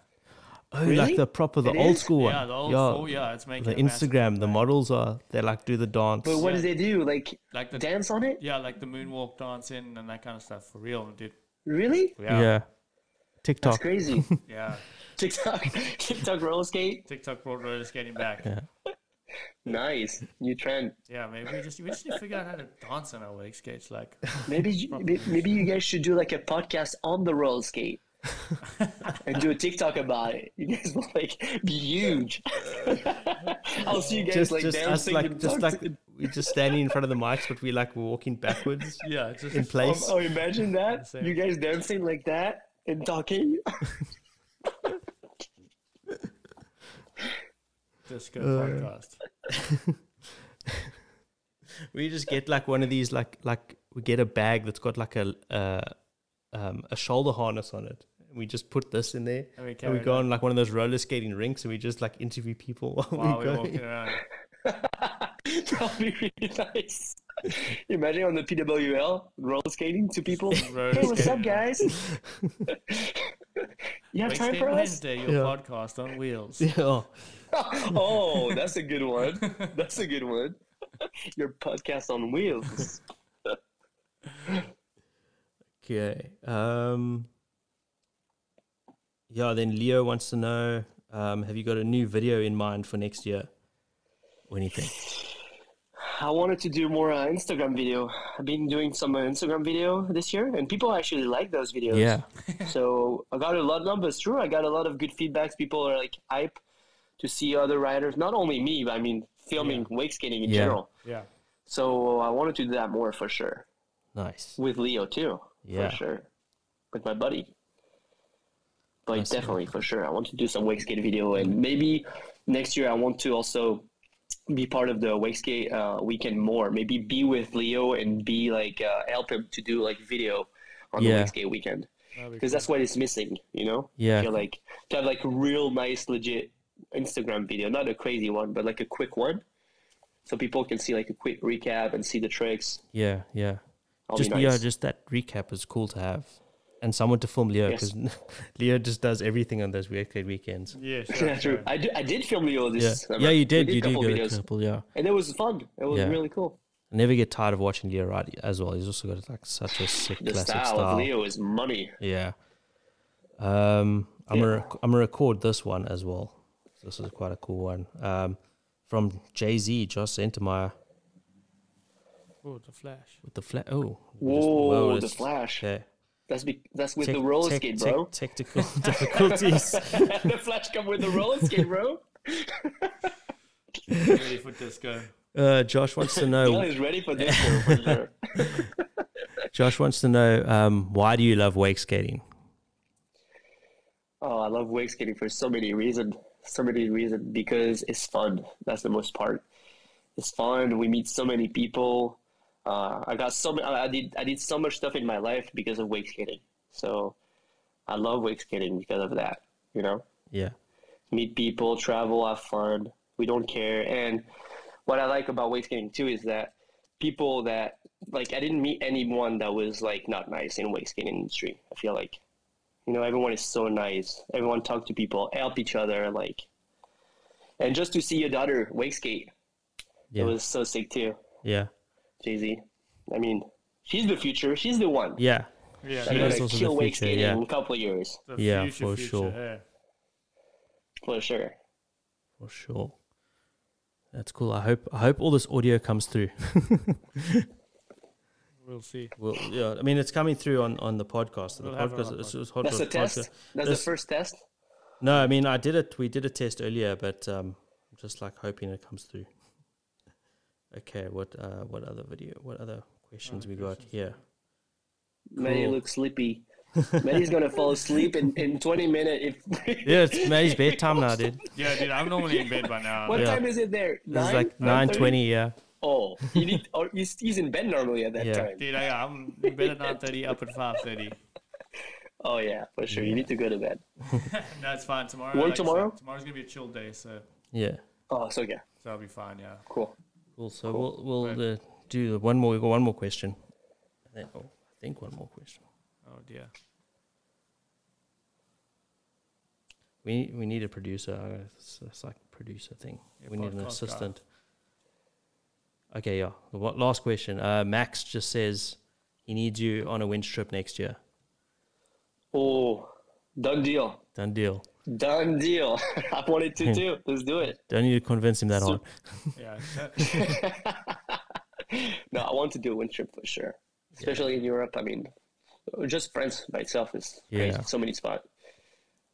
Speaker 3: oh,
Speaker 4: Really?
Speaker 3: like the proper, the
Speaker 4: It
Speaker 3: old
Speaker 4: is?
Speaker 3: school one.
Speaker 5: Yeah, the old oh, yeah, it's making
Speaker 3: the
Speaker 5: a massive-
Speaker 3: Instagram, the models are they like do the dance.
Speaker 4: But what do they do? Like,
Speaker 5: Like the
Speaker 4: dance on it?
Speaker 5: yeah, like the moonwalk dancing and that kind of stuff for real, dude.
Speaker 4: Really?
Speaker 3: yeah.
Speaker 5: Yeah,
Speaker 4: That's
Speaker 3: TikTok.
Speaker 4: crazy.
Speaker 5: yeah.
Speaker 4: TikTok, TikTok roller skate.
Speaker 5: TikTok brought roller skating back. Yeah.
Speaker 4: Nice new trend.
Speaker 5: maybe we just we just need to figure out how to dance on our wake skates. Like,
Speaker 4: Maybe you- may- maybe you guys should do like a podcast on the roller skate and do a TikTok about it. You guys will like be huge. I'll see you guys
Speaker 3: Just,
Speaker 4: like
Speaker 3: just us,
Speaker 4: dancing
Speaker 3: like,
Speaker 4: and
Speaker 3: just like
Speaker 4: dancing.
Speaker 3: we're just standing in front of the mics, but we like walking backwards
Speaker 5: yeah, just
Speaker 3: in
Speaker 4: Um,
Speaker 3: place.
Speaker 4: oh, imagine that!
Speaker 5: Same.
Speaker 4: You guys dancing like that and talking.
Speaker 5: disco
Speaker 3: Uh,
Speaker 5: podcast.
Speaker 3: We just get like one of these, like, like we get a bag that's got like a uh, um, a shoulder harness on it. We just put this in there,
Speaker 5: And
Speaker 3: and
Speaker 5: we
Speaker 3: we
Speaker 5: carry it
Speaker 3: go
Speaker 5: out.
Speaker 3: on like one of those roller skating rinks, and we just like interview people while,
Speaker 5: While
Speaker 3: we
Speaker 5: we're
Speaker 3: go.
Speaker 5: walking around,
Speaker 4: That'll be really nice. Imagine on the PWL roller skating to people.
Speaker 5: Roller
Speaker 4: hey, what's up,
Speaker 5: skating.
Speaker 4: guys? you have
Speaker 5: Wake
Speaker 4: time
Speaker 5: Skate
Speaker 4: for us?
Speaker 5: Wednesday, your
Speaker 3: Yeah.
Speaker 5: podcast on wheels.
Speaker 3: Yeah.
Speaker 4: oh, that's a good one. That's a good one. Your podcast on wheels.
Speaker 3: Okay. Um, yeah, then Leo wants to know um, Have you got a new video in mind for next year or anything?
Speaker 4: I wanted to do more uh, Instagram video. I've been doing some uh, Instagram video this year, and people actually like those videos.
Speaker 3: Yeah.
Speaker 4: So I got a lot of numbers. True, I got a lot of good feedbacks. People are like hype to see other riders, not only me, but I mean filming wake skating in
Speaker 3: Yeah.
Speaker 4: general.
Speaker 5: Yeah.
Speaker 4: So I wanted to do that more for sure
Speaker 3: Nice.
Speaker 4: with Leo too.
Speaker 3: Yeah.
Speaker 4: For sure, with my buddy. But
Speaker 3: Nice.
Speaker 4: definitely for sure, I want to do some wake skate video, and maybe next year I want to also be part of the wake skate uh, weekend more. Maybe be with Leo and be like uh, help him to do like video on the
Speaker 3: Yeah.
Speaker 4: wake skate weekend
Speaker 5: That'd be
Speaker 4: because that's what is missing, you know.
Speaker 3: Yeah.
Speaker 4: You're like to have like a real nice, legit Instagram video, not a crazy one, but like a quick one, so people can see like a quick recap and see the tricks.
Speaker 3: Yeah. Yeah.
Speaker 4: That'll
Speaker 3: just
Speaker 4: Oh, be
Speaker 3: yeah,
Speaker 4: nice.
Speaker 3: just that recap is cool to have, and someone to film Leo
Speaker 4: Yes.
Speaker 3: because Leo just does everything on those weird kid weekends.
Speaker 5: Yeah, sure,
Speaker 4: yeah, true.
Speaker 5: sure.
Speaker 4: I, do, I did film Leo this
Speaker 3: Yeah,
Speaker 4: summer.
Speaker 3: yeah, you
Speaker 4: We
Speaker 3: did. you did
Speaker 4: couple
Speaker 3: get
Speaker 4: videos,
Speaker 3: a couple. Yeah,
Speaker 4: and it was fun. It was
Speaker 3: Yeah.
Speaker 4: really cool.
Speaker 3: I never get tired of watching Leo ride as well. He's also got like such a sick
Speaker 4: The
Speaker 3: classic
Speaker 4: style,
Speaker 3: style.
Speaker 4: of Leo is money.
Speaker 3: Yeah, um, I'm
Speaker 4: Yeah.
Speaker 3: gonna rec- I'm gonna record this one as well. This is quite a cool one. Um, from Jay Z, Josh Entemeyer
Speaker 5: Oh, the flash.
Speaker 3: with the flat. Oh, we
Speaker 4: Whoa,
Speaker 3: just-
Speaker 4: the
Speaker 3: that's-
Speaker 4: flash.
Speaker 3: Okay.
Speaker 4: That's be, that's with
Speaker 3: Tec-
Speaker 4: the roller
Speaker 3: tec-
Speaker 4: skate,
Speaker 3: tec-
Speaker 4: bro.
Speaker 3: Technical difficulties.
Speaker 4: the flash come with the roller skate, bro.
Speaker 5: Ready for disco.
Speaker 3: Uh, Josh wants to know.
Speaker 4: Leo is ready for this, bro, for sure.
Speaker 3: Josh wants to know um, why do you love wake skating?
Speaker 4: Oh, I love wake skating for so many reasons. So many reasons because it's fun. That's the most part. It's fun. We meet so many people. Uh, I got so many, I did I did so much stuff in my life because of wake skating. So I love wake skating because of that. You know,
Speaker 3: Yeah,
Speaker 4: meet people, travel, have fun. We don't care. And what I like about wake skating too is that people that like I didn't meet anyone that was like not nice in wake skating industry. I feel like you know everyone is so nice. Everyone talk to people, help each other, like. And just to see your daughter wake skate,
Speaker 3: yeah,
Speaker 4: it was so sick too,
Speaker 3: yeah,
Speaker 4: Jay Z. I mean, she's the future. She's the one.
Speaker 3: yeah,
Speaker 5: Yeah,
Speaker 4: She's
Speaker 3: is
Speaker 5: that's
Speaker 4: gonna
Speaker 3: also the
Speaker 4: kill wake
Speaker 3: future,
Speaker 4: skating
Speaker 3: yeah.
Speaker 4: in a couple of years
Speaker 5: the
Speaker 3: Yeah,
Speaker 5: future,
Speaker 3: for
Speaker 5: future,
Speaker 3: sure.
Speaker 5: yeah.
Speaker 4: for sure.
Speaker 3: for sure. That's cool. I hope I hope all this audio comes through.
Speaker 5: We'll see.
Speaker 3: well, yeah, I mean it's coming through on, on the podcast.
Speaker 5: We'll
Speaker 3: the
Speaker 5: have it
Speaker 3: podcast,
Speaker 5: on our
Speaker 3: it's,
Speaker 5: podcast.
Speaker 3: it's hot
Speaker 4: That's the
Speaker 3: dog
Speaker 4: test.
Speaker 3: podcast.
Speaker 4: That's the
Speaker 3: This-
Speaker 4: first test.
Speaker 3: No, I mean I did it. We did a test earlier, but um, I'm just like hoping it comes through. Okay, what uh, what other video? What other questions we got here?
Speaker 4: Manny
Speaker 3: Cool.
Speaker 4: looks sleepy. Manny's gonna fall asleep in, in 20 minutes. If
Speaker 3: Yeah, it's May's bedtime now, dude.
Speaker 5: Yeah, dude, I'm normally in bed by now.
Speaker 4: what
Speaker 3: Yeah.
Speaker 4: time is it there?
Speaker 3: It's like nine
Speaker 4: 9:30?
Speaker 3: twenty. Yeah,
Speaker 4: Oh, you need, or he's, he's in bed normally at that
Speaker 3: Yeah.
Speaker 4: time.
Speaker 5: Dude, I, I'm in bed at 9.30, up at 5.30.
Speaker 4: Oh yeah, for sure. You need to go to bed.
Speaker 5: No, it's fine. Tomorrow.
Speaker 4: Work
Speaker 5: like I said,
Speaker 4: tomorrow?
Speaker 5: tomorrow's going to be a chill day, so,
Speaker 3: yeah.
Speaker 4: Oh, so yeah,
Speaker 5: so I'll be fine, yeah.
Speaker 4: cool.
Speaker 3: Cool. So we'll we'll uh, do one more. We got one more question. I think, oh, I think one more question.
Speaker 5: Oh, dear.
Speaker 3: We we need a producer. Uh, It's, it's like a producer thing.
Speaker 5: Yeah,
Speaker 3: we need
Speaker 5: podcast
Speaker 3: an
Speaker 5: guy.
Speaker 3: assistant. Okay, yeah. The wa- last question. Uh, Max just says he needs you on a winch trip next year.
Speaker 4: Oh, done deal.
Speaker 3: Done deal.
Speaker 4: Done deal. I wanted to too. Let's do it.
Speaker 3: Don't need to convince him that hard.
Speaker 5: Yeah.
Speaker 4: No, I want to do a wind trip for sure, especially in Europe. I mean, just France by itself is crazy.
Speaker 3: Yeah.
Speaker 4: so many spots.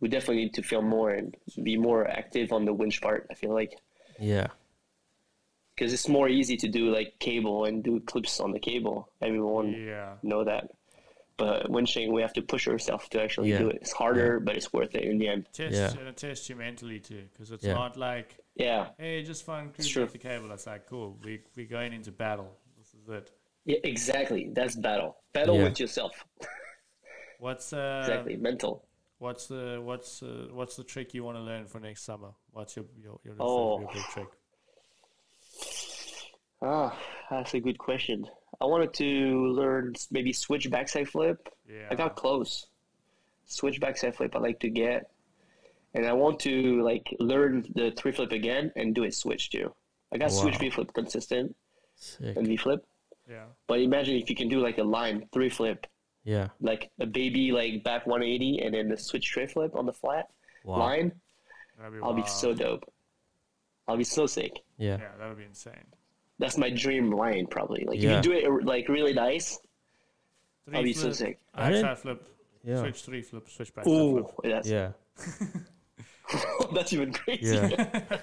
Speaker 4: We definitely need to film more and be more active on the winch part. I feel like
Speaker 3: Yeah.
Speaker 4: because it's more easy to do like cable and do clips on the cable. Everyone
Speaker 5: yeah.
Speaker 4: know that. But winching, we have to push ourselves to actually
Speaker 3: Yeah.
Speaker 4: do it. It's harder, but it's worth it in the end.
Speaker 5: Test,
Speaker 3: Yeah.
Speaker 5: And it tests you mentally, too, because it's
Speaker 3: Yeah.
Speaker 5: not like,
Speaker 4: Yeah,
Speaker 5: hey, just find cruising
Speaker 4: true.
Speaker 5: off the cable. That's like, cool, we, we're going into battle. This is it.
Speaker 4: yeah exactly. That's battle. Battle
Speaker 3: Yeah. Uh,
Speaker 4: with yourself.
Speaker 5: What's uh,
Speaker 4: Exactly. Mental.
Speaker 5: what's the what's uh, what's the trick you want to learn for next summer? What's your your, your,
Speaker 4: Oh.
Speaker 5: your big trick?
Speaker 4: Ah, that's a good question. I wanted to learn s- maybe switch backside flip.
Speaker 5: Yeah.
Speaker 4: I got close. Switch backside flip. I like to get, and I want to like learn the three flip again and do it switch too. I got switch
Speaker 3: Wow.
Speaker 4: B flip consistent
Speaker 3: Sick.
Speaker 4: and V flip.
Speaker 5: Yeah.
Speaker 4: But imagine if you can do like a line three flip,
Speaker 3: Yeah.
Speaker 4: like a baby like back 180 and then the switch tray flip on the flat
Speaker 3: Wow.
Speaker 4: line.
Speaker 5: That'd
Speaker 4: I'll be
Speaker 5: wild.
Speaker 4: so dope. I'll be so sick.
Speaker 3: Yeah.
Speaker 5: Yeah, that would be insane.
Speaker 4: That's my dream line, probably. Like
Speaker 3: Yeah.
Speaker 4: if you do it like really nice,
Speaker 5: Three
Speaker 4: I'll be so sick.
Speaker 3: I didn't-
Speaker 5: Backside flip.
Speaker 3: Yeah.
Speaker 5: Switch three flip. Switch backside
Speaker 4: Ooh,
Speaker 5: flip.
Speaker 4: that's
Speaker 3: Yeah.
Speaker 4: that's even crazy.
Speaker 3: Yeah.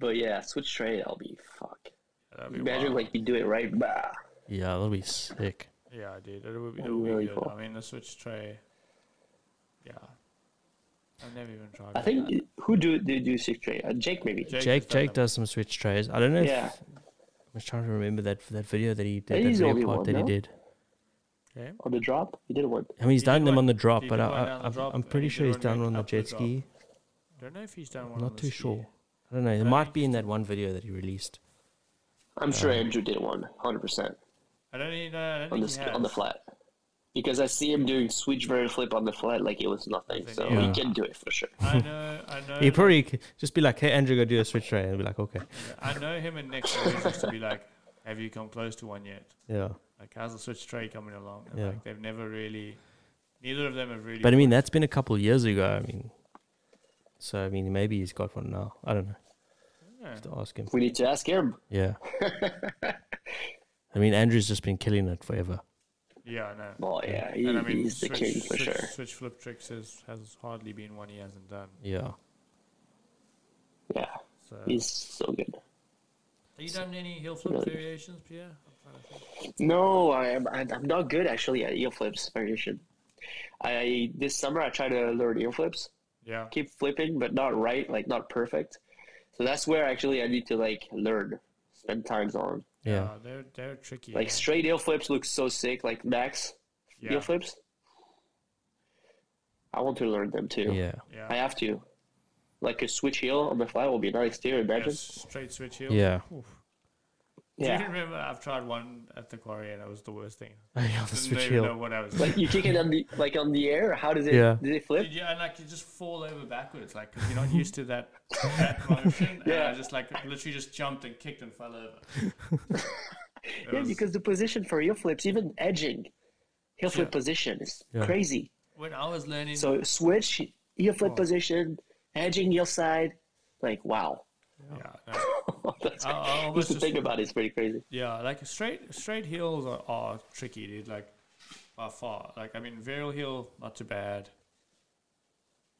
Speaker 4: But yeah, switch tray, I'll be fuck.
Speaker 5: That'd be
Speaker 4: Imagine
Speaker 5: wild.
Speaker 4: like you do it right. Bah.
Speaker 3: yeah. That'll be sick.
Speaker 5: Yeah, dude, it would be,
Speaker 4: That'd
Speaker 5: it
Speaker 4: be
Speaker 5: would be
Speaker 4: really
Speaker 5: good.
Speaker 4: cool.
Speaker 5: I mean, the Switch tray. Yeah, I've never even tried.
Speaker 4: I
Speaker 5: it.
Speaker 4: think who do do, do switch tray? Uh, Jake maybe.
Speaker 5: has
Speaker 3: Jake
Speaker 5: done
Speaker 3: Jake
Speaker 5: them.
Speaker 3: does some switch trays. I don't know.
Speaker 4: Yeah,
Speaker 3: If, I was trying to remember that that video that he
Speaker 4: That
Speaker 3: did. That
Speaker 4: is the
Speaker 3: video
Speaker 4: only
Speaker 3: part
Speaker 4: one,
Speaker 3: that he
Speaker 4: no?
Speaker 3: did.
Speaker 5: Okay.
Speaker 4: on the drop, you did one.
Speaker 3: I mean, he's
Speaker 5: He did
Speaker 3: done them
Speaker 5: one-
Speaker 3: on the drop,
Speaker 5: he
Speaker 3: but
Speaker 5: did
Speaker 3: I,
Speaker 5: one
Speaker 3: I,
Speaker 5: down the
Speaker 3: I'm-
Speaker 5: drop,
Speaker 3: I'm
Speaker 5: and
Speaker 3: pretty
Speaker 5: he
Speaker 3: sure he's
Speaker 5: did one
Speaker 3: done
Speaker 5: right
Speaker 3: one on the
Speaker 5: up the
Speaker 3: jet
Speaker 5: drop.
Speaker 3: ski.
Speaker 5: Don't know if he's done one.
Speaker 3: I'm
Speaker 5: on
Speaker 3: not
Speaker 5: the
Speaker 3: too
Speaker 5: ski.
Speaker 3: sure. I don't know. It might be in that one video that he released.
Speaker 4: I'm sure Andrew did one, hundred percent
Speaker 5: I don't even know. I don't
Speaker 4: on
Speaker 5: think
Speaker 4: the
Speaker 5: he
Speaker 4: sk- on the
Speaker 5: has.
Speaker 4: flat, because I see him doing switch bird flip on the flat like it was nothing.
Speaker 5: Nothing,
Speaker 4: So
Speaker 3: yeah.
Speaker 4: he can do it for sure.
Speaker 5: I know. I know.
Speaker 3: He probably c- just be like, "Hey, Andrew, go do a switch tray," and be like, "Okay,
Speaker 5: I know him and Nick always used to be like, "Have you come close to one yet?
Speaker 3: yeah."
Speaker 5: Like, how's the Switch tray coming along?" And
Speaker 3: Yeah.
Speaker 5: Like, they've never really. Neither of them have really.
Speaker 3: But I mean, that's been a couple of years ago. I mean, so I mean, maybe he's got one now. I don't know. Have to ask him.
Speaker 4: We need to ask him.
Speaker 3: Yeah. I mean, Andrew's just been killing it forever.
Speaker 5: yeah, I know.
Speaker 4: Oh yeah, he,
Speaker 5: and I mean,
Speaker 4: he's the
Speaker 5: switch,
Speaker 4: king for
Speaker 5: switch,
Speaker 4: sure.
Speaker 5: switch flip tricks has, has hardly been one he hasn't done.
Speaker 3: Yeah.
Speaker 4: Yeah,
Speaker 5: So.
Speaker 4: he's so good.
Speaker 5: Have you done any heel flip
Speaker 4: Really.
Speaker 5: variations, Pierre? I'm trying to think.
Speaker 4: No, I am. I- I'm not good actually at eel flips variation. I this summer I tried to learn eel flips.
Speaker 5: Yeah.
Speaker 4: Keep flipping, but not right, like not perfect. So that's where actually I need to like learn, spend times on.
Speaker 3: Yeah.
Speaker 5: Uh, they're they're tricky.
Speaker 4: Like straight eel flips look so sick. Like max
Speaker 5: yeah.
Speaker 4: eel flips. I want to learn them too.
Speaker 3: Yeah.
Speaker 5: Yeah.
Speaker 4: I have to. Like a switch heel on the fly will be nice too.
Speaker 5: Yeah,
Speaker 4: Imagine.
Speaker 5: straight switch heel.
Speaker 3: Yeah.
Speaker 5: Do
Speaker 4: Yeah.
Speaker 5: you remember I've tried one at the quarry and that was the worst thing.
Speaker 3: yeah. The
Speaker 5: Didn't
Speaker 3: switch
Speaker 5: even know
Speaker 3: heel.
Speaker 5: what I was
Speaker 4: Like you kick it on the like on the air. How does it?
Speaker 3: Yeah.
Speaker 4: Does it flip?
Speaker 5: Did you, and like you just fall over backwards, like because you're not used to that, that motion.
Speaker 4: Yeah.
Speaker 5: And I just like literally just jumped and kicked and fell over. It
Speaker 4: Yeah,
Speaker 5: was-
Speaker 4: because the position for heel flips, even edging, heel flip position is
Speaker 3: Yeah.
Speaker 4: crazy.
Speaker 5: when I was learning,
Speaker 4: So switch heel
Speaker 5: Oh.
Speaker 4: flip position, edging heel side, like wow.
Speaker 5: yeah, no.
Speaker 4: That's
Speaker 5: I, I almost
Speaker 4: just to
Speaker 5: just-
Speaker 4: think about it, it's pretty crazy.
Speaker 5: Yeah, like straight straight heels are, are tricky, dude. Like by far. Like I mean, varial heel not too bad.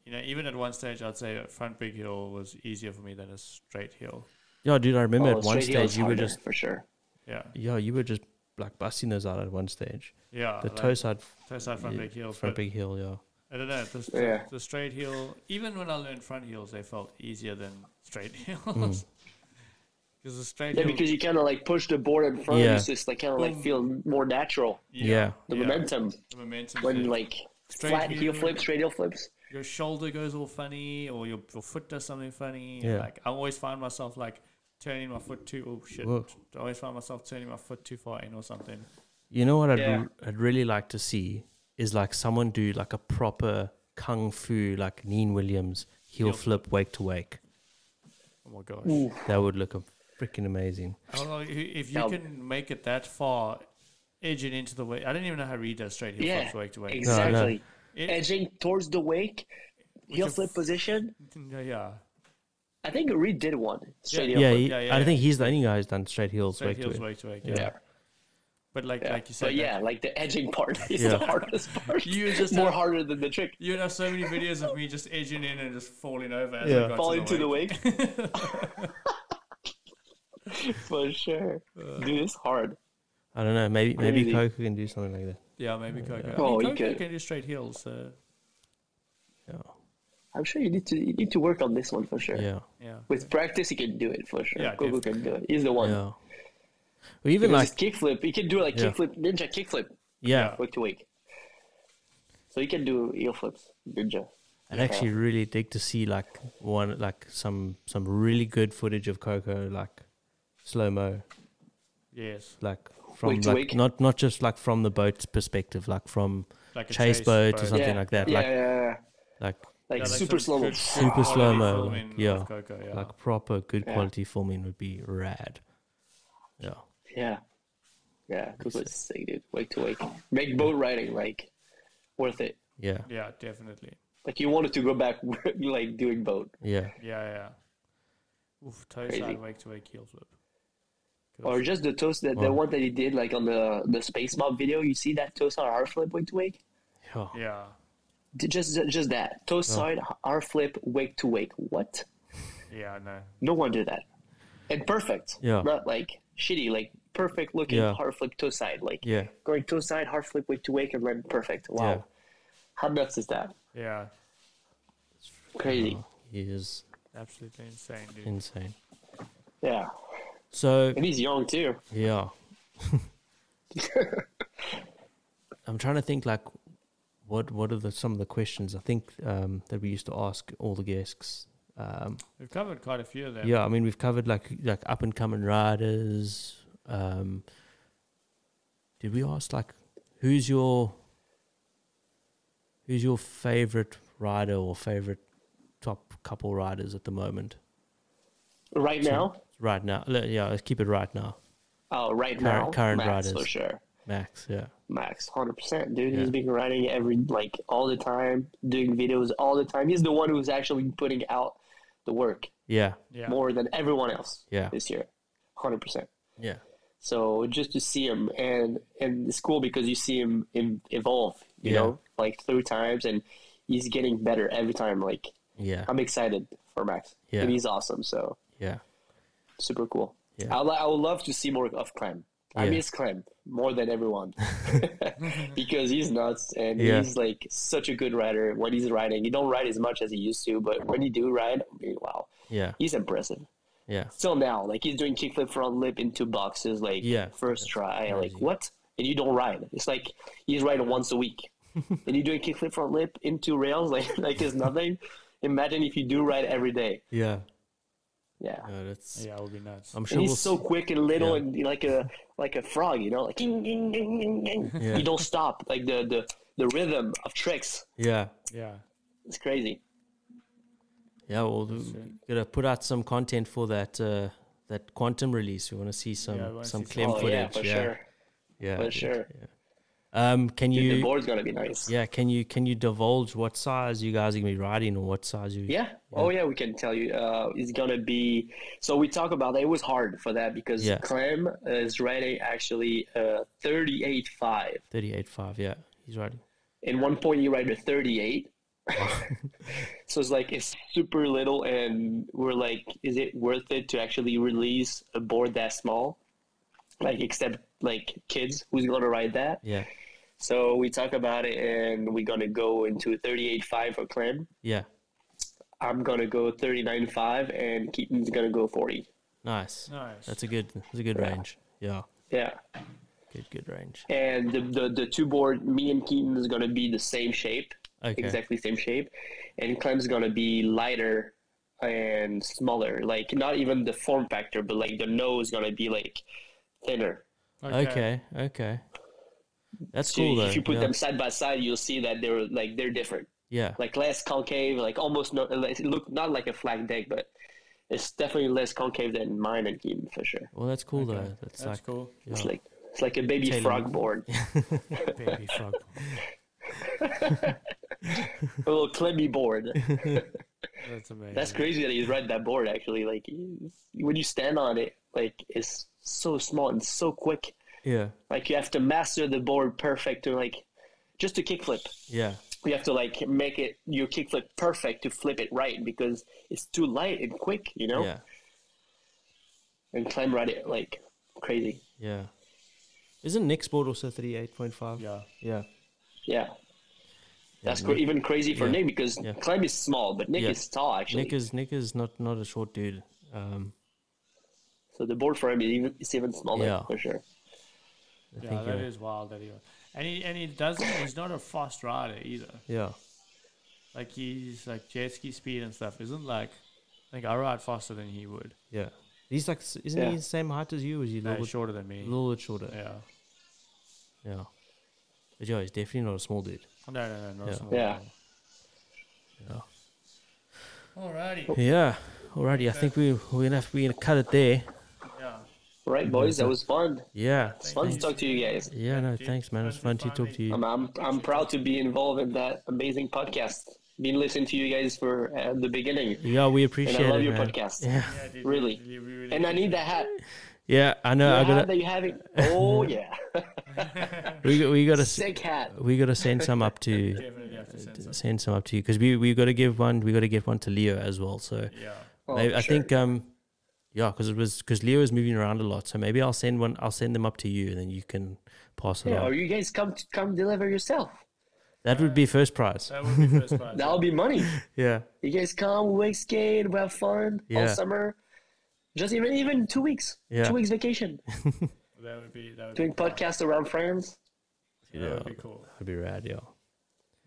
Speaker 5: You know, even at one stage, I'd say a front big heel was easier for me than a straight heel.
Speaker 3: Yeah, dude. I remember
Speaker 4: Oh,
Speaker 3: at one
Speaker 4: straight heel is
Speaker 3: stage you were
Speaker 4: harder,
Speaker 3: just
Speaker 4: for sure.
Speaker 5: Yeah,
Speaker 3: yeah you were just like busting those out at one stage.
Speaker 5: yeah.
Speaker 3: The
Speaker 5: like,
Speaker 3: toe side.
Speaker 5: toe side front big heel.
Speaker 3: Front
Speaker 5: but
Speaker 3: big heel. Yeah.
Speaker 5: I don't know. The,
Speaker 4: Yeah.
Speaker 5: the straight heel. Even when I learned front heels, they felt easier than straight heels.
Speaker 3: Hmm.
Speaker 5: Because the straight
Speaker 4: Yeah,
Speaker 5: heel.
Speaker 4: because you kind of like push the board in front.
Speaker 3: Yeah.
Speaker 4: It's just like kind of like feel more natural.
Speaker 3: Yeah.
Speaker 4: The momentum
Speaker 5: The momentum.
Speaker 4: when
Speaker 5: is-
Speaker 4: like
Speaker 5: Straight
Speaker 4: flat
Speaker 5: heel.
Speaker 4: heel flips, straight heel flips.
Speaker 5: your shoulder goes all funny or your, your foot does something funny.
Speaker 3: Yeah.
Speaker 5: Like I always find myself like turning my foot too oh shit.
Speaker 3: Whoa.
Speaker 5: I always find myself turning my foot too far in or something.
Speaker 3: You know what I'd,
Speaker 4: Yeah.
Speaker 3: re- I'd really like to see is like someone do like a proper kung fu like Neen Williams heel flip wake to wake.
Speaker 5: Oh my gosh.
Speaker 3: That would look a freaking amazing.
Speaker 5: I don't know, i- if you
Speaker 4: Yeah.
Speaker 5: can make it that far edging into the way I don't even know how Reed does straight heel
Speaker 4: Yeah,
Speaker 5: flips wake to wake.
Speaker 4: exactly.
Speaker 5: It-
Speaker 4: Edging towards the wake, heel
Speaker 5: a
Speaker 4: flip
Speaker 5: f-
Speaker 4: position.
Speaker 5: yeah, yeah.
Speaker 4: I think Reed did one straight heel
Speaker 3: Yeah,
Speaker 4: flip.
Speaker 3: he-
Speaker 5: yeah, yeah,
Speaker 3: I
Speaker 5: yeah.
Speaker 3: think he's the only guy who's done straight heels
Speaker 5: Straight
Speaker 3: wake
Speaker 5: heels
Speaker 3: to wake.
Speaker 5: wake to wake, yeah. But like like you said,
Speaker 4: But
Speaker 5: that-
Speaker 4: yeah, like the edging part is the hardest part.
Speaker 5: You just
Speaker 4: more
Speaker 5: have-
Speaker 4: harder than the trick.
Speaker 5: you would have so many videos of me just edging in and just falling over as
Speaker 3: Yeah.
Speaker 5: I got
Speaker 4: Fall into the
Speaker 5: wake.
Speaker 4: wake. For sure.
Speaker 5: Uh.
Speaker 4: Dude, it's hard.
Speaker 3: I don't know. Maybe maybe
Speaker 4: Crazy.
Speaker 3: Coco can do something like that.
Speaker 5: Yeah, maybe Coco.
Speaker 4: Oh,
Speaker 5: I mean,
Speaker 4: you
Speaker 5: Coco
Speaker 4: could.
Speaker 5: can do straight heels, so
Speaker 3: Yeah,
Speaker 4: I'm sure you need to you need to work on this one for sure.
Speaker 3: yeah,
Speaker 5: yeah.
Speaker 4: With practice, you can do it for sure.
Speaker 5: Yeah,
Speaker 4: Goku can do it. He's the one.
Speaker 3: yeah. Or even
Speaker 4: Because
Speaker 3: like
Speaker 4: his kickflip, he can do like
Speaker 3: Yeah.
Speaker 4: kickflip, ninja kickflip,
Speaker 3: yeah,
Speaker 4: wake to wake. So you can do heel flips, ninja.
Speaker 3: I'd actually really dig to see like one like some some really good footage of Coco like slow mo
Speaker 5: Yes.
Speaker 3: like from
Speaker 4: Wake to
Speaker 3: like
Speaker 4: wake.
Speaker 3: not not just like from the boat's perspective, like from
Speaker 5: Like a
Speaker 3: chase,
Speaker 5: chase
Speaker 3: boat,
Speaker 5: boat.
Speaker 3: or something
Speaker 4: yeah.
Speaker 3: like that,
Speaker 4: Yeah,
Speaker 3: like
Speaker 4: yeah, yeah.
Speaker 3: like
Speaker 4: Like,
Speaker 5: Yeah, like
Speaker 4: super
Speaker 5: some
Speaker 4: slow mo.
Speaker 5: good
Speaker 3: super
Speaker 5: quality
Speaker 3: slow mo,
Speaker 5: filming
Speaker 3: like, yeah,
Speaker 5: with Coco, yeah.
Speaker 3: like proper good quality filming would be rad. Yeah,
Speaker 4: Yeah. Yeah. It was sick, dude. Wake to wake. Make boat riding like worth it.
Speaker 3: Yeah,
Speaker 5: Yeah, definitely.
Speaker 4: Like you wanted to go back like doing boat.
Speaker 3: yeah.
Speaker 5: Yeah, yeah. Oof, toe
Speaker 4: Crazy.
Speaker 5: side, wake to wake, heel flip.
Speaker 4: Or just the toast that the
Speaker 3: Wow.
Speaker 4: one that he did like on the the space mob video, you see that toast on hard flip wake to wake?
Speaker 3: Oh,
Speaker 5: Yeah.
Speaker 4: D- Just just that. Toast side hard flip wake to wake. What?
Speaker 5: Yeah, no.
Speaker 4: No one did that. And perfect.
Speaker 3: Yeah.
Speaker 4: Not like shitty, like perfect looking
Speaker 3: Yeah.
Speaker 4: hard flip toe side. Like
Speaker 3: Yeah.
Speaker 4: going toe side, hard flip wake to wake and then perfect. Wow.
Speaker 3: Yeah.
Speaker 4: How nuts is that?
Speaker 5: Yeah.
Speaker 4: Crazy.
Speaker 3: He is
Speaker 5: Absolutely insane, dude.
Speaker 3: insane.
Speaker 4: Yeah.
Speaker 3: So
Speaker 4: And he's young too.
Speaker 3: yeah, I'm trying to think like what what are the some of the questions I think um, that we used to ask all the guests. Um,
Speaker 5: We've covered quite a few of them.
Speaker 3: yeah, I mean we've covered like like up and coming riders. Um, did we ask like who's your who's your favorite rider or favorite top couple riders at the moment
Speaker 4: Right now?
Speaker 3: right now? le- Yeah, let's keep it right now.
Speaker 4: Oh, right
Speaker 3: Current-
Speaker 4: now.
Speaker 3: current
Speaker 4: Max,
Speaker 3: riders.
Speaker 4: for sure.
Speaker 3: Max, yeah.
Speaker 4: Max, hundred percent, dude.
Speaker 3: Yeah.
Speaker 4: He's been riding every like all the time, doing videos all the time. He's the one who's actually putting out the work
Speaker 3: Yeah.
Speaker 5: Yeah.
Speaker 4: more than everyone else
Speaker 3: Yeah.
Speaker 4: this year, hundred percent.
Speaker 3: Yeah.
Speaker 4: So just to see him and and it's cool because you see him, him evolve, you
Speaker 3: Yeah.
Speaker 4: know, like through times, and he's getting better every time. Like
Speaker 3: Yeah.
Speaker 4: I'm excited for Max,
Speaker 3: Yeah.
Speaker 4: and he's awesome. So
Speaker 3: Yeah.
Speaker 4: super cool.
Speaker 3: Yeah.
Speaker 4: I, li- I would love to see more of Clem. I
Speaker 3: Yeah.
Speaker 4: miss Clem more than everyone because he's nuts and
Speaker 3: Yeah.
Speaker 4: he's like such a good rider when he's riding. He don't ride as much as he used to, but when he do ride, I mean, wow,
Speaker 3: Yeah.
Speaker 4: he's impressive.
Speaker 3: Yeah.
Speaker 4: Still now, like he's doing kickflip front lip into boxes, like
Speaker 3: Yeah.
Speaker 4: first try, like what? And you don't ride. It's like he's riding once a week, and you doing kickflip front lip into rails like like it's nothing. Imagine if you do ride every day.
Speaker 3: Yeah.
Speaker 4: Yeah.
Speaker 3: No, that's
Speaker 5: Yeah, it would be nuts.
Speaker 3: I'm sure
Speaker 4: And
Speaker 3: we'll
Speaker 4: he's so
Speaker 3: see-
Speaker 4: quick and
Speaker 3: Yeah.
Speaker 4: little and like a like a frog, you know, like ding, ding, ding, ding, ding.
Speaker 3: Yeah.
Speaker 4: you don't stop. Like the, the the rhythm of tricks,
Speaker 3: Yeah.
Speaker 5: yeah.
Speaker 4: it's crazy.
Speaker 3: Yeah, well we gotta put out some content for that uh that quantum release. We wanna see some
Speaker 5: Yeah, we wanna
Speaker 3: some
Speaker 5: see
Speaker 3: Clem
Speaker 5: some-
Speaker 4: Oh
Speaker 3: footage.
Speaker 4: yeah, for
Speaker 3: yeah.
Speaker 4: sure.
Speaker 3: Yeah.
Speaker 4: For
Speaker 3: dude,
Speaker 4: sure.
Speaker 3: yeah. Um can
Speaker 4: Dude, the
Speaker 3: you
Speaker 4: board's gonna be nice. Yeah.
Speaker 3: yeah, can you can you divulge what size you guys are gonna be riding or what size you
Speaker 4: Oh yeah, we can tell you. Uh, it's gonna be. So we talk about that. It was hard for that because
Speaker 3: Yeah.
Speaker 4: Clem is riding actually uh, 38.5.
Speaker 3: thirty eight five, yeah. He's riding.
Speaker 4: In one point, you ride a 38. so it's like it's super little, and we're like, is it worth it to actually release a board that small? Like, except like kids, who's gonna ride that?
Speaker 3: Yeah.
Speaker 4: So we talk about it, and we're gonna go into 38.5 for Clem.
Speaker 3: Yeah.
Speaker 4: I'm gonna go 39.5, and Keaton's gonna go 40.
Speaker 3: Nice.
Speaker 5: Nice.
Speaker 3: That's a good that's a good range. Yeah.
Speaker 4: Yeah,
Speaker 3: Good good range.
Speaker 4: and the, the the two board, me and Keaton is gonna be the same shape.
Speaker 3: Okay.
Speaker 4: exactly same shape, and Clem's gonna be lighter and smaller. Like not even the form factor, but like the nose gonna be like thinner.
Speaker 3: Okay, okay. That's
Speaker 4: So
Speaker 3: cool though.
Speaker 4: if you put
Speaker 3: yeah.
Speaker 4: them side by side, you'll see that they're like they're different.
Speaker 3: yeah.
Speaker 4: Like less concave, like almost no. It look not like a flat deck, but it's definitely less concave than mine and Keaton for sure.
Speaker 3: well, that's cool though. That's,
Speaker 5: That's
Speaker 3: like
Speaker 5: cool.
Speaker 4: It's like it's like a baby
Speaker 3: Taylor.
Speaker 4: frog board.
Speaker 5: Baby frog.
Speaker 4: a little Clemmy board.
Speaker 5: That's amazing.
Speaker 4: That's crazy that he's read that board actually. Like it's- when you stand on it, like it's so small and so quick.
Speaker 3: yeah,
Speaker 4: Like you have to master the board perfect to like just to kickflip.
Speaker 3: yeah,
Speaker 4: You have to like make it your kickflip perfect to flip it right because it's too light and quick, you know?
Speaker 3: yeah,
Speaker 4: And climb right it like crazy.
Speaker 3: yeah. Isn't Nick's board also thirty eight point five?
Speaker 5: Yeah.
Speaker 3: yeah,
Speaker 4: Yeah. That's cra- even crazy for
Speaker 3: yeah,
Speaker 4: Nick because
Speaker 3: yeah.
Speaker 4: climb is small, but Nick
Speaker 3: Yeah.
Speaker 4: is tall actually.
Speaker 3: Nick is Nick is not not a short dude. Um,
Speaker 4: so the board for him is even, is even smaller
Speaker 3: Yeah.
Speaker 4: for sure.
Speaker 3: I
Speaker 5: Yeah,
Speaker 3: think
Speaker 5: that
Speaker 3: you're-
Speaker 5: is wild that he and he and he doesn't he's not a fast rider either.
Speaker 3: yeah,
Speaker 5: Like he's like jet ski speed and stuff isn't like I think I ride faster than he would.
Speaker 3: yeah. He's like, s- isn't
Speaker 4: Yeah.
Speaker 3: he the same height as you? Or is he a
Speaker 5: No,
Speaker 3: little,
Speaker 5: he's
Speaker 3: bit,
Speaker 5: shorter than me.
Speaker 3: little bit shorter? Yeah.
Speaker 5: Yeah.
Speaker 3: but yeah, he's definitely not a small dude.
Speaker 5: No, no, no,
Speaker 3: Oh,
Speaker 5: no.
Speaker 3: Yeah.
Speaker 5: it's not
Speaker 4: Yeah.
Speaker 3: Yeah,
Speaker 5: that. Alrighty.
Speaker 3: yeah. Alrighty, I think we we're gonna have, we're gonna cut it there.
Speaker 5: Yeah.
Speaker 4: All right, boys, that was fun.
Speaker 3: Yeah.
Speaker 4: It's fun to talk to you guys.
Speaker 3: Yeah, no,
Speaker 5: you.
Speaker 3: thanks, man. It's fun
Speaker 5: Thank you
Speaker 3: to talk to you.
Speaker 4: I'm, I'm, I'm proud to be involved in that amazing podcast. Been listening to you guys for uh, the beginning.
Speaker 3: Yeah, we appreciate
Speaker 4: love
Speaker 3: it,
Speaker 4: your
Speaker 3: man.
Speaker 4: podcast.
Speaker 3: Yeah,
Speaker 5: dude,
Speaker 4: Really.
Speaker 5: we really
Speaker 4: And I need that hat.
Speaker 3: yeah, I know. Uh,
Speaker 4: The
Speaker 3: I
Speaker 4: hat
Speaker 3: gotta,
Speaker 4: that you have it. Oh, yeah.
Speaker 3: we, we gotta, s-
Speaker 4: Sick hat.
Speaker 3: we gotta send some up to,
Speaker 5: definitely have to send some.
Speaker 3: send some up to you because we, we gotta give one, we gotta get one to Leo as well. So
Speaker 5: Yeah.
Speaker 4: Oh,
Speaker 3: maybe, I
Speaker 4: sure.
Speaker 3: think, um, yeah, because it was because Leo is moving around a lot, so maybe I'll send one. I'll send them up to you, and then you can pass it
Speaker 4: Yeah, or
Speaker 3: on.
Speaker 4: you guys come come deliver yourself.
Speaker 3: That would be first prize.
Speaker 5: That would be first prize.
Speaker 4: That'll be money.
Speaker 3: Yeah,
Speaker 4: You guys come, we skate, we have fun all
Speaker 3: Yeah.
Speaker 4: summer. Just even even two weeks,
Speaker 3: Yeah.
Speaker 4: two weeks vacation,
Speaker 5: That would be that would be,
Speaker 4: doing podcasts around France.
Speaker 5: that would be cool.
Speaker 3: that'd be rad. Yeah.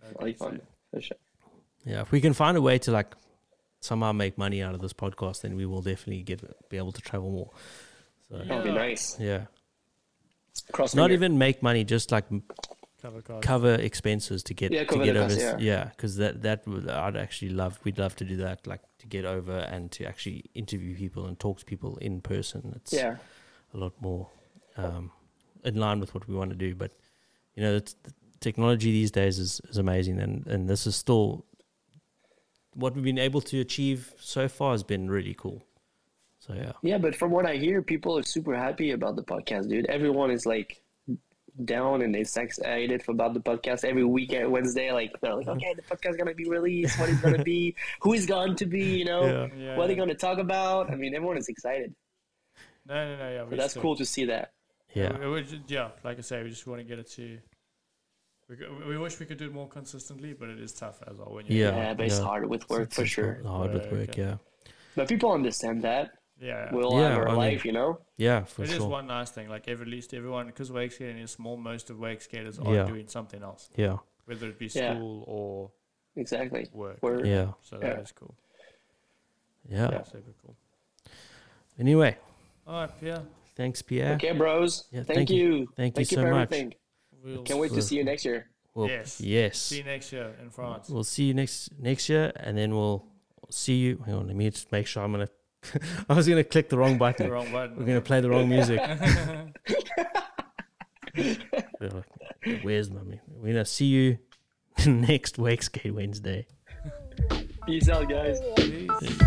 Speaker 4: That'll be fun. For sure.
Speaker 3: Yeah, if we can find a way to like somehow make money out of this podcast, then we will definitely get be able to travel more.
Speaker 4: That'll be nice.
Speaker 3: Yeah,
Speaker 4: Cross
Speaker 3: not
Speaker 4: finger.
Speaker 3: even make money, just like m-
Speaker 5: Cover card.
Speaker 3: cover expenses to get
Speaker 4: Yeah,
Speaker 3: to
Speaker 4: cover
Speaker 3: get
Speaker 4: the
Speaker 3: over.
Speaker 4: cost, yeah.
Speaker 3: Yeah, because that that would I'd actually love. We'd love to do that, like to get over and to actually interview people and talk to people in person. It's
Speaker 4: Yeah.
Speaker 3: a lot more um, in line with what we want to do. But you know, it's, the technology these days is, is amazing, and and this is still what we've been able to achieve so far has been really cool. So yeah,
Speaker 4: Yeah, but from what I hear, people are super happy about the podcast, dude. Everyone is like down and it's excited about the podcast every weekend, Wednesday. Like they're like, okay, the podcast gonna be released. What it's gonna be? Who it's going to be? You know,
Speaker 3: Yeah.
Speaker 5: Yeah,
Speaker 4: what are they
Speaker 5: yeah.
Speaker 4: gonna talk about? I mean, everyone is excited.
Speaker 5: No, no, no. Yeah, we
Speaker 4: But that's
Speaker 5: still-
Speaker 4: cool to see that.
Speaker 3: yeah,
Speaker 5: We- we ju- yeah, like I say, we just want to get it to. We, go- we wish we could do it more consistently, but it is tough as well. When you
Speaker 3: yeah.
Speaker 4: Yeah, but it's
Speaker 3: yeah.
Speaker 4: hard with work for sure.
Speaker 3: Hard with work, yeah,
Speaker 4: But people understand that.
Speaker 5: yeah,
Speaker 4: We'll
Speaker 3: Yeah,
Speaker 4: have our
Speaker 3: I mean-
Speaker 4: life, you know.
Speaker 3: yeah, for
Speaker 5: it is
Speaker 3: sure,
Speaker 5: one nice thing. Like every, at least everyone, because wake skating is small, most of wake skaters are
Speaker 3: Yeah.
Speaker 5: doing something else,
Speaker 3: yeah,
Speaker 5: whether it be
Speaker 4: Yeah.
Speaker 5: school or
Speaker 4: Exactly.
Speaker 5: work.
Speaker 4: We're,
Speaker 3: yeah,
Speaker 5: So that is
Speaker 4: Yeah.
Speaker 5: cool.
Speaker 3: yeah.
Speaker 5: Yeah, super cool.
Speaker 3: Anyway,
Speaker 5: All right, yeah.
Speaker 3: thanks, Pierre.
Speaker 4: Okay, bros.
Speaker 3: Yeah,
Speaker 4: thank,
Speaker 3: thank you.
Speaker 4: you.
Speaker 3: Thank you
Speaker 4: Thank you
Speaker 3: so
Speaker 4: for
Speaker 3: much.
Speaker 4: everything.
Speaker 5: We'll
Speaker 4: Can't wait to see you next year.
Speaker 3: Well,
Speaker 5: Yes.
Speaker 3: yes.
Speaker 5: see you next year in France.
Speaker 3: We'll see you next next year, and then we'll see you. Hang on, let me just make sure I'm gonna. I was gonna click the wrong button.
Speaker 5: The wrong button.
Speaker 3: We're gonna play the wrong music. We're like, Where's my? mu- We're gonna see you next Wakeskate Wednesday.
Speaker 4: Peace out, guys.
Speaker 5: Peace.